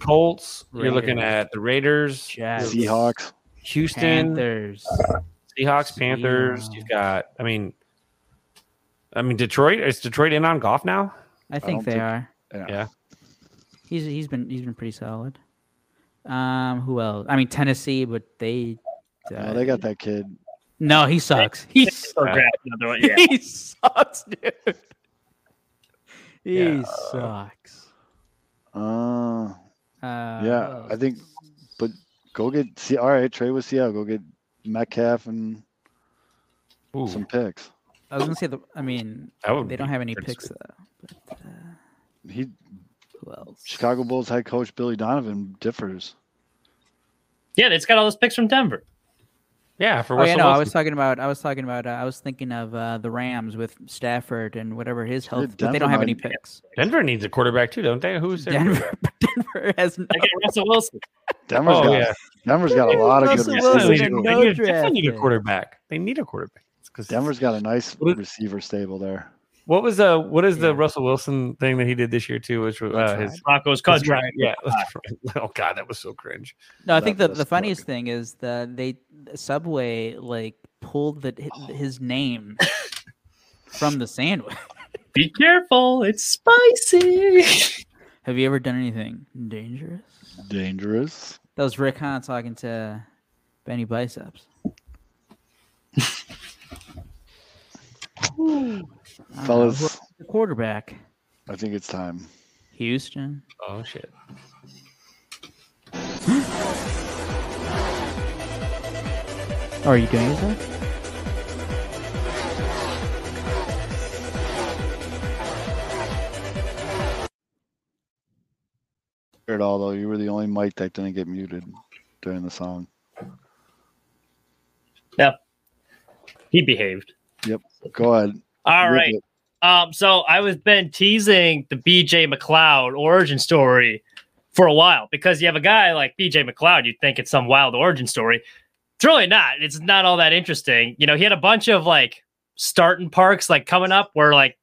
Colts.
Colts. You're looking
Raiders.
at the Raiders,
Jets.
Seahawks.
Houston,
Panthers.
Seahawks, Panthers.
Seahawks.
You've got. I mean, I mean Detroit. Is Detroit in on golf now?
I think
don't
they
think-
are.
Yeah.
He's he's been he's been pretty solid. Um, who else? I mean Tennessee, but they.
No,
Uh,
Oh, they got that kid.
no, he sucks. He sucks.
Or grab another one. Yeah.
he sucks, dude. He
Yeah.
sucks.
Uh,
Uh,
Yeah, I think. But go get see. All right, trade with Seattle. Go get Metcalf and
Ooh,
some picks.
I was gonna say the. I mean,
that would
they don't
be
have any
pretty
picks
sweet.
though. But, uh,
He
who else?
Chicago Bulls head coach Billy Donovan differs.
yeah, it's got all those picks from Denver.
Yeah, for
Oh yeah,
Russell
no, I
Wilson.
was talking about. I was talking about. Uh, I was thinking of uh, the Rams with Stafford and whatever his health, but they
Denver
don't have
might-
any picks.
Denver needs a quarterback too, don't they? Who's their
Denver,
quarterback?
Denver has no.
I get Russell Wilson.
Denver's
Oh
got
yeah,
Denver's got a lot of good
Russell
They
receivers.
need-
Wilson and
too.
they
no
need- definitely need a
draft.
quarterback. They need a quarterback. It's 'cause-
Denver's got a nice
What is-
receiver stable there.
What was uh what is the
Yeah.
Russell Wilson thing that he did this year too, which was
Let's
uh, his,
Broncos
his
country.
yeah. let's try. Oh god, that was so cringe.
No, I think
That
the,
was
the funniest thing is the they Subway like pulled the hi- his name from the sandwich.
Be careful, it's spicy.
Have you ever done anything dangerous?
Dangerous.
That was Rick Hahn talking to Benny Biceps. I don't know, who-
Fellas,
the quarterback,
I think it's time.
Houston.
Oh shit.
Oh, are you gonna use that?
Weird, although you were the only mic that didn't get muted during the song.
He behaved.
Go ahead.
All
Rip
right.
it.
Um, so I was been teasing the BJ McLeod origin story for a while because you have a guy like BJ McLeod, you'd think it's some wild origin story. It's really not. It's not all that interesting. You know, he had a bunch of like starting parks like coming up where like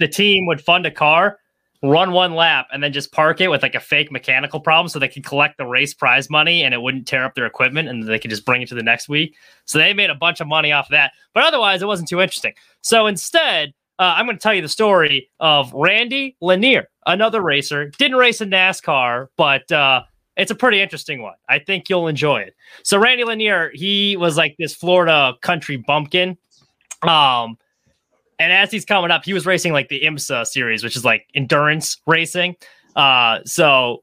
the team would fund a car, run one lap, and then just park it with like a fake mechanical problem so they could collect the race prize money and it wouldn't tear up their equipment and they could just bring it to the next week. So they made a bunch of money off that. But otherwise, it wasn't too interesting. So instead, uh, I'm going to tell you the story of Randy Lanier, another racer. Didn't race in NASCAR, but uh, it's a pretty interesting one. I think you'll enjoy it. So Randy Lanier, he was like this Florida country bumpkin. Um, and as he's coming up, he was racing like the IMSA series, which is like endurance racing. Uh, so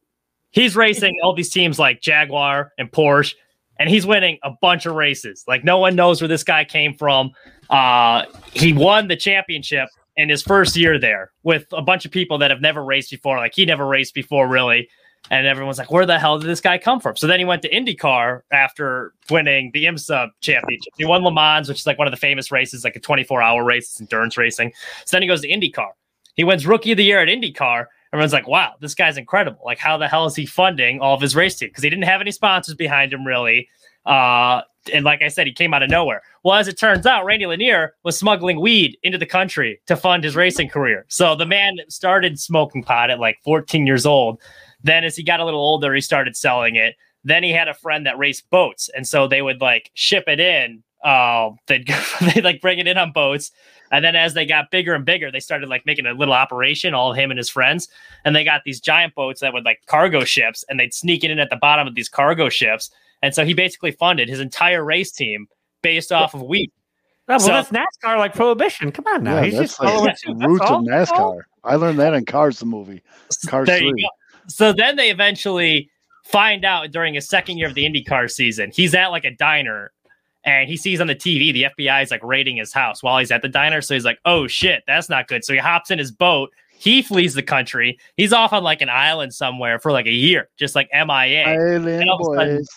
he's racing all these teams like Jaguar and Porsche, and he's winning a bunch of races. Like no one knows where this guy came from. Uh, he won the championship in his first year there with a bunch of people that have never raced before. Like he never raced before, really. And everyone's like, where the hell did this guy come from? So then he went to IndyCar after winning the IMSA championship. He won Le Mans, which is like one of the famous races, like a 24 hour race, it's endurance racing. So then he goes to IndyCar. He wins rookie of the year at IndyCar. Everyone's like, wow, this guy's incredible. Like, how the hell is he funding all of his race team? Because he didn't have any sponsors behind him, really. Uh, and like I said, he came out of nowhere. Well, as it turns out, Randy Lanier was smuggling weed into the country to fund his racing career. So the man started smoking pot at like 14 years old. Then, as he got a little older, he started selling it. Then he had a friend that raced boats, and so they would like ship it in. Uh, they'd, they'd like bring it in on boats. And then as they got bigger and bigger, they started like making a little operation, all him and his friends. And they got these giant boats that would like cargo ships, and they'd sneak it in at the bottom of these cargo ships. And so he basically funded his entire race team based off of wheat.
well,
So-
that's NASCAR like prohibition. Come on now.
yeah,
He's
that's
just
like
following
the
suit. That's
roots
all.
of NASCAR. I learned that in Cars, the movie. Cars
There you
3.
go. So then they eventually find out during his second year of the IndyCar season, he's at like a diner and he sees on the TV the FBI is like raiding his house while he's at the diner. So he's like, oh shit, that's not good. So he hops in his boat. He flees the country. He's off on like an island somewhere for like a year, just like MIA
Island
all of a sudden-
boys.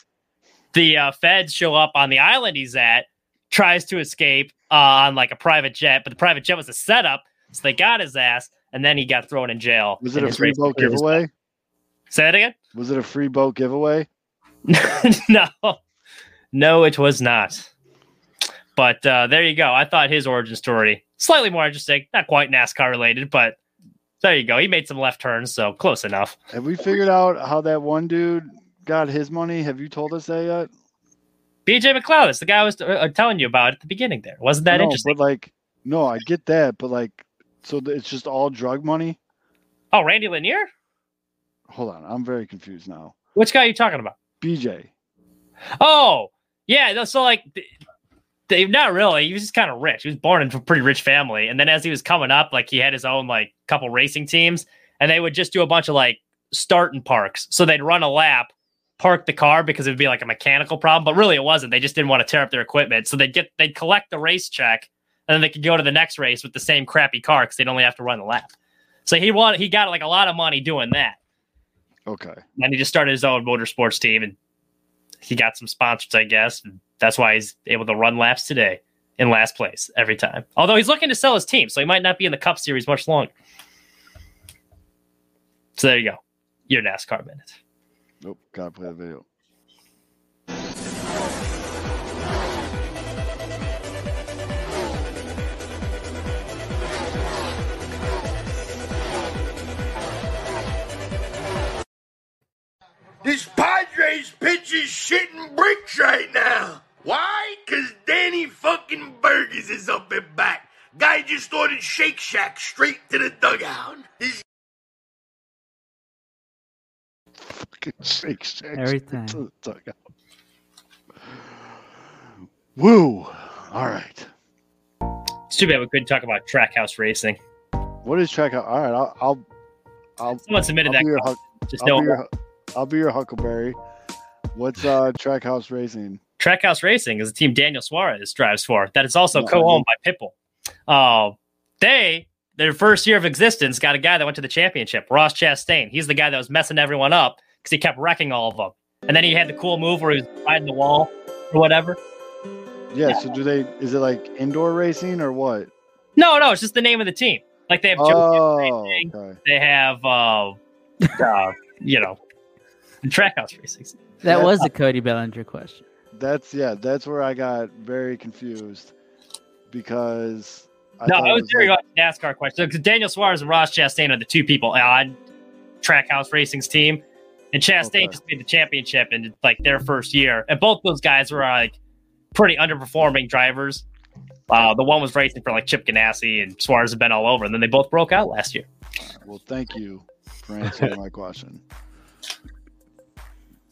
the uh, feds show up on the island he's at, tries to escape uh, on like a private jet, but the private jet was a setup, so they got his ass, and then he got thrown in jail.
Was it a
and his
free
race
boat
career was-
giveaway?
Say that again?
Was it a free boat giveaway?
no, no, it was not. But uh, there you go. I thought his origin story slightly more interesting, not quite NASCAR related, but there you go. He made some left turns, so close enough.
Have we figured out how that one dude got his money? Have you told us that yet?
BJ McLeod is the guy I was uh, telling you about at the beginning. There wasn't that
no,
interesting.
But like, no, I get that, but like, so th- it's just all drug money.
Oh, Randy Lanier?
Hold on, I'm very confused now.
Which guy are you talking about?
BJ,
Oh, yeah. no, So like, th- they not really. He was just kind of rich. He was born into a pretty rich family, and then as he was coming up, like he had his own like couple racing teams, and they would just do a bunch of like starting parks. So they'd run a lap, park the car because it would be like a mechanical problem, but really it wasn't. They just didn't want to tear up their equipment, so they'd get they'd collect the race check, and then they could go to the next race with the same crappy car because they'd only have to run the lap. So he wanted he got like a lot of money doing that
okay,
and he just started his own motorsports team and he got some sponsors i guess and that's why he's able to run laps today in last place every time although he's looking to sell his team so he might not be in the cup series much longer so there you go your nascar minute
nope, gotta play the video.
This Padres pitch is shitting bricks right now. Why? Cause Danny fucking Burgers is up and back. Guy just ordered Shake Shack straight to the dugout. This
Fucking Shake Shack.
Everything.
to the dugout. Woo! All right,
it's too bad we couldn't talk about track house racing
what is track? All right, I'll, I'll, I'll,
someone submitted
I'll be your
that
Huck-
just
I'll,
no
be your, I'll be your Huckleberry. What's uh Trackhouse Racing?
Trackhouse Racing is the team Daniel Suarez drives for that is also co-owned by Pitbull. Uh, they their first year of existence got a guy that went to the championship, Ross Chastain. He's the guy that was messing everyone up because he kept wrecking all of them. And then he had the cool move where he was riding the wall or whatever.
Yeah, So do they? Is it like indoor racing or what?
No, no, it's just the name of the team. Like they have Joe Gibbs
Oh,
Racing,
okay.
they have uh, uh, you know, Trackhouse Racing.
That
Yeah.
was a Cody Bellinger question.
that's yeah. That's where I got very confused because I
no,
thought
I
it
was
like-
worried about the NASCAR question because Daniel Suarez and Ross Chastain are the two people uh, on Trackhouse Racing's team, and Chastain
Okay.
just made the championship in like their first year, and both those guys were uh, like pretty underperforming drivers. Uh, the one was racing for like Chip Ganassi, and Suarez had been all over, and then they both broke out last year.
Well, thank you for answering my question.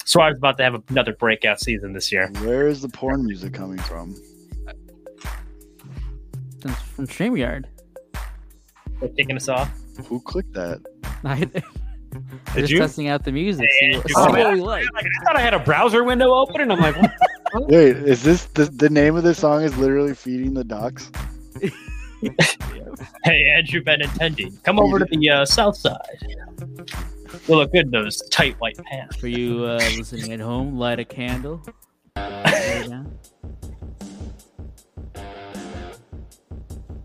Suarez is about to have another breakout season this year.
Where is the porn music coming from?
That's from StreamYard.
They're kicking us off.
Who clicked that?
I, Did just
you?
testing out the music. See,
Yeah,
what-
you
see
did.
what we like.
Like, I thought I had a browser window open, and I'm like, what?
Wait, is this the, the name of this song? Is literally feeding the ducks?
Hey, Andrew Benintendi, come over to the uh, south side. You look good in those tight white pants.
For you uh, listening at home, light a candle. There you go.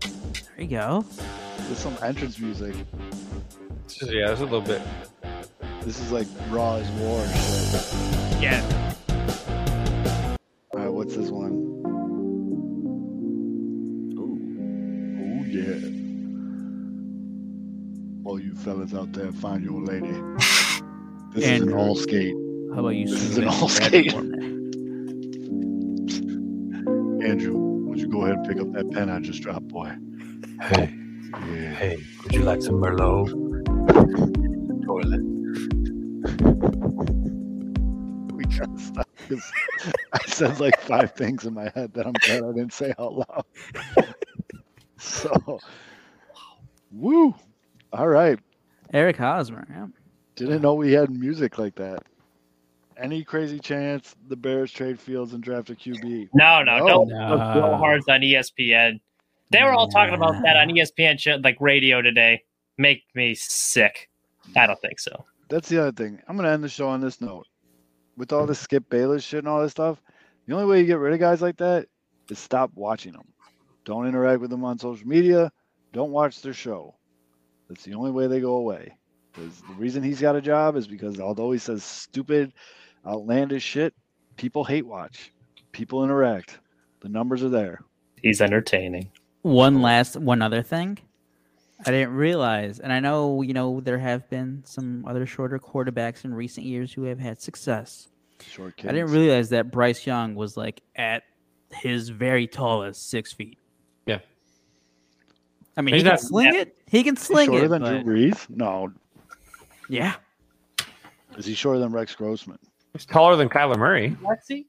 There you go.
This is some entrance music.
yeah, it's a little bit.
This is like Raw is War. and shit.
Yeah,
All right, what's this one? Oh yeah. All you fellas out there, find your lady. This is an
Andrew.
all skate.
How about you?
This is
swing
an
it
all
back
skate.
for me?
Andrew, would you go ahead and pick up that pen I just dropped, boy?
Hey,
Yeah.
hey, would you like some Merlot? Toilet.
we gotta stop 'cause I said like five things in my head that I'm glad I didn't say out loud. so, woo! All right,
Eric Hosmer. Yeah.
didn't know we had music like that. Any crazy chance the Bears trade Fields and draft a QB?
No, no,
No.
don't look
Oh.
Bill Hards on E ESPN. They were all talking about that on E ESPN show, like radio today. Make me sick. I don't think so.
That's the other thing. I'm gonna end the show on this note. With all this Skip Bayless shit and all this stuff, the only way you get rid of guys like that is stop watching them. Don't interact with them on social media. Don't watch their show. That's the only way they go away. Because the reason he's got a job is because although he says stupid, outlandish shit, people hate watch. People interact. The numbers are there.
He's entertaining.
one last one other thing i didn't realize and i know you know there have been some other shorter quarterbacks in recent years who have had success
Short
i didn't
kids.
realize that bryce young was like at his very tallest six feet
Yeah.
i mean
He's
he can
not-
sling it he can
Is he
sling
shorter
it
than
but-
Drew Brees? No.
yeah
Is he shorter than Rex Grossman?
He's taller than Kyler Murray.
Lexi?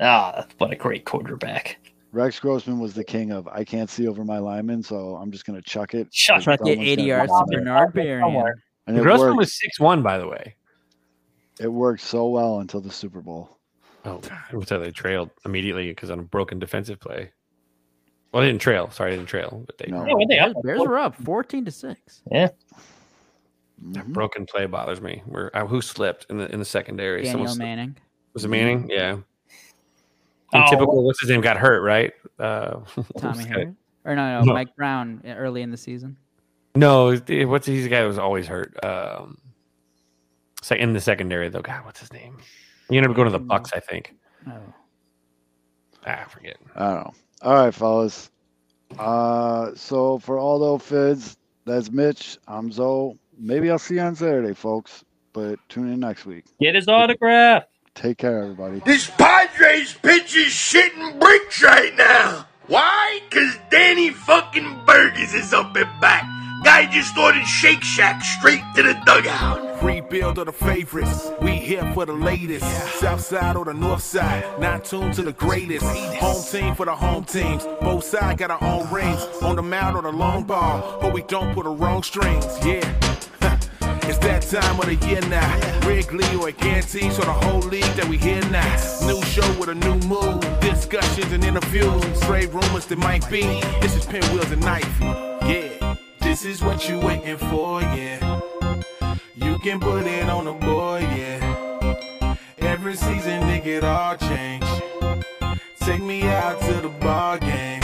Ah, what a great quarterback.
Rex Grossman was the king of I can't see over my lineman, so I'm just gonna chuck it.
Chuck
try to get
Someone's
80
gotta
yards
come
to
up there.
bernard Berrian.
Somewhere.
And it
Grossman
worked.
was six one, by the way.
it worked so well until the Super Bowl.
Oh god, which they trailed immediately because on a broken defensive play. Well, they didn't trail. Sorry, they didn't trail, but they
No.
Yeah, were they up?
bears were up 14 to 6 Mm-hmm.
Mhm.
broken play bothers me. Where uh, who slipped in the in the secondary? Someone
daniel
slipped.
manning Mm-hmm.
was it Manning? Yeah. And
Oh.
typical. What's his name? Got hurt, right? Uh,
tommy
this guy-
Harris. or no, no
No.
mike brown uh, early in the season
No, it- what's he's the guy that was always hurt? Um, say in the secondary though. God, what's his name? He ended up going to the
Mm.
Bucks, I think.
oh
Ah, I forget.
I don't know. All right, fellas. Uh, so for all those fids, that's Mitch. I'm Zoe. Maybe I'll see you on Saturday, folks. But tune in next week.
Get his autograph.
Take care, everybody.
This Padres pitch is shitting bricks right now. Why? Cause Danny fucking Burgess is up and back. Guy just ordered Shake Shack straight to the dugout.
Rebuild of the favorites. We here for the latest. South side or the north side. Not tuned to the greatest. Home team for the home teams. Both sides got our own rings. On the mound or the long ball. But we don't put the wrong strings. Yeah. It's that time of the year now. Wrigley or guarantee, so the whole league that we hear now. New show with a new mood, discussions and interviews, stray rumors that might be. This is Pinwheels and Knife. Yeah, this is what you waiting for, yeah. You can put it on the board, yeah. Every season, nigga, it all change. Take me out to the ball game.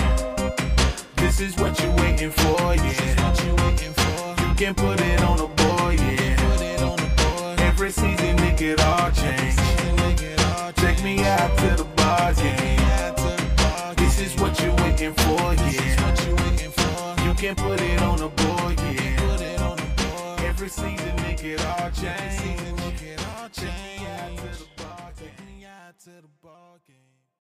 This is what you waiting for, yeah. You can put it on the board, yeah. Every season, nigga, it all change. Take me out to the ball game. This is what you waiting for, yeah. You can put it on the board, yeah. Every season, nigga, it all change.